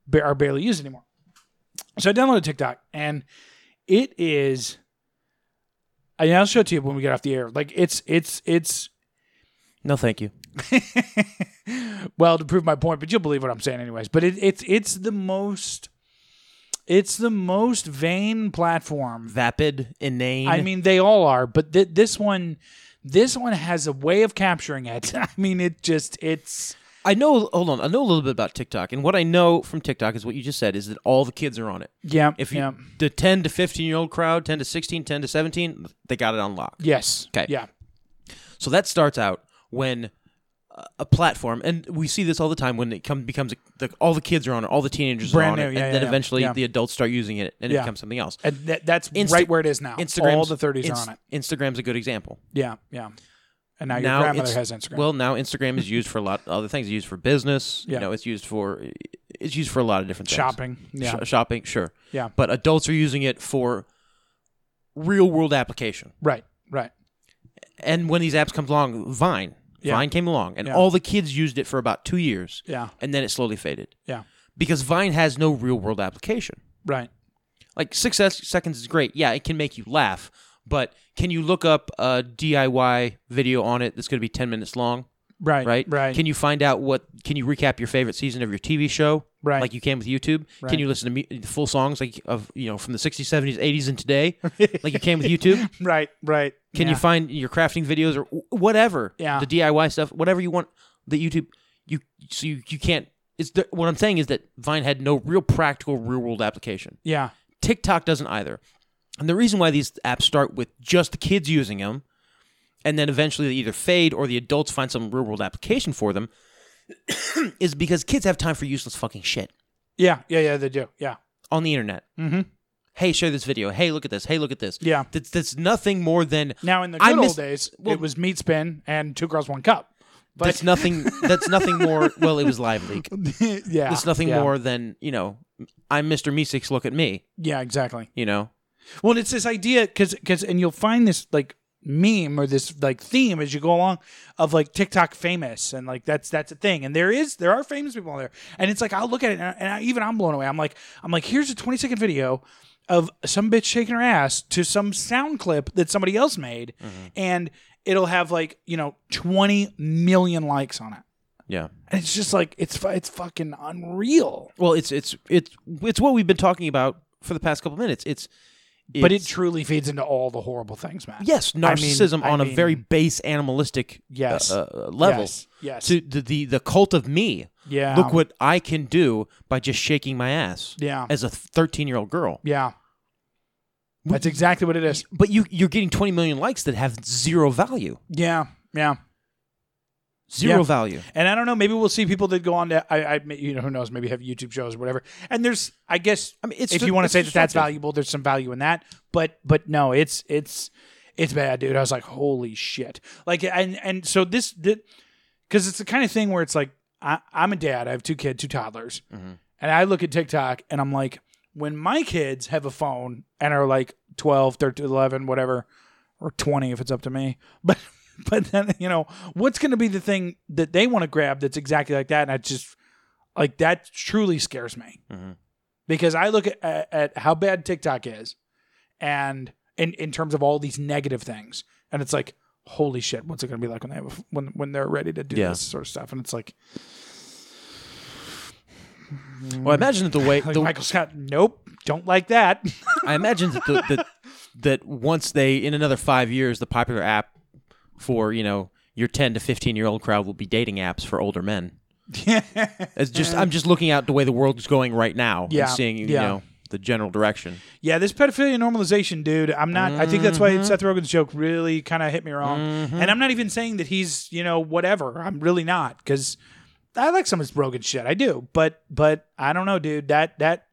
Speaker 1: ba- are barely used anymore. So I downloaded TikTok and it is I- I'll show it to you when we get off the air. Like it's it's it's
Speaker 3: No, thank you.
Speaker 1: well to prove my point, but you'll believe what I'm saying anyways. But it, it's it's the most it's the most vain platform.
Speaker 3: Vapid, inane.
Speaker 1: I mean, they all are, but th- this one this one has a way of capturing it. I mean, it just it's
Speaker 3: I know. Hold on. I know a little bit about TikTok, and what I know from TikTok is what you just said is that all the kids are on it.
Speaker 1: yeah.
Speaker 3: If you,
Speaker 1: yeah.
Speaker 3: the ten to fifteen year old crowd, ten to 16, 10 to seventeen, they got it on lock.
Speaker 1: yes,
Speaker 3: Okay.
Speaker 1: yeah,
Speaker 3: So that starts out when uh, a platform, and we see this all the time when it come, becomes the, all the kids are on it, all the teenagers
Speaker 1: Brand
Speaker 3: are
Speaker 1: new,
Speaker 3: on it,
Speaker 1: yeah, yeah,
Speaker 3: and then
Speaker 1: yeah,
Speaker 3: eventually
Speaker 1: yeah.
Speaker 3: the adults start using it, and it
Speaker 1: Yeah.
Speaker 3: becomes something else.
Speaker 1: And that, that's
Speaker 3: Insta-
Speaker 1: right where it is now.
Speaker 3: Instagram,
Speaker 1: all the 30s are on it.
Speaker 3: Instagram's a good example.
Speaker 1: Yeah, yeah. And now your
Speaker 3: now
Speaker 1: grandmother
Speaker 3: it's-
Speaker 1: has Instagram.
Speaker 3: Well, now Instagram is used for a lot of other things. It's used for business.
Speaker 1: Yeah.
Speaker 3: You know, it's used for it's used for a lot of different things.
Speaker 1: shopping. Yeah,
Speaker 3: Sh- shopping, sure.
Speaker 1: Yeah.
Speaker 3: But adults are using it for real world application.
Speaker 1: right, right.
Speaker 3: And when these apps come along, Vine,
Speaker 1: Yeah.
Speaker 3: Vine came along, and
Speaker 1: Yeah.
Speaker 3: all the kids used it for about two years.
Speaker 1: Yeah.
Speaker 3: And then it slowly faded
Speaker 1: Yeah,
Speaker 3: because Vine has no real world application.
Speaker 1: right.
Speaker 3: Like six s- seconds is great. Yeah, it can make you laugh, but can you look up a DIY video on it that's going to be ten minutes long?
Speaker 1: Right,
Speaker 3: right?
Speaker 1: right.
Speaker 3: Can you find out what? Can you recap your favorite season of your TV show?
Speaker 1: Right.
Speaker 3: Like you can with YouTube.
Speaker 1: Right.
Speaker 3: Can you listen to mu- full songs like of you know from the 60s, 70s, 80s, and today? like you can with YouTube.
Speaker 1: right, right.
Speaker 3: Can you
Speaker 1: Yeah.
Speaker 3: find your crafting videos or wh- whatever?
Speaker 1: Yeah.
Speaker 3: The DIY stuff, whatever you want. The YouTube. You so you, you can't. It's the, what I'm saying is that Vine had no real practical real world application.
Speaker 1: yeah,
Speaker 3: TikTok doesn't either. And the reason why these apps start with just the kids using them and then eventually they either fade or the adults find some real world application for them is because kids have time for useless fucking shit
Speaker 1: yeah, yeah, yeah? They do. Yeah,
Speaker 3: on the internet. Mm-hmm. Hey, share this video. Hey, look at this. Hey, look at this.
Speaker 1: Yeah.
Speaker 3: That's, that's nothing more than.
Speaker 1: Now in the
Speaker 3: I
Speaker 1: good
Speaker 3: miss-
Speaker 1: old days,
Speaker 3: well-
Speaker 1: it was meat spin and two girls one cup.
Speaker 3: that's nothing. That's nothing more. Well, it was live leak.
Speaker 1: yeah,
Speaker 3: That's nothing
Speaker 1: yeah.
Speaker 3: more than you know. I'm Mr. Meeseeks. Look at me.
Speaker 1: Yeah, exactly.
Speaker 3: You know.
Speaker 1: Well, it's this idea because and you'll find this like meme or this like theme as you go along of like TikTok famous and like that's that's a thing and there is there are famous people on there and it's like I'll look at it and, I, and I, even I'm blown away I'm like I'm like here's a 20 second video of some bitch shaking her ass to some sound clip that somebody else made and it'll have like you know 20 million likes on it
Speaker 3: Yeah.
Speaker 1: and it's just like it's fu- it's fucking unreal
Speaker 3: Well, it's it's it's it's what we've been talking about for the past couple minutes. It's,
Speaker 1: but it
Speaker 3: it's-
Speaker 1: truly feeds into all the horrible things man
Speaker 3: yes
Speaker 1: I mean-
Speaker 3: narcissism
Speaker 1: I
Speaker 3: on a
Speaker 1: mean-
Speaker 3: very base animalistic
Speaker 1: Yes.
Speaker 3: uh, uh, level.
Speaker 1: Yes, yes.
Speaker 3: To the, the the cult of me.
Speaker 1: Yeah.
Speaker 3: Look what I can do by just shaking my ass.
Speaker 1: Yeah.
Speaker 3: As a thirteen year old girl.
Speaker 1: yeah that's exactly what it is
Speaker 3: But you you're getting twenty million likes that have zero value.
Speaker 1: Yeah, yeah.
Speaker 3: Zero
Speaker 1: Yeah.
Speaker 3: value.
Speaker 1: And I don't know. Maybe we'll see people that go on to I, I you know who knows. Maybe have YouTube shows or whatever. And there's I guess
Speaker 3: I mean, it's
Speaker 1: if
Speaker 3: just-
Speaker 1: you want to
Speaker 3: it's
Speaker 1: say that that's
Speaker 3: destructive.
Speaker 1: valuable, there's some value in that. But but no, it's it's it's bad, dude. I was like, holy shit. Like and and so this because it's the kind of thing where it's like I, I'm a dad. I have two kids, two toddlers,
Speaker 3: Mm-hmm.
Speaker 1: and I look at TikTok and I'm like, when my kids have a phone and are like 12, 13, 11, whatever, or 20 if it's up to me. But but then you know what's going to be the thing that they want to grab that's exactly like that, and I just like that truly scares me
Speaker 3: Mm-hmm.
Speaker 1: because I look at, at, at how bad TikTok is, and in in terms of all these negative things, and it's like holy shit, what's it going to be like when they have a f when when they're ready to do
Speaker 3: Yeah.
Speaker 1: this sort of stuff, and it's like,
Speaker 3: Well, I imagine that the way
Speaker 1: like
Speaker 3: the,
Speaker 1: Michael Scott, nope, don't like that.
Speaker 3: I imagine that the, that that once they in another five years, the popular app for you know your ten to fifteen year old crowd will be dating apps for older men. it's just I'm just looking out the way the world's going right now
Speaker 1: Yeah,
Speaker 3: and seeing you
Speaker 1: yeah.
Speaker 3: know the general direction.
Speaker 1: Yeah, this pedophilia normalization, dude. I'm not. I think that's
Speaker 3: Mm-hmm.
Speaker 1: why Seth Rogen's joke really kind of hit me wrong. And I'm not even saying that he's you know whatever. I'm really not because I like some of his Rogan shit. I do, but but I don't know, dude. That that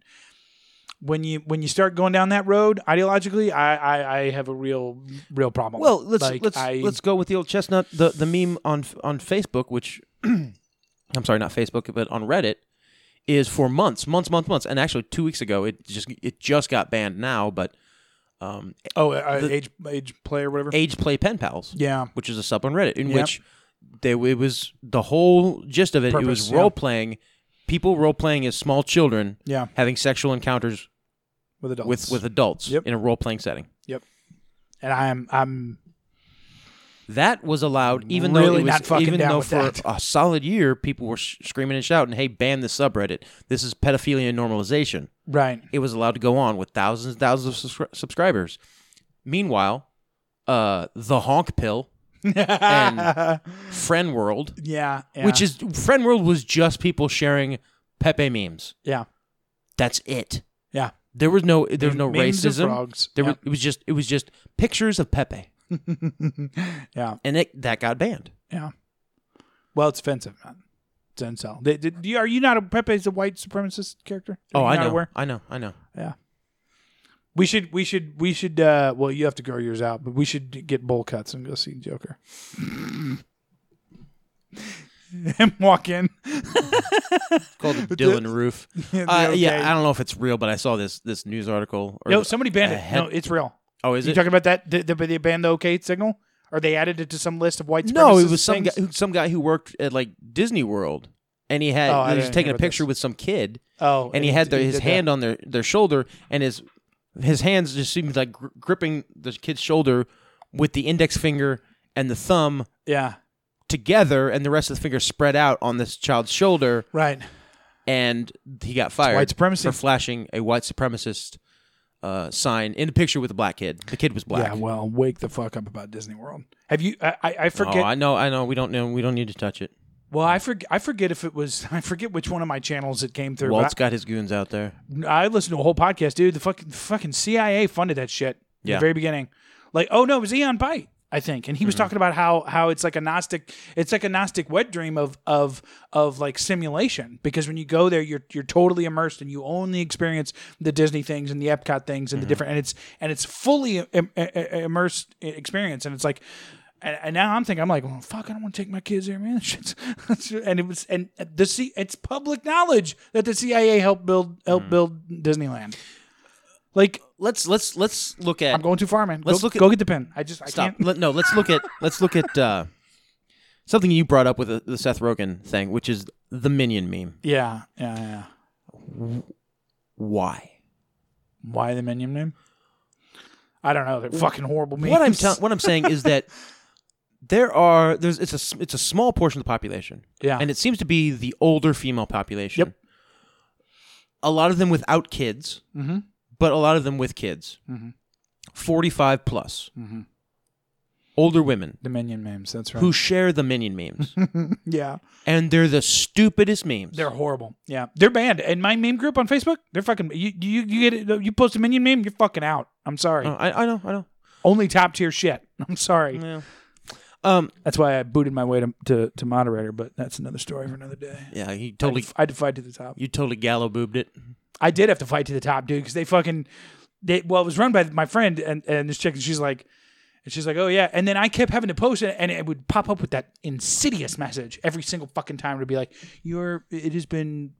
Speaker 1: when you when you start going down that road ideologically, I I, I have a real real problem.
Speaker 3: Well, let's
Speaker 1: Like,
Speaker 3: let's
Speaker 1: I-
Speaker 3: let's go with the old chestnut the the meme on on Facebook, which I'm sorry, not Facebook, but on Reddit is for months, months, months, months, and actually two weeks ago it just it just got banned now, but um,
Speaker 1: oh uh, age age play or whatever.
Speaker 3: age play pen pals.
Speaker 1: Yeah.
Speaker 3: which is a sub on Reddit in
Speaker 1: Yep.
Speaker 3: which they it was the whole gist of it. it
Speaker 1: Purpose,
Speaker 3: was
Speaker 1: yeah.
Speaker 3: role playing, people role playing as small children,
Speaker 1: Yeah.
Speaker 3: having sexual encounters
Speaker 1: with adults
Speaker 3: with with adults
Speaker 1: Yep.
Speaker 3: in a role playing setting.
Speaker 1: and I'm I'm
Speaker 3: That was allowed, even though
Speaker 1: Really
Speaker 3: it was,
Speaker 1: not fucking
Speaker 3: even
Speaker 1: down
Speaker 3: though
Speaker 1: with
Speaker 3: for
Speaker 1: that.
Speaker 3: a solid year people were sh- screaming and shouting, "Hey, ban this subreddit! This is pedophilia and normalization."
Speaker 1: right.
Speaker 3: It was allowed to go on with thousands and thousands of subscri- subscribers. Meanwhile, uh, the honk pill and friend world
Speaker 1: Yeah, yeah,
Speaker 3: which is friend world was just people sharing Pepe memes.
Speaker 1: yeah
Speaker 3: That's it.
Speaker 1: yeah.
Speaker 3: There was no there was no
Speaker 1: Memes of
Speaker 3: racism.
Speaker 1: frogs.
Speaker 3: There
Speaker 1: Yeah.
Speaker 3: was, it was just it was just pictures of Pepe.
Speaker 1: Yeah.
Speaker 3: and it that got banned.
Speaker 1: Yeah. Well, it's offensive, man. It's incel. They- they- do you- are you not a Pepe's a white supremacist character? Are
Speaker 3: Oh,
Speaker 1: you
Speaker 3: I
Speaker 1: not
Speaker 3: know.
Speaker 1: aware?
Speaker 3: I know. I know.
Speaker 1: We should, we should, we should. uh Well, you have to grow yours out, but we should get bowl cuts and go see Joker. and walk in.
Speaker 3: It's called the Dylan Roof.
Speaker 1: Yeah, the
Speaker 3: Uh,
Speaker 1: okay.
Speaker 3: yeah, I don't know if it's real, but I saw this this news article. Or
Speaker 1: No, somebody banned
Speaker 3: a
Speaker 1: it.
Speaker 3: head-
Speaker 1: no, it's real.
Speaker 3: oh, is
Speaker 1: you
Speaker 3: it?
Speaker 1: talking about that? Did, did they ban the OK signal, or they added it to some list of white?
Speaker 3: No, it
Speaker 1: supremacist
Speaker 3: was some guy,
Speaker 1: things?
Speaker 3: who- some guy who worked at like Disney World, and he had
Speaker 1: Oh, I
Speaker 3: he was
Speaker 1: didn't
Speaker 3: taking
Speaker 1: hear
Speaker 3: a
Speaker 1: about
Speaker 3: picture
Speaker 1: this.
Speaker 3: with some kid,
Speaker 1: Oh,
Speaker 3: and he had the, his
Speaker 1: did that.
Speaker 3: hand on their their shoulder, and his his hands just seemed like gr- gripping the kid's shoulder with the index finger and the thumb
Speaker 1: Yeah,
Speaker 3: together, and the rest of the fingers spread out on this child's shoulder,
Speaker 1: right.
Speaker 3: and he got fired
Speaker 1: white supremacy.
Speaker 3: for flashing a white supremacist uh, sign in a picture with a black kid. The kid was black.
Speaker 1: Yeah, well, wake the fuck up about Disney World. Have you? I, I, I forget.
Speaker 3: Oh, I know, I know. We don't know. We don't need to touch it.
Speaker 1: well, I forget. I forget if it was. I forget which one of my channels it came through.
Speaker 3: Walt's
Speaker 1: But
Speaker 3: got his goons out there.
Speaker 1: I, I listened to a whole podcast, dude. The fucking fucking CIA funded that shit. in
Speaker 3: Yeah.
Speaker 1: The very beginning, like, oh no, it was Eon Bite. I think, and he was talking about how how it's like a gnostic, it's like a gnostic wet dream of of of like simulation because when you go there, you're you're totally immersed and you only experience the Disney things and the Epcot things and the different, and it's and it's fully im- i- i- immersed experience, and it's like and, and now I'm thinking, I'm like, well, fuck, I don't want to take my kids there, man. Shit's- and it was, and the C, it's public knowledge that the CIA helped build, helped
Speaker 3: Mm.
Speaker 1: build Disneyland. Like,
Speaker 3: Let's let's let's look at.
Speaker 1: I'm going too far, man.
Speaker 3: Let's
Speaker 1: go,
Speaker 3: look at-
Speaker 1: go get the pen. I just, I
Speaker 3: stop.
Speaker 1: can't.
Speaker 3: Let, no, let's look at let's look at uh, something you brought up with the, the Seth Rogen thing, which is the Minion meme.
Speaker 1: Yeah, yeah, yeah.
Speaker 3: Why?
Speaker 1: Why the minion name? I don't know. They're fucking horrible memes.
Speaker 3: What I'm tell what I'm saying is that there are there's it's a s- it's a small portion of the population,
Speaker 1: Yeah.
Speaker 3: and it seems to be the older female population.
Speaker 1: Yep.
Speaker 3: A lot of them without kids,
Speaker 1: Mhm.
Speaker 3: but a lot of them with kids.
Speaker 1: Mhm.
Speaker 3: Forty-five plus,
Speaker 1: Mhm.
Speaker 3: older women
Speaker 1: the minion memes. That's right.
Speaker 3: who share the Minion memes,
Speaker 1: yeah,
Speaker 3: and they're the stupidest memes.
Speaker 1: they're horrible. Yeah, they're banned. And my meme group on Facebook, they're fucking. You, you, you get it. You post a minion meme, you're fucking out. I'm sorry.
Speaker 3: Oh, I, I know, I know.
Speaker 1: Only top tier shit. I'm sorry.
Speaker 3: Yeah. Um.
Speaker 1: That's why I booted my way to, to, to moderator, but that's another story for another day.
Speaker 3: Yeah. He totally.
Speaker 1: I, def- I defied to the top.
Speaker 3: You totally gallow boobed it.
Speaker 1: I did have to fight to the top, dude, because they fucking they well, it was run by my friend and, and this chick, and she's like and she's like, Oh yeah. And then I kept having to post it and it would pop up with that insidious message every single fucking time to be like, Your it has been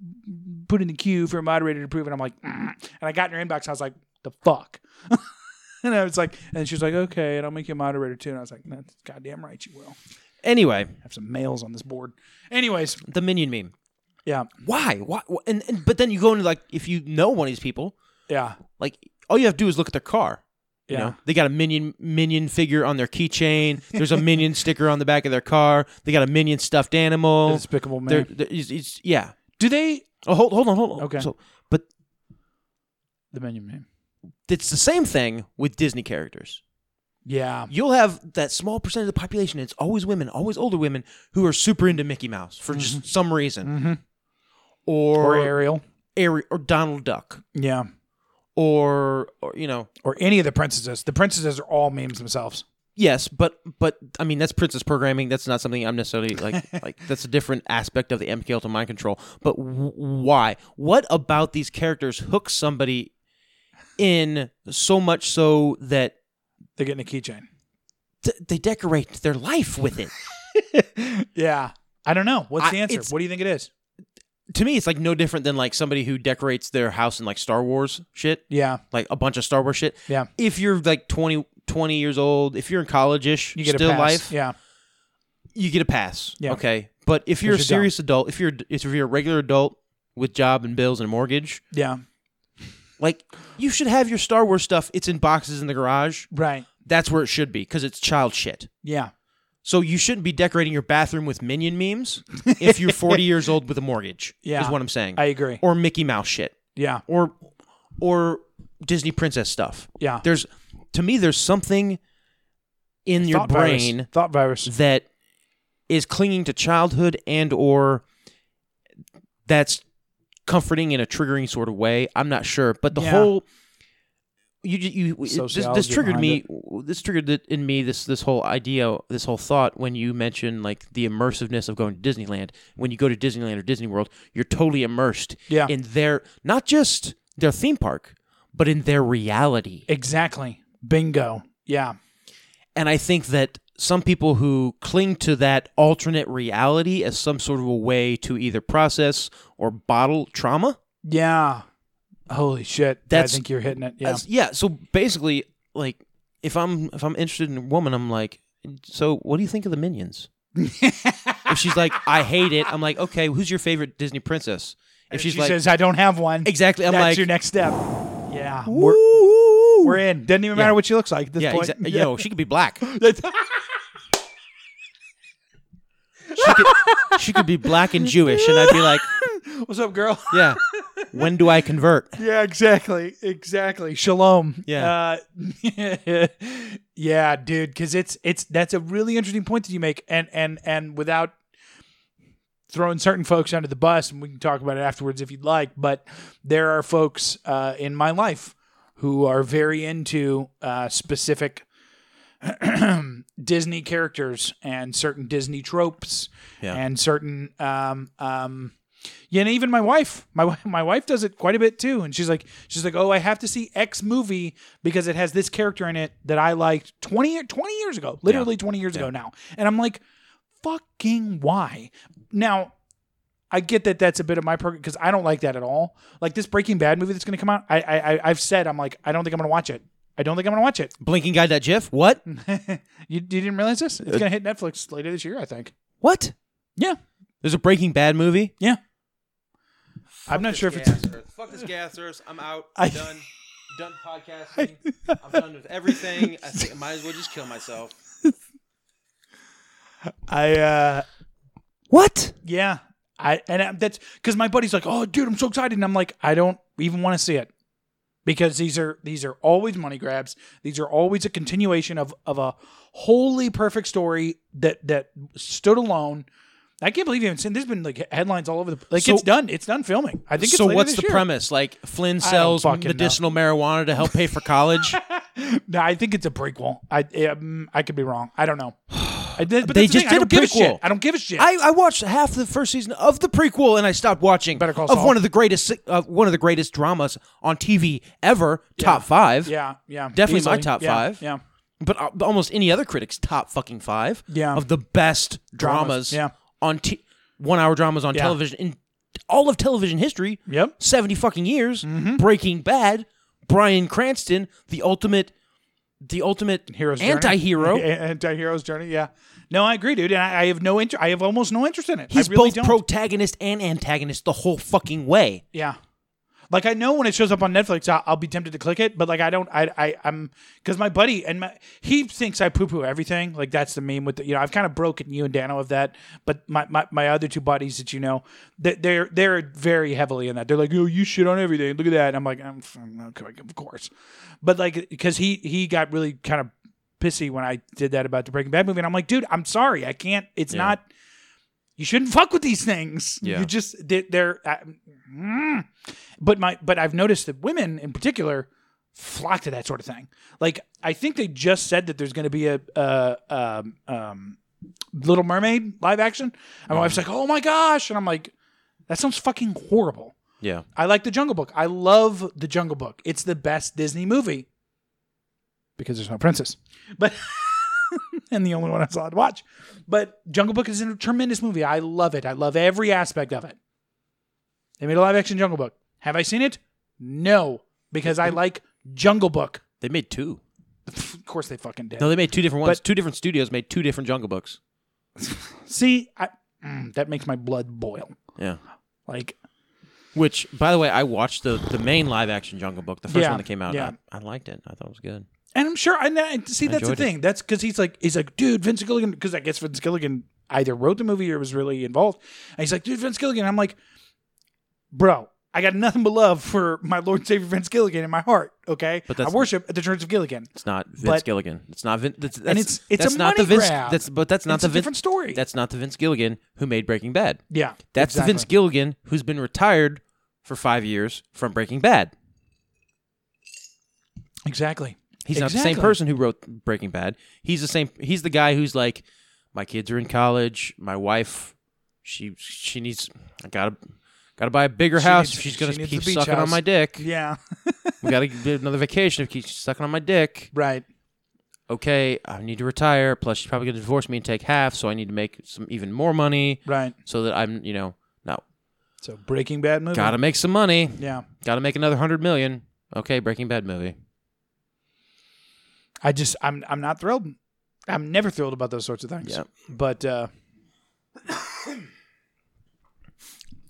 Speaker 1: put in the queue for a moderator to approve and I'm like, "Mm." and I got in her inbox and I was like, the fuck? and I was like and she was like, Okay, and I'll make you a moderator too. And I was like, That's goddamn right you will.
Speaker 3: Anyway,
Speaker 1: Have some males on this board. Anyways,
Speaker 3: the minion meme.
Speaker 1: yeah.
Speaker 3: Why? Why? wh- And, and but then you go into like if you know one of these people,
Speaker 1: Yeah.
Speaker 3: like all you have to do is look at their car. You
Speaker 1: Yeah.
Speaker 3: know, they got a minion minion figure on their keychain. There's a minion sticker on the back of their car. They got a minion stuffed animal.
Speaker 1: Despicable
Speaker 3: They're,
Speaker 1: man.
Speaker 3: they're- it's- it's- yeah.
Speaker 1: Do they
Speaker 3: Oh, hold hold on, hold on.
Speaker 1: Okay.
Speaker 3: So, but
Speaker 1: the menu name?
Speaker 3: it's the same thing with Disney characters.
Speaker 1: Yeah.
Speaker 3: you'll have that small percentage of the population. It's always women, always older women who are super into Mickey Mouse for just some reason,
Speaker 1: Or,
Speaker 3: or
Speaker 1: Ariel.
Speaker 3: Ari- or Donald Duck,
Speaker 1: Yeah.
Speaker 3: or, or you know,
Speaker 1: Or any of the princesses. The princesses are all memes themselves.
Speaker 3: yes, but but I mean that's princess programming. That's not something I'm necessarily like like that's a different aspect of the MKUltra mind control. But w- why? What about these characters hooks somebody in so much so that
Speaker 1: They're getting a keychain.
Speaker 3: th- they decorate their life with it?
Speaker 1: Yeah. I don't know. What's
Speaker 3: I-
Speaker 1: the answer?
Speaker 3: it's-
Speaker 1: What do you think it is?
Speaker 3: to me, it's like no different than like somebody who decorates their house in like Star Wars shit,
Speaker 1: Yeah.
Speaker 3: like a bunch of Star Wars shit.
Speaker 1: Yeah.
Speaker 3: If you're like 20, 20 years old, if you're in college ish,
Speaker 1: You get
Speaker 3: still
Speaker 1: a pass.
Speaker 3: life,
Speaker 1: Yeah.
Speaker 3: you get a pass.
Speaker 1: Yeah.
Speaker 3: Okay. But if you're a
Speaker 1: you're dumb.
Speaker 3: serious adult, if you're if you're a regular adult with job and bills and a mortgage,
Speaker 1: Yeah.
Speaker 3: like you should have your Star Wars stuff. It's in boxes in the garage.
Speaker 1: Right.
Speaker 3: That's where it should be because it's child shit.
Speaker 1: Yeah.
Speaker 3: So you shouldn't be decorating your bathroom with minion memes if you're 40 years old with a mortgage.
Speaker 1: Yeah.
Speaker 3: Is what I'm saying.
Speaker 1: I agree.
Speaker 3: or Mickey Mouse shit.
Speaker 1: yeah.
Speaker 3: or or Disney princess stuff.
Speaker 1: Yeah.
Speaker 3: There's to me there's something in your
Speaker 1: Thought
Speaker 3: brain
Speaker 1: Virus. Thought virus.
Speaker 3: that is clinging to childhood and or that's comforting in a triggering sort of way. I'm not sure, but the
Speaker 1: Yeah.
Speaker 3: whole you ju- you this, this
Speaker 1: Sociology
Speaker 3: triggered me
Speaker 1: behind
Speaker 3: this triggered it in me this this whole idea this whole thought when you mentioned like the immersiveness of going to Disneyland when you go to Disneyland or Disney World you're totally immersed
Speaker 1: Yeah.
Speaker 3: in their not just their theme park but in their reality
Speaker 1: Exactly. Bingo. Yeah.
Speaker 3: and I think that some people who cling to that alternate reality as some sort of a way to either process or bottle trauma
Speaker 1: Yeah. Holy shit.
Speaker 3: That's-
Speaker 1: I think you're hitting it. Yeah.
Speaker 3: As- yeah. So basically, like, if I'm if I'm interested in a woman, I'm like, so what do you think of the Minions? if she's like, I hate it. I'm like, okay, who's your favorite Disney princess? If she's
Speaker 1: she
Speaker 3: like,
Speaker 1: says, I don't have one.
Speaker 3: exactly, I'm
Speaker 1: That's
Speaker 3: like,
Speaker 1: your next step. Yeah. We're,
Speaker 3: "Ooh."
Speaker 1: we're in. Doesn't even matter what she looks like at this
Speaker 3: yeah,
Speaker 1: point.
Speaker 3: exa- yo, she could be black. she, could, she could be black and Jewish, and I'd be like,
Speaker 1: What's up, girl?
Speaker 3: yeah. When do I convert?
Speaker 1: Yeah, exactly. Exactly. Shalom.
Speaker 3: Yeah.
Speaker 1: Uh, yeah, dude, cuz it's it's that's a really interesting point that you make and and and without throwing certain folks under the bus and we can talk about it afterwards if you'd like, but there are folks uh in my life who are very into uh specific Disney characters and certain Disney tropes
Speaker 3: Yeah.
Speaker 1: and certain um um yeah, and even my wife, my wi- my wife does it quite a bit too, and she's like, she's like, oh, I have to see X movie because it has this character in it that I liked 20, year- 20 years ago, literally twenty years ago now, and I'm like, fucking why? Now, I get that that's a bit of my program because I don't like that at all. Like this Breaking Bad movie that's going to come out, I, I I- I've said I'm like, I don't think I'm going to watch it. I don't think I'm going to watch it.
Speaker 3: Blinking guy. That GIF. What?
Speaker 1: You, you didn't realize this? It's going to hit Netflix later this year, I think.
Speaker 3: What?
Speaker 1: Yeah,
Speaker 3: There's a Breaking Bad movie.
Speaker 1: yeah. I'm not sure if it's.
Speaker 3: Fuck this gas earth. I'm out.
Speaker 1: I-
Speaker 3: I'm done. done podcasting. I'm done with everything. I think I might as well just kill myself.
Speaker 1: I uh
Speaker 3: What?
Speaker 1: yeah. I and I, that's cuz my buddy's like, "Oh, dude, I'm so excited." And I'm like, "I don't even want to see it." Because these are these are always money grabs. These are always a continuation of of a wholly perfect story that that stood alone. I can't believe you haven't seen. There's been like headlines all over the like.
Speaker 3: So-
Speaker 1: it's done. It's done filming. I think. It's
Speaker 3: So
Speaker 1: later
Speaker 3: what's
Speaker 1: this
Speaker 3: the
Speaker 1: year.
Speaker 3: premise? Like Flynn
Speaker 1: don't
Speaker 3: sells
Speaker 1: fucking know.
Speaker 3: medicinal marijuana to help pay for college.
Speaker 1: No, I think it's a prequel. I um, I could be wrong. I don't know. I did, but
Speaker 3: They
Speaker 1: that's the
Speaker 3: just
Speaker 1: thing,
Speaker 3: did
Speaker 1: I
Speaker 3: a
Speaker 1: don't give
Speaker 3: prequel.
Speaker 1: shit. I don't give a shit.
Speaker 3: I, I watched half the first season of the prequel and I stopped watching.
Speaker 1: Better Call
Speaker 3: of
Speaker 1: Saul.
Speaker 3: one of the greatest uh, one of the greatest dramas on TV ever. Top five.
Speaker 1: yeah, yeah,
Speaker 3: Definitely my
Speaker 1: easily.
Speaker 3: top
Speaker 1: Yeah,
Speaker 3: five.
Speaker 1: Yeah,
Speaker 3: but uh, but almost any other critic's top fucking five
Speaker 1: Yeah.
Speaker 3: of the best dramas,
Speaker 1: Dramas, yeah.
Speaker 3: on t- one hour dramas on
Speaker 1: Yeah.
Speaker 3: television in all of television history.
Speaker 1: Yep. Mm-hmm.
Speaker 3: seventy fucking years. Breaking Bad, Brian Cranston, the ultimate, the ultimate
Speaker 1: hero's journey.
Speaker 3: anti-hero.
Speaker 1: A- anti-hero's journey. Yeah, no, I agree, dude, and I, I have no interest. I have almost no interest in it.
Speaker 3: He's
Speaker 1: I really
Speaker 3: both
Speaker 1: don't.
Speaker 3: protagonist and antagonist the whole fucking way.
Speaker 1: yeah, like I know when it shows up on Netflix, I'll, I'll be tempted to click it, but like I don't. I, I I'm because my buddy and my he thinks I poo-poo everything. Like that's the meme with the, you know I've kind of broken you and Dano of that, but my my, my other two buddies that you know they, they're they're very heavily in that. They're like, oh, you shit on everything. Look at that. And I'm like, I'm, okay, of course, but like because he he got really kind of pissy when I did that about the Breaking Bad movie. And I'm like, dude, I'm sorry. I can't. It's not. You shouldn't fuck with these things. You just they- they're. I, mm. But my but I've noticed that women in particular flock to that sort of thing. Like I think they just said that there's going to be a, a um, um, Little Mermaid live action. And my wife's like, oh my gosh, and I'm like, that sounds fucking horrible.
Speaker 3: Yeah,
Speaker 1: I like The Jungle Book. I love The Jungle Book. It's the best Disney movie because there's no princess, but and the only one I was allowed to watch. But Jungle Book is a tremendous movie. I love it. I love every aspect of it. They made a live action Jungle Book. Have I seen it? No, because I like Jungle Book.
Speaker 3: they made two.
Speaker 1: Of course, they fucking did.
Speaker 3: No, they made two different ones.
Speaker 1: But-
Speaker 3: two different studios made two different Jungle Books.
Speaker 1: See, I, mm, that makes my blood boil.
Speaker 3: Yeah.
Speaker 1: Like,
Speaker 3: Which, by the way, I watched the the main live action Jungle Book, the first
Speaker 1: Yeah,
Speaker 3: one that came out.
Speaker 1: yeah.
Speaker 3: I, I liked it. I thought it was good.
Speaker 1: And I'm sure. And I, see, that's the
Speaker 3: enjoyed it.
Speaker 1: thing. That's because he's like, he's like, dude, Vince Gilligan. Because I guess Vince Gilligan either wrote the movie or was really involved. And he's like, dude, Vince Gilligan. I'm like, bro, I got nothing but love for my Lord and Savior Vince Gilligan in my heart. Okay,
Speaker 3: But that's-
Speaker 1: I worship at the Church of Gilligan.
Speaker 3: It's not Vince
Speaker 1: But-
Speaker 3: Gilligan. It's not Vince. That's, that's,
Speaker 1: it's- it's
Speaker 3: that's
Speaker 1: a
Speaker 3: not the
Speaker 1: money
Speaker 3: Vince.
Speaker 1: grab.
Speaker 3: That's but that's not
Speaker 1: It's a
Speaker 3: the Vin-
Speaker 1: different story.
Speaker 3: That's not the Vince Gilligan who made Breaking Bad.
Speaker 1: Yeah,
Speaker 3: That's the Vince
Speaker 1: exactly.
Speaker 3: Gilligan who's been retired for five years from Breaking Bad.
Speaker 1: Exactly.
Speaker 3: He's not the same
Speaker 1: Exactly.
Speaker 3: person who wrote Breaking Bad. He's the same. He's the guy who's like, my kids are in college. My wife, she she needs. I gotta gotta buy a bigger
Speaker 1: She
Speaker 3: house
Speaker 1: needs-
Speaker 3: if she's
Speaker 1: she
Speaker 3: gonna
Speaker 1: needs
Speaker 3: keep
Speaker 1: a beach
Speaker 3: sucking on
Speaker 1: house."
Speaker 3: my dick.
Speaker 1: Yeah.
Speaker 3: We gotta get another vacation if she's sucking on my dick.
Speaker 1: Right.
Speaker 3: Okay, I need to retire. Plus, she's probably gonna divorce me and take half. So I need to make some even more money
Speaker 1: Right.
Speaker 3: so that I'm you know now
Speaker 1: So Breaking Bad movie.
Speaker 3: gotta make some money.
Speaker 1: Yeah.
Speaker 3: Gotta make another hundred million. Okay, Breaking Bad movie.
Speaker 1: I just I'm I'm not thrilled. I'm never thrilled about those sorts of things.
Speaker 3: Yep.
Speaker 1: But uh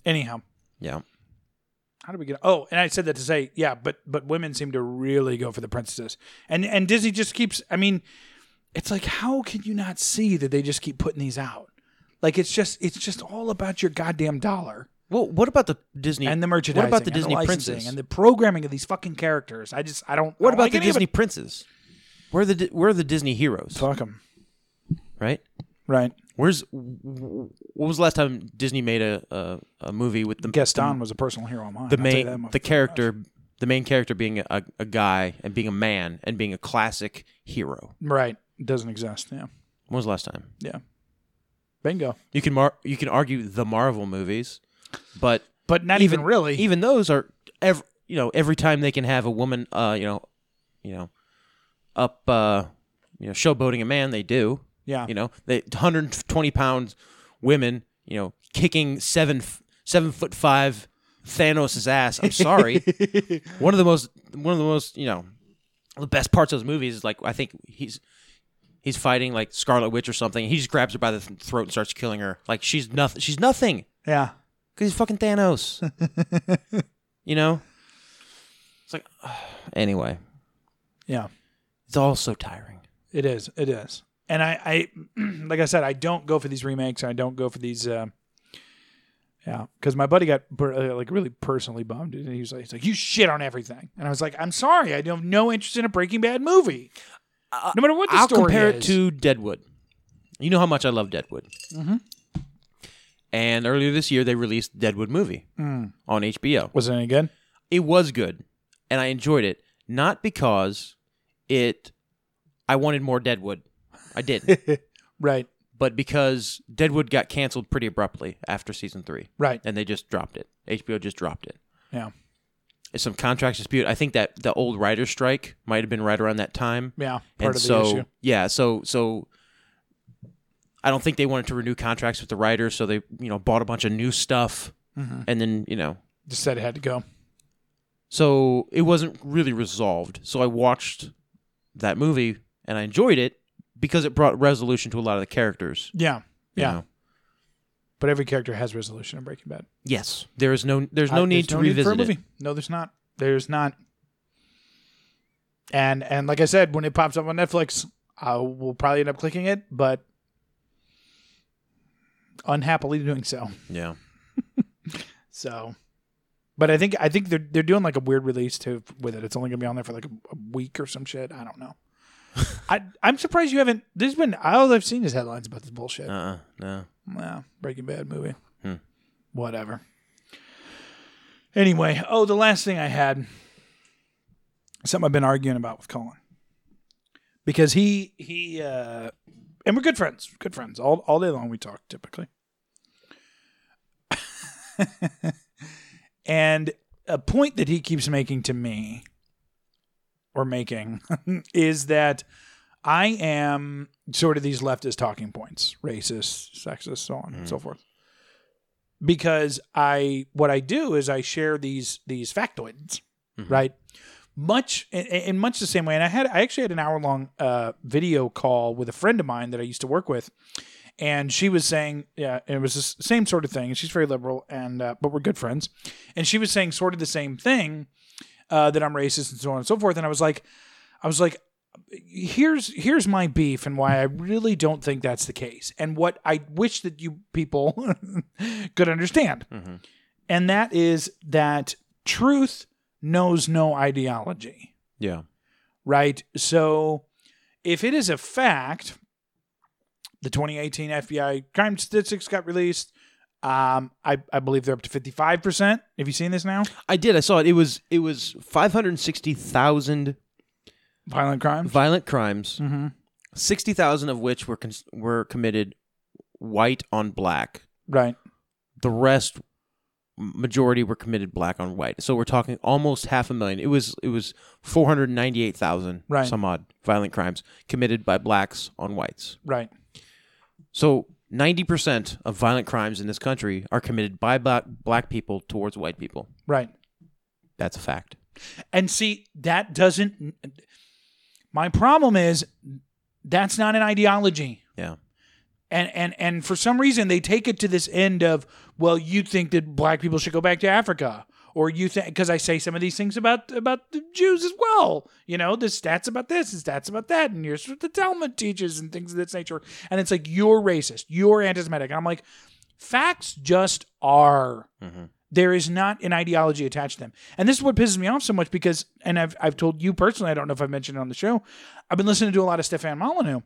Speaker 1: anyhow,
Speaker 3: Yeah.
Speaker 1: how do we get Oh, and I said that to say, yeah, but but women seem to really go for the princesses. And and Disney just keeps I mean, it's like how can you not see that they just keep putting these out? Like it's just it's just all about your goddamn dollar
Speaker 3: Well, what about the Disney
Speaker 1: and the merchandising
Speaker 3: What about the
Speaker 1: and
Speaker 3: Disney
Speaker 1: licensing
Speaker 3: princess
Speaker 1: and the programming of these fucking characters. I just I don't I
Speaker 3: What
Speaker 1: don't
Speaker 3: about
Speaker 1: like
Speaker 3: the
Speaker 1: any of
Speaker 3: Disney
Speaker 1: it.
Speaker 3: princes? We're the Di- we're the Disney heroes,
Speaker 1: fuck 'em.
Speaker 3: right?
Speaker 1: Right.
Speaker 3: Where's what was the last time Disney made a a, a movie with the
Speaker 1: Gaston was a personal hero of mine.
Speaker 3: the
Speaker 1: I'll tell you that
Speaker 3: main
Speaker 1: much.
Speaker 3: the character the main character being a, a guy and being a man and being a classic hero?
Speaker 1: Right. It doesn't exist. Yeah.
Speaker 3: When was the last time?
Speaker 1: Yeah. Bingo.
Speaker 3: You can mar- you can argue the Marvel movies, but
Speaker 1: But not even, really.
Speaker 3: even those are every you know every time they can have a woman uh you know you know up uh you know showboating a man they do
Speaker 1: yeah.
Speaker 3: You know, they 120 pound women, you know, kicking seven f- seven foot five Thanos' ass. I'm sorry. one of the most one of the most you know the best parts of those movies is like I think he's he's fighting like Scarlet Witch or something. He just grabs her by the th- throat and starts killing her. Like she's nothing. She's nothing
Speaker 1: yeah.
Speaker 3: because he's fucking Thanos. you know. It's like anyway,
Speaker 1: Yeah.
Speaker 3: it's all so tiring.
Speaker 1: It is. It is. And I, I like I said, I don't go for these remakes. I don't go for these. Uh, yeah, because my buddy got per- uh, like really personally bummed, and he was like, he's like, "You shit on everything," and I was like, "I'm sorry, I have no interest in a Breaking Bad movie, no matter what the
Speaker 3: Uh, I'll
Speaker 1: story
Speaker 3: compare
Speaker 1: is."
Speaker 3: it to Deadwood. You know how much I love Deadwood. Mm-hmm. And earlier this year, they released Deadwood movie
Speaker 1: Mm.
Speaker 3: on HBO.
Speaker 1: was it any good?
Speaker 3: It was good, and I enjoyed it. Not because it, I wanted more Deadwood. I didn't,
Speaker 1: Right,
Speaker 3: but because Deadwood got canceled pretty abruptly after season three,
Speaker 1: right,
Speaker 3: and they just dropped it. HBO just dropped it.
Speaker 1: yeah,
Speaker 3: It's some contract dispute. I think that the old writer's strike might have been right around that time
Speaker 1: yeah. Part
Speaker 3: and
Speaker 1: of the
Speaker 3: so
Speaker 1: issue.
Speaker 3: yeah, so so I don't think they wanted to renew contracts with the writers, so they you know bought a bunch of new stuff,
Speaker 1: Mm-hmm.
Speaker 3: and then you know
Speaker 1: Just said it had to go.
Speaker 3: so it wasn't really resolved. So I watched that movie and I enjoyed it because it brought resolution to a lot of the characters.
Speaker 1: Yeah,
Speaker 3: you
Speaker 1: yeah.
Speaker 3: know.
Speaker 1: But every character has resolution in Breaking Bad.
Speaker 3: Yes, there is no there's
Speaker 1: I-
Speaker 3: no need to revisit
Speaker 1: for a
Speaker 3: it.
Speaker 1: movie. No, there's not. There's not. And and like I said, when it pops up on Netflix, I will probably end up clicking it, but unhappily doing so.
Speaker 3: Yeah,
Speaker 1: So, but I think I think they're they're doing like a weird release too with it. It's only gonna be on there for like a, a week or some shit. I don't know. I I'm surprised you haven't. There's been all I've seen is headlines about this bullshit.
Speaker 3: uh, uh no.
Speaker 1: Nah, Breaking Bad movie. Whatever. Anyway, oh, the last thing I had, something I've been arguing about with Colin, because he he uh, and we're good friends, good friends. All all day long we talk typically, and a point that he keeps making to me, or making, is that I am sort of these leftist talking points, racist, sexist, so on and so forth. Because I what I do is I share these these factoids, right? Much in, in much the same way, and I had I actually had an hour long uh, video call with a friend of mine that I used to work with, and she was saying, yeah, and it was the same sort of thing. And she's very liberal, and uh, but we're good friends, and she was saying sort of the same thing uh, that I'm racist and so on and so forth. And I was like, I was like, here's here's my beef and why I really don't think that's the case, and what I wish that you people could understand, and that is that truth knows no ideology,
Speaker 3: Yeah,
Speaker 1: right? So, if it is a fact, the 2018 FBI crime statistics got released. Um, I I believe they're up to 55 percent. Have you seen this now?
Speaker 3: I did. I saw it. It was it was five hundred sixty thousand
Speaker 1: Violent crime.
Speaker 3: violent crimes,
Speaker 1: hmm
Speaker 3: sixty thousand of which were cons- were committed white on black.
Speaker 1: Right.
Speaker 3: The rest, majority, were committed black on white. So we're talking almost half a million. It was it was four hundred ninety eight thousand
Speaker 1: Right.
Speaker 3: some odd violent crimes committed by blacks on whites.
Speaker 1: Right.
Speaker 3: So ninety percent of violent crimes in this country are committed by black black people towards white people.
Speaker 1: Right.
Speaker 3: That's a fact.
Speaker 1: And see, that doesn't. My problem is that's not an ideology.
Speaker 3: Yeah.
Speaker 1: And, and and for some reason they take it to this end of well you think that black people should go back to Africa or you think because I say some of these things about about the Jews as well you know the stats about this and stats about that and here's what the Talmud teaches and things of this nature and it's like you're racist you're anti-Semitic and I'm like facts just are there is not an ideology attached to them. And this is what pisses me off so much because, and I've, I've told you personally, I don't know if I've mentioned it on the show, I've been listening to a lot of Stefan Molyneux,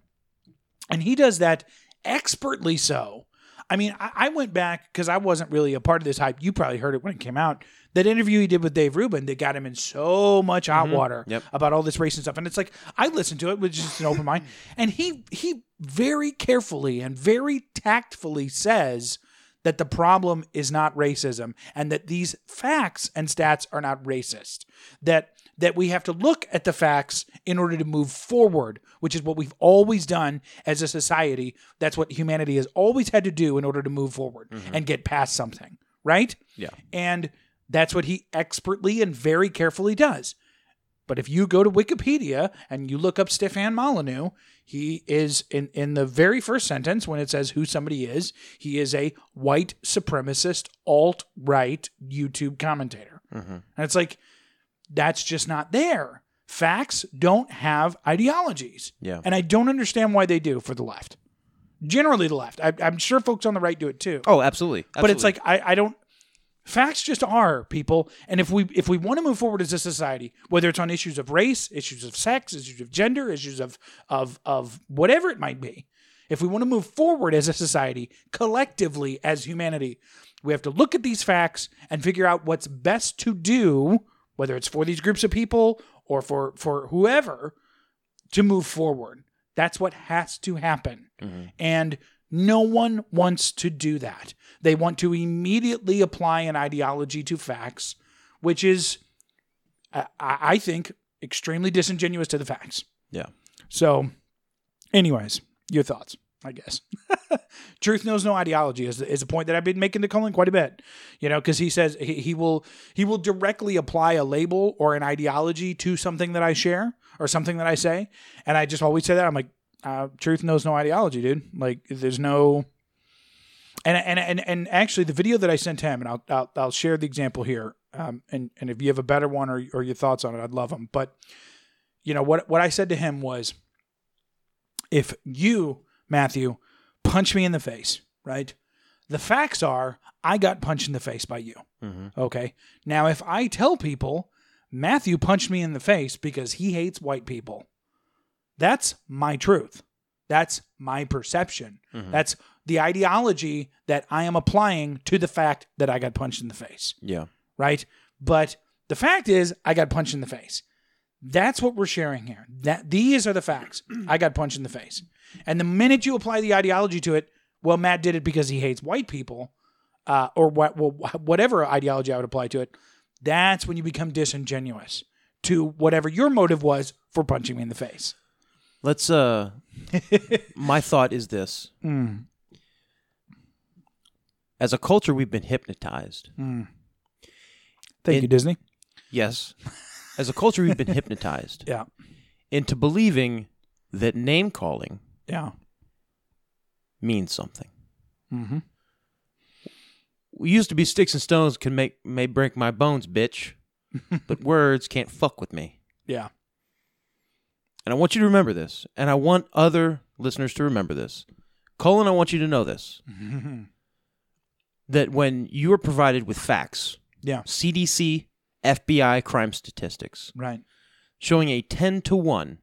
Speaker 1: and he does that expertly so. I mean, I, I went back because I wasn't really a part of this hype. You probably heard it when it came out. That interview he did with Dave Rubin that got him in so much hot water
Speaker 3: Yep.
Speaker 1: about all this race and stuff. And it's like I listened to it with just an open mind, and he he very carefully and very tactfully says that the problem is not racism and that these facts and stats are not racist that that we have to look at the facts in order to move forward which is what we've always done as a society that's what humanity has always had to do in order to move forward and get past something right
Speaker 3: Yeah.
Speaker 1: and that's what he expertly and very carefully does but if you go to Wikipedia and you look up Stefan Molyneux, he is in, in the very first sentence when it says who somebody is, he is a white supremacist alt right YouTube commentator. And it's like, that's just not there. Facts don't have ideologies.
Speaker 3: Yeah.
Speaker 1: And I don't understand why they do for the left. Generally, the left. I, I'm sure folks on the right do it too
Speaker 3: Oh, absolutely.
Speaker 1: but it's like I, I don't facts just are people and if we if we want to move forward as a society whether it's on issues of race issues of sex issues of gender issues of of of whatever it might be if we want to move forward as a society collectively as humanity we have to look at these facts and figure out what's best to do whether it's for these groups of people or for for whoever to move forward that's what has to happen and no one wants to do that. They want to immediately apply an ideology to facts, which is, I, I I think, extremely disingenuous to the facts.
Speaker 3: Yeah.
Speaker 1: So, anyways, your thoughts, I guess. Truth knows no ideology is, is a point that I've been making to Colin quite a bit, you know, because he says he, he will he will directly apply a label or an ideology to something that I share or something that I say, and I just always say that I'm like, uh, truth knows no ideology, dude. Like, there's no. And, and and and actually, the video that I sent him, and I'll I'll, I'll share the example here. Um, and and if you have a better one or or your thoughts on it, I'd love them. But you know what what I said to him was, if you Matthew punch me in the face, right? The facts are I got punched in the face by you. Okay. Now if I tell people Matthew punched me in the face because he hates white people, that's my truth. That's my perception. That's the ideology that I am applying to the fact that I got punched in the face
Speaker 3: yeah.
Speaker 1: right? But the fact is, I got punched in the face. That's what we're sharing here. That these are the facts. I got punched in the face. And the minute you apply the ideology to it, well, Matt did it because he hates white people, uh, or what, well, wh- whatever ideology I would apply to it. That's when you become disingenuous to whatever your motive was for punching me in the face.
Speaker 3: Let's uh my thought is this. As a culture we've been hypnotized.
Speaker 1: Thank
Speaker 3: It-
Speaker 1: you, Disney.
Speaker 3: Yes. As a culture we've been hypnotized
Speaker 1: Yeah,
Speaker 3: into believing that name calling
Speaker 1: yeah,
Speaker 3: means something. Mhm. We used to be sticks and stones can make may break my bones, bitch, but words can't fuck with me.
Speaker 1: yeah,
Speaker 3: And I want you to remember this, and I want other listeners to remember this. Colin, I want you to know this. that when you are provided with facts,
Speaker 1: yeah.
Speaker 3: CDC, FBI crime statistics
Speaker 1: Right.
Speaker 3: showing a 10 to 1,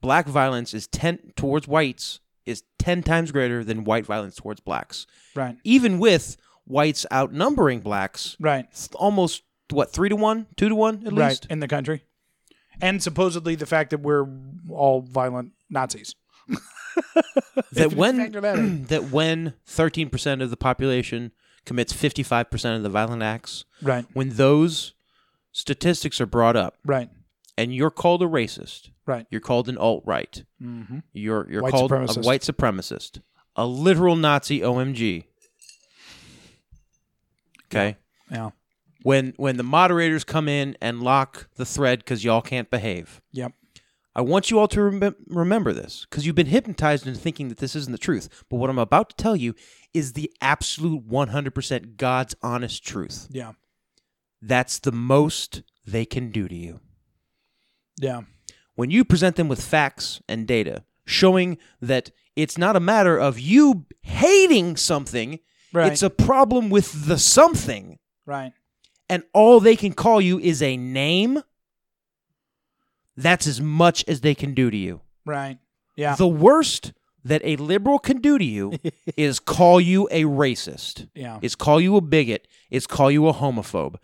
Speaker 3: black violence is 10 towards whites is 10 times greater than white violence towards blacks.
Speaker 1: Right.
Speaker 3: Even with whites outnumbering blacks
Speaker 1: Right.
Speaker 3: it's almost what 3 to 1, 2 to 1 at
Speaker 1: right
Speaker 3: least.
Speaker 1: in the country. and supposedly the fact that we're all violent Nazis.
Speaker 3: that when
Speaker 1: factor that in.
Speaker 3: that when 13% of the population commits 55% of the violent acts
Speaker 1: Right.
Speaker 3: when those statistics are brought up
Speaker 1: Right.
Speaker 3: and you're called a racist
Speaker 1: Right.
Speaker 3: you're called an alt-right
Speaker 1: Mhm.
Speaker 3: you're you're
Speaker 1: White
Speaker 3: called a
Speaker 1: supremacist.
Speaker 3: white supremacist a literal nazi omg okay
Speaker 1: Yeah.
Speaker 3: when when the moderators come in and lock the thread cuz y'all can't behave
Speaker 1: Yep.
Speaker 3: I want you all to remem remember this because you've been hypnotized into thinking that this isn't the truth. But what I'm about to tell you is the absolute 100% God's honest truth.
Speaker 1: Yeah.
Speaker 3: That's the most they can do to you.
Speaker 1: Yeah.
Speaker 3: When you present them with facts and data showing that it's not a matter of you hating something,
Speaker 1: Right.
Speaker 3: it's a problem with the something,
Speaker 1: right.
Speaker 3: and all they can call you is a name, that's as much as they can do to you.
Speaker 1: Right. Yeah.
Speaker 3: The worst that a liberal can do to you is call you a racist,
Speaker 1: yeah.
Speaker 3: is call you a bigot, is call you a homophobe.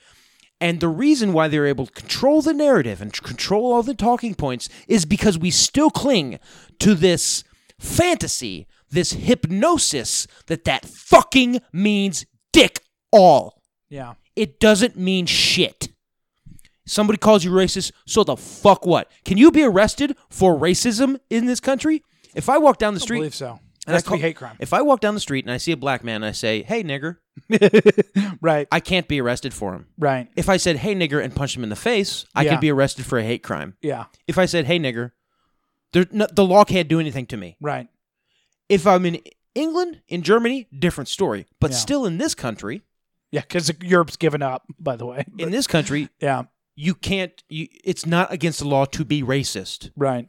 Speaker 3: And the reason why they're able to control the narrative and tr- control all the talking points is because we still cling to this fantasy, this hypnosis that that fucking means dick all.
Speaker 1: Yeah.
Speaker 3: It doesn't mean shit. Somebody calls you racist, so the fuck what? Can you be arrested for racism in this country? If I walk down the
Speaker 1: I
Speaker 3: street
Speaker 1: believe so.
Speaker 3: and I
Speaker 1: That's
Speaker 3: call,
Speaker 1: called hate crime.
Speaker 3: If I walk down the street and I see a black man and I say, "Hey nigger,"
Speaker 1: Right.
Speaker 3: I can't be arrested for him.
Speaker 1: Right.
Speaker 3: If I said, "Hey nigger," and punch him in the face, I
Speaker 1: Yeah.
Speaker 3: could be arrested for a hate crime.
Speaker 1: Yeah.
Speaker 3: If I said, "Hey nigger," there, no, the law can't do anything to me.
Speaker 1: Right.
Speaker 3: If I'm in England, in Germany, different story. But
Speaker 1: Yeah.
Speaker 3: still, in this country,
Speaker 1: Yeah. Because Europe's given up, by the way.
Speaker 3: in this country,
Speaker 1: yeah.
Speaker 3: you can't. You, it's not against the law to be racist.
Speaker 1: Right.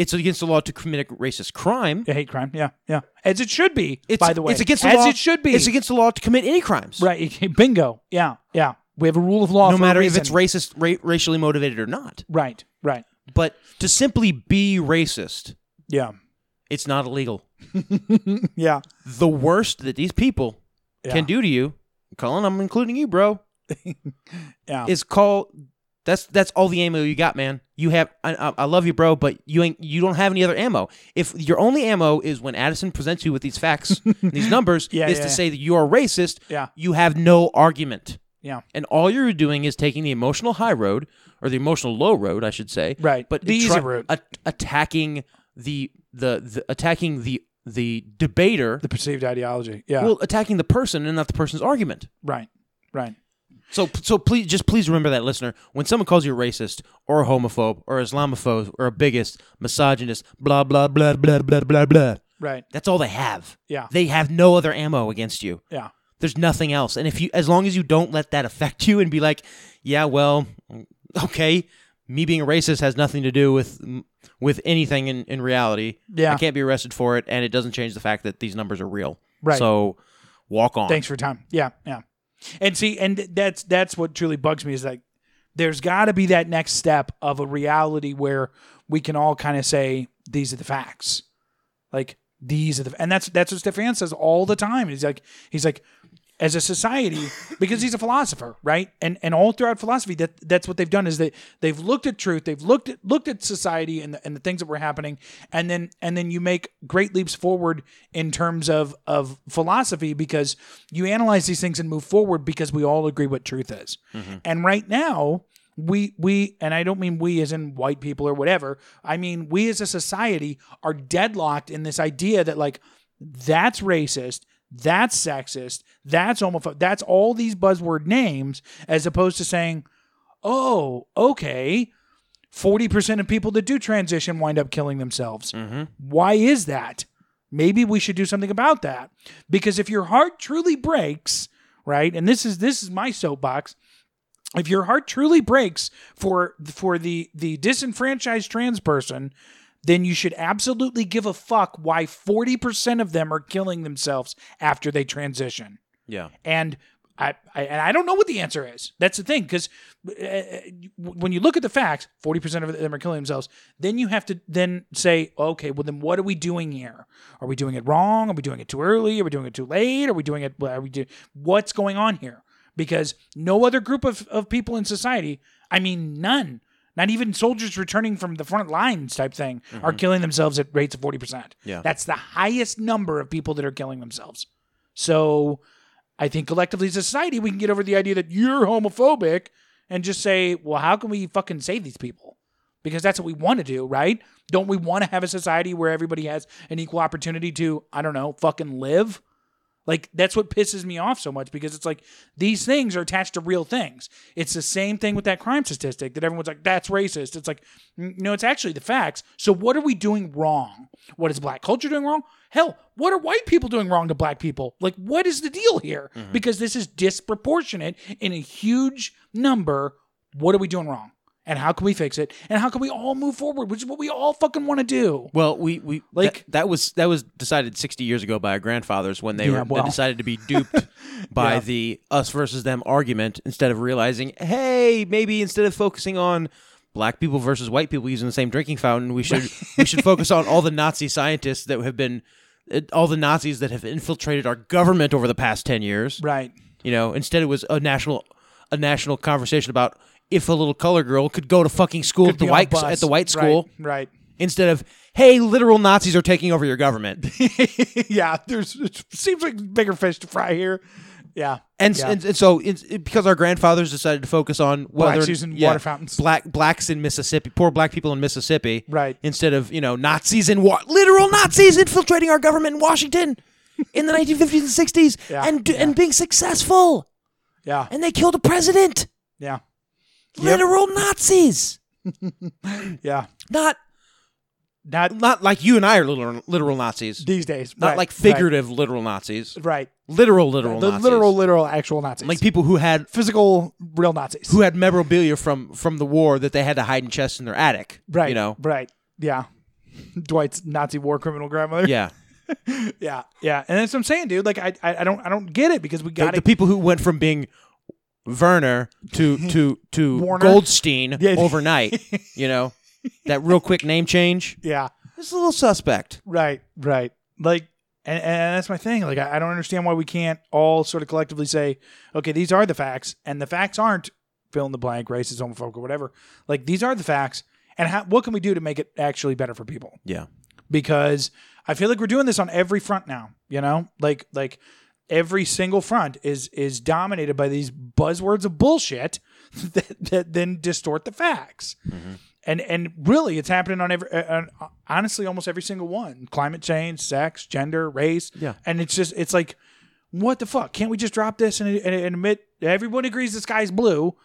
Speaker 3: it's against the law to commit a racist crime.
Speaker 1: Yeah, hate crime. Yeah. Yeah. As it should be.
Speaker 3: It's,
Speaker 1: by the way,
Speaker 3: it's against the
Speaker 1: as
Speaker 3: law,
Speaker 1: it should be.
Speaker 3: It's against the law to commit any crimes,
Speaker 1: right. Bingo. Yeah. Yeah. We have a rule of law.
Speaker 3: No
Speaker 1: for a
Speaker 3: matter if it's
Speaker 1: reason.
Speaker 3: racist, ra- racially motivated or not.
Speaker 1: Right. Right.
Speaker 3: But to simply be racist,
Speaker 1: Yeah.
Speaker 3: it's not illegal.
Speaker 1: Yeah.
Speaker 3: The worst that these people
Speaker 1: Yeah.
Speaker 3: can do to you, Colin, I'm including you, bro,
Speaker 1: Yeah.
Speaker 3: is call. That's that's all the ammo you got, man. You have I, I I love you, bro, but you ain't you don't have any other ammo. If your only ammo is when Addison presents you with these facts, and these numbers,
Speaker 1: Yeah,
Speaker 3: is
Speaker 1: yeah,
Speaker 3: to
Speaker 1: yeah.
Speaker 3: say that you are racist.
Speaker 1: Yeah.
Speaker 3: you have no argument.
Speaker 1: Yeah.
Speaker 3: and all you're doing is taking the emotional high road or the emotional low road, I should say.
Speaker 1: Right.
Speaker 3: But
Speaker 1: The easy
Speaker 3: try-
Speaker 1: route.
Speaker 3: a- attacking the, the the attacking the the debater.
Speaker 1: The perceived ideology. Yeah.
Speaker 3: Well, attacking the person and not the person's argument.
Speaker 1: right. Right.
Speaker 3: So so please just please remember that listener when someone calls you a racist or a homophobe or Islamophobe or a biggest misogynist blah blah blah blah blah blah blah.
Speaker 1: Right.
Speaker 3: That's all they have.
Speaker 1: Yeah.
Speaker 3: They have no other ammo against you.
Speaker 1: Yeah.
Speaker 3: There's nothing else. And if you, as long as you don't let that affect you and be like, yeah, well, okay, me being a racist has nothing to do with with anything in, in reality.
Speaker 1: Yeah.
Speaker 3: I can't be arrested for it, and it doesn't change the fact that these numbers are real.
Speaker 1: Right.
Speaker 3: So walk on.
Speaker 1: Thanks for your time. Yeah, yeah. And see, and th- that's that's what truly bugs me is like there's got to be that next step of a reality where we can all kind of say these are the facts, like these are the and that's that's what Stefan says all the time. He's like he's like as a society because he's a philosopher, right? And and all throughout philosophy that that's what they've done is they they've looked at truth, they've looked at looked at society and the, and the things that were happening and then and then you make great leaps forward in terms of of philosophy because you analyze these things and move forward because we all agree what truth is. And right now we we and I don't mean we as in white people or whatever. I mean we as a society are deadlocked in this idea that like that's racist, that's sexist, that's homophobic, that's all these buzzword names, as opposed to saying, oh, okay, 40% of people that do transition wind up killing themselves. Why is that? Maybe we should do something about that. Because if your heart truly breaks, right, and this is this is my soapbox, if your heart truly breaks for for the the disenfranchised trans person then you should absolutely give a fuck why 40% of them are killing themselves after they transition
Speaker 3: Yeah.
Speaker 1: and I, I and I don't know what the answer is. That's the thing, because when you look at the facts, forty percent of them are killing themselves. Then you have to then say, okay, well then what are we doing here? Are we doing it wrong? Are we doing it too early? Are we doing it too late? Are we doing it? Are we do, What's going on here? Because no other group of, of people in society, I mean, none Not even soldiers returning from the front lines type thing are killing themselves at rates of 40%.
Speaker 3: Yeah.
Speaker 1: That's the highest number of people that are killing themselves. So I think collectively as a society, we can get over the idea that you're homophobic and just say, well, how can we fucking save these people? Because that's what we want to do, right? Don't we want to have a society where everybody has an equal opportunity to, I don't know, fucking live? Like that's what pisses me off so much because it's like these things are attached to real things. It's the same thing with that crime statistic that everyone's like, "That's racist." It's like, n- no, it's actually the facts. So what are we doing wrong? What is black culture doing wrong? Hell, what are white people doing wrong to black people? Like, what is the deal here?
Speaker 3: Mm-hmm.
Speaker 1: Because this is disproportionate in a huge number. What are we doing wrong? And how can we fix it? And how can we all move forward? Which is what we all fucking want to do.
Speaker 3: Well, we we
Speaker 1: Like-
Speaker 3: like that, that was that was decided 60 years ago by our grandfathers when they
Speaker 1: Yeah,
Speaker 3: were
Speaker 1: well.
Speaker 3: they decided to be duped by the us versus them argument instead of realizing, hey, maybe instead of focusing on black people versus white people using the same drinking fountain, we should we should focus on all the Nazi scientists that have been it- all the Nazis that have infiltrated our government over the past 10 years.
Speaker 1: Right.
Speaker 3: You know, instead it was a national a national conversation about if a little color girl could go to fucking school at the
Speaker 1: Be on a
Speaker 3: white
Speaker 1: bus.
Speaker 3: at the white
Speaker 1: Right,
Speaker 3: school
Speaker 1: Right.
Speaker 3: instead of hey literal nazis are taking over your government
Speaker 1: yeah, there's it seems like bigger fish to fry here. Yeah,
Speaker 3: and,
Speaker 1: Yeah.
Speaker 3: and, and so it's it, because our grandfathers decided to focus on whether
Speaker 1: Blacks using water fountains.
Speaker 3: black blacks in mississippi poor black people in mississippi
Speaker 1: Right.
Speaker 3: instead of you know nazis in wa- literal nazis infiltrating our government in washington in the 1950s and 60s
Speaker 1: Yeah,
Speaker 3: and do- and being successful
Speaker 1: yeah,
Speaker 3: and they killed a president
Speaker 1: yeah,
Speaker 3: literal nazis
Speaker 1: yeah.
Speaker 3: not
Speaker 1: Not
Speaker 3: not like you and i are literal, literal nazis
Speaker 1: these days.
Speaker 3: not
Speaker 1: Right,
Speaker 3: like figurative literal nazis
Speaker 1: Right.
Speaker 3: literal
Speaker 1: right.
Speaker 3: literal
Speaker 1: The
Speaker 3: nazis
Speaker 1: literal, literal, actual Nazis.
Speaker 3: like people who had
Speaker 1: physical, real Nazis.
Speaker 3: who had memorabilia from from the war that they had to hide in chests in their attic.
Speaker 1: right.
Speaker 3: You know.
Speaker 1: Right. Yeah. Dwight's Nazi war criminal grandmother.
Speaker 3: Yeah.
Speaker 1: Yeah. Yeah. And that's what I'm saying, dude. Like, I, I, I don't, I don't get it because we
Speaker 3: The,
Speaker 1: got
Speaker 3: the
Speaker 1: to
Speaker 3: people who went from being Werner to to to
Speaker 1: Warner.
Speaker 3: Goldstein
Speaker 1: Yeah.
Speaker 3: overnight. You know. That real quick name change.
Speaker 1: Yeah.
Speaker 3: It's a little suspect.
Speaker 1: Right, right. Like, and, and that's my thing. Like, I, I don't understand why we can't all sort of collectively say, okay, these are the facts, and the facts aren't fill in the blank, racist, homophobic, or whatever. Like, these are the facts, and how, what can we do to make it actually better for people?
Speaker 3: Yeah.
Speaker 1: because I feel like we're doing this on every front now. You know, like like every single front is is dominated by these buzzwords of bullshit that, that then distort the facts. And and really, it's happening on every uh, on, honestly almost every single one: climate change, sex, gender, race.
Speaker 3: Yeah.
Speaker 1: and it's just it's like. What the fuck? Can't we just drop this and, and, and admit everyone agrees the sky's blue?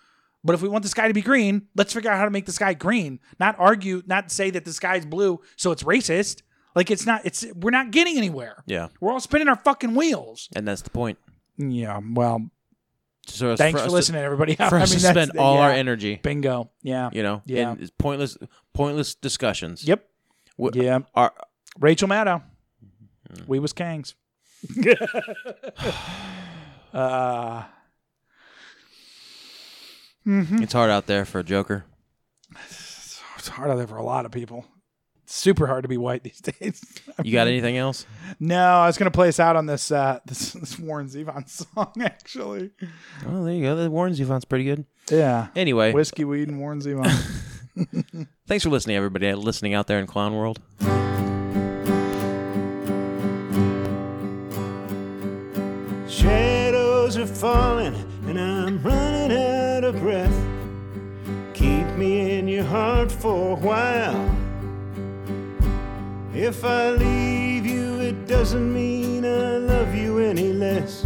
Speaker 1: But if we want the sky to be green, let's figure out how to make the sky green. Not argue, not say that the sky's blue, so it's racist. Like it's not. It's we're not getting anywhere.
Speaker 3: Yeah.
Speaker 1: We're all spinning our fucking wheels.
Speaker 3: And that's the point.
Speaker 1: Yeah. Well,
Speaker 3: So it's
Speaker 1: thanks for,
Speaker 3: us to-
Speaker 1: listening, everybody.
Speaker 3: for us to spend all our energy.
Speaker 1: Bingo. Yeah.
Speaker 3: You know.
Speaker 1: Yeah.
Speaker 3: in pointless pointless discussions.
Speaker 1: Yep.
Speaker 3: Wha-
Speaker 1: Yeah.
Speaker 3: Our,
Speaker 1: Rachel Maddow.
Speaker 3: Mm-hmm.
Speaker 1: We was kangs. uh, Hmm.
Speaker 3: it's hard out there for a joker.
Speaker 1: it's hard out there for a lot of people. It's super hard to be white these days.
Speaker 3: You got anything else?
Speaker 1: No, I was gonna play us out on this uh, this, this Warren Zevon song actually.
Speaker 3: Oh, there you go. That Warren Zevon's pretty good.
Speaker 1: Yeah,
Speaker 3: Anyway,
Speaker 1: whiskey, weed, and Warren Zevon.
Speaker 3: Thanks for listening, everybody, listening out there in Clown World.
Speaker 5: Shadows are falling and I'm running out of breath. Keep me in your heart for a while. If I leave you, it doesn't mean I love you any less.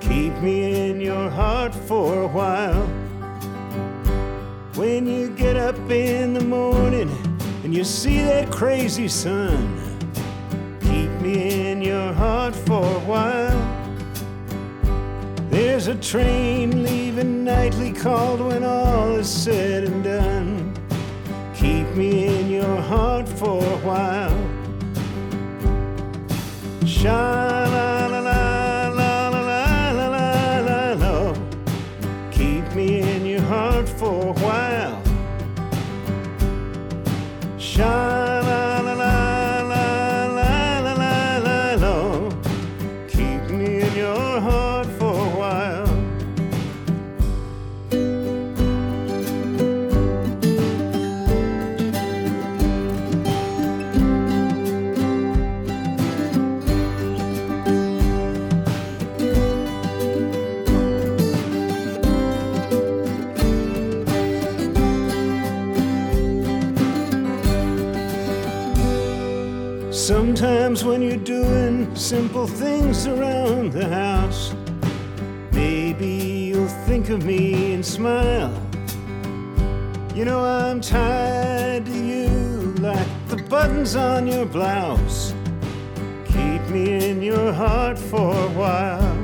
Speaker 5: Keep me in your heart for a while. When you get up in the morning and you see that crazy sun. Keep me in your heart for a while. There's a train leaving nightly called when all is said and done. Keep me in your heart for a while. Sha la la la la la la la la la la. Keep me in your heart for a while. Sha la la la la la la la la la. Keep me in your heart for a while. Sometimes when you're doing simple things around the house, maybe you'll think of me and smile. You know I'm tied to you like the buttons on your blouse. Keep me in your heart for a while.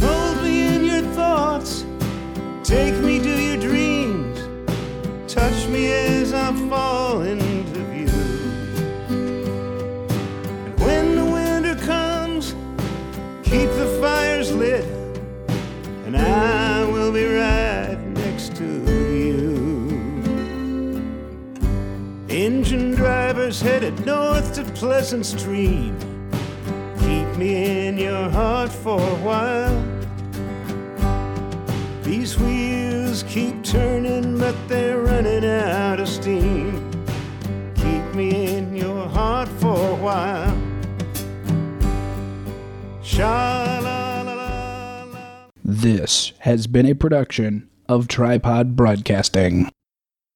Speaker 5: Hold me in your thoughts. Take me to your dreams. Touch me as I fall into view. And when the winter comes, keep the fires lit. And I will be right next to you. Engine drivers headed north to Pleasant Stream. Keep me in your heart for a while. These wheels keep turning, but they're running out of steam. Keep me in your heart for a while. Sha la la la la.
Speaker 6: This has been a production of Tripod Broadcasting.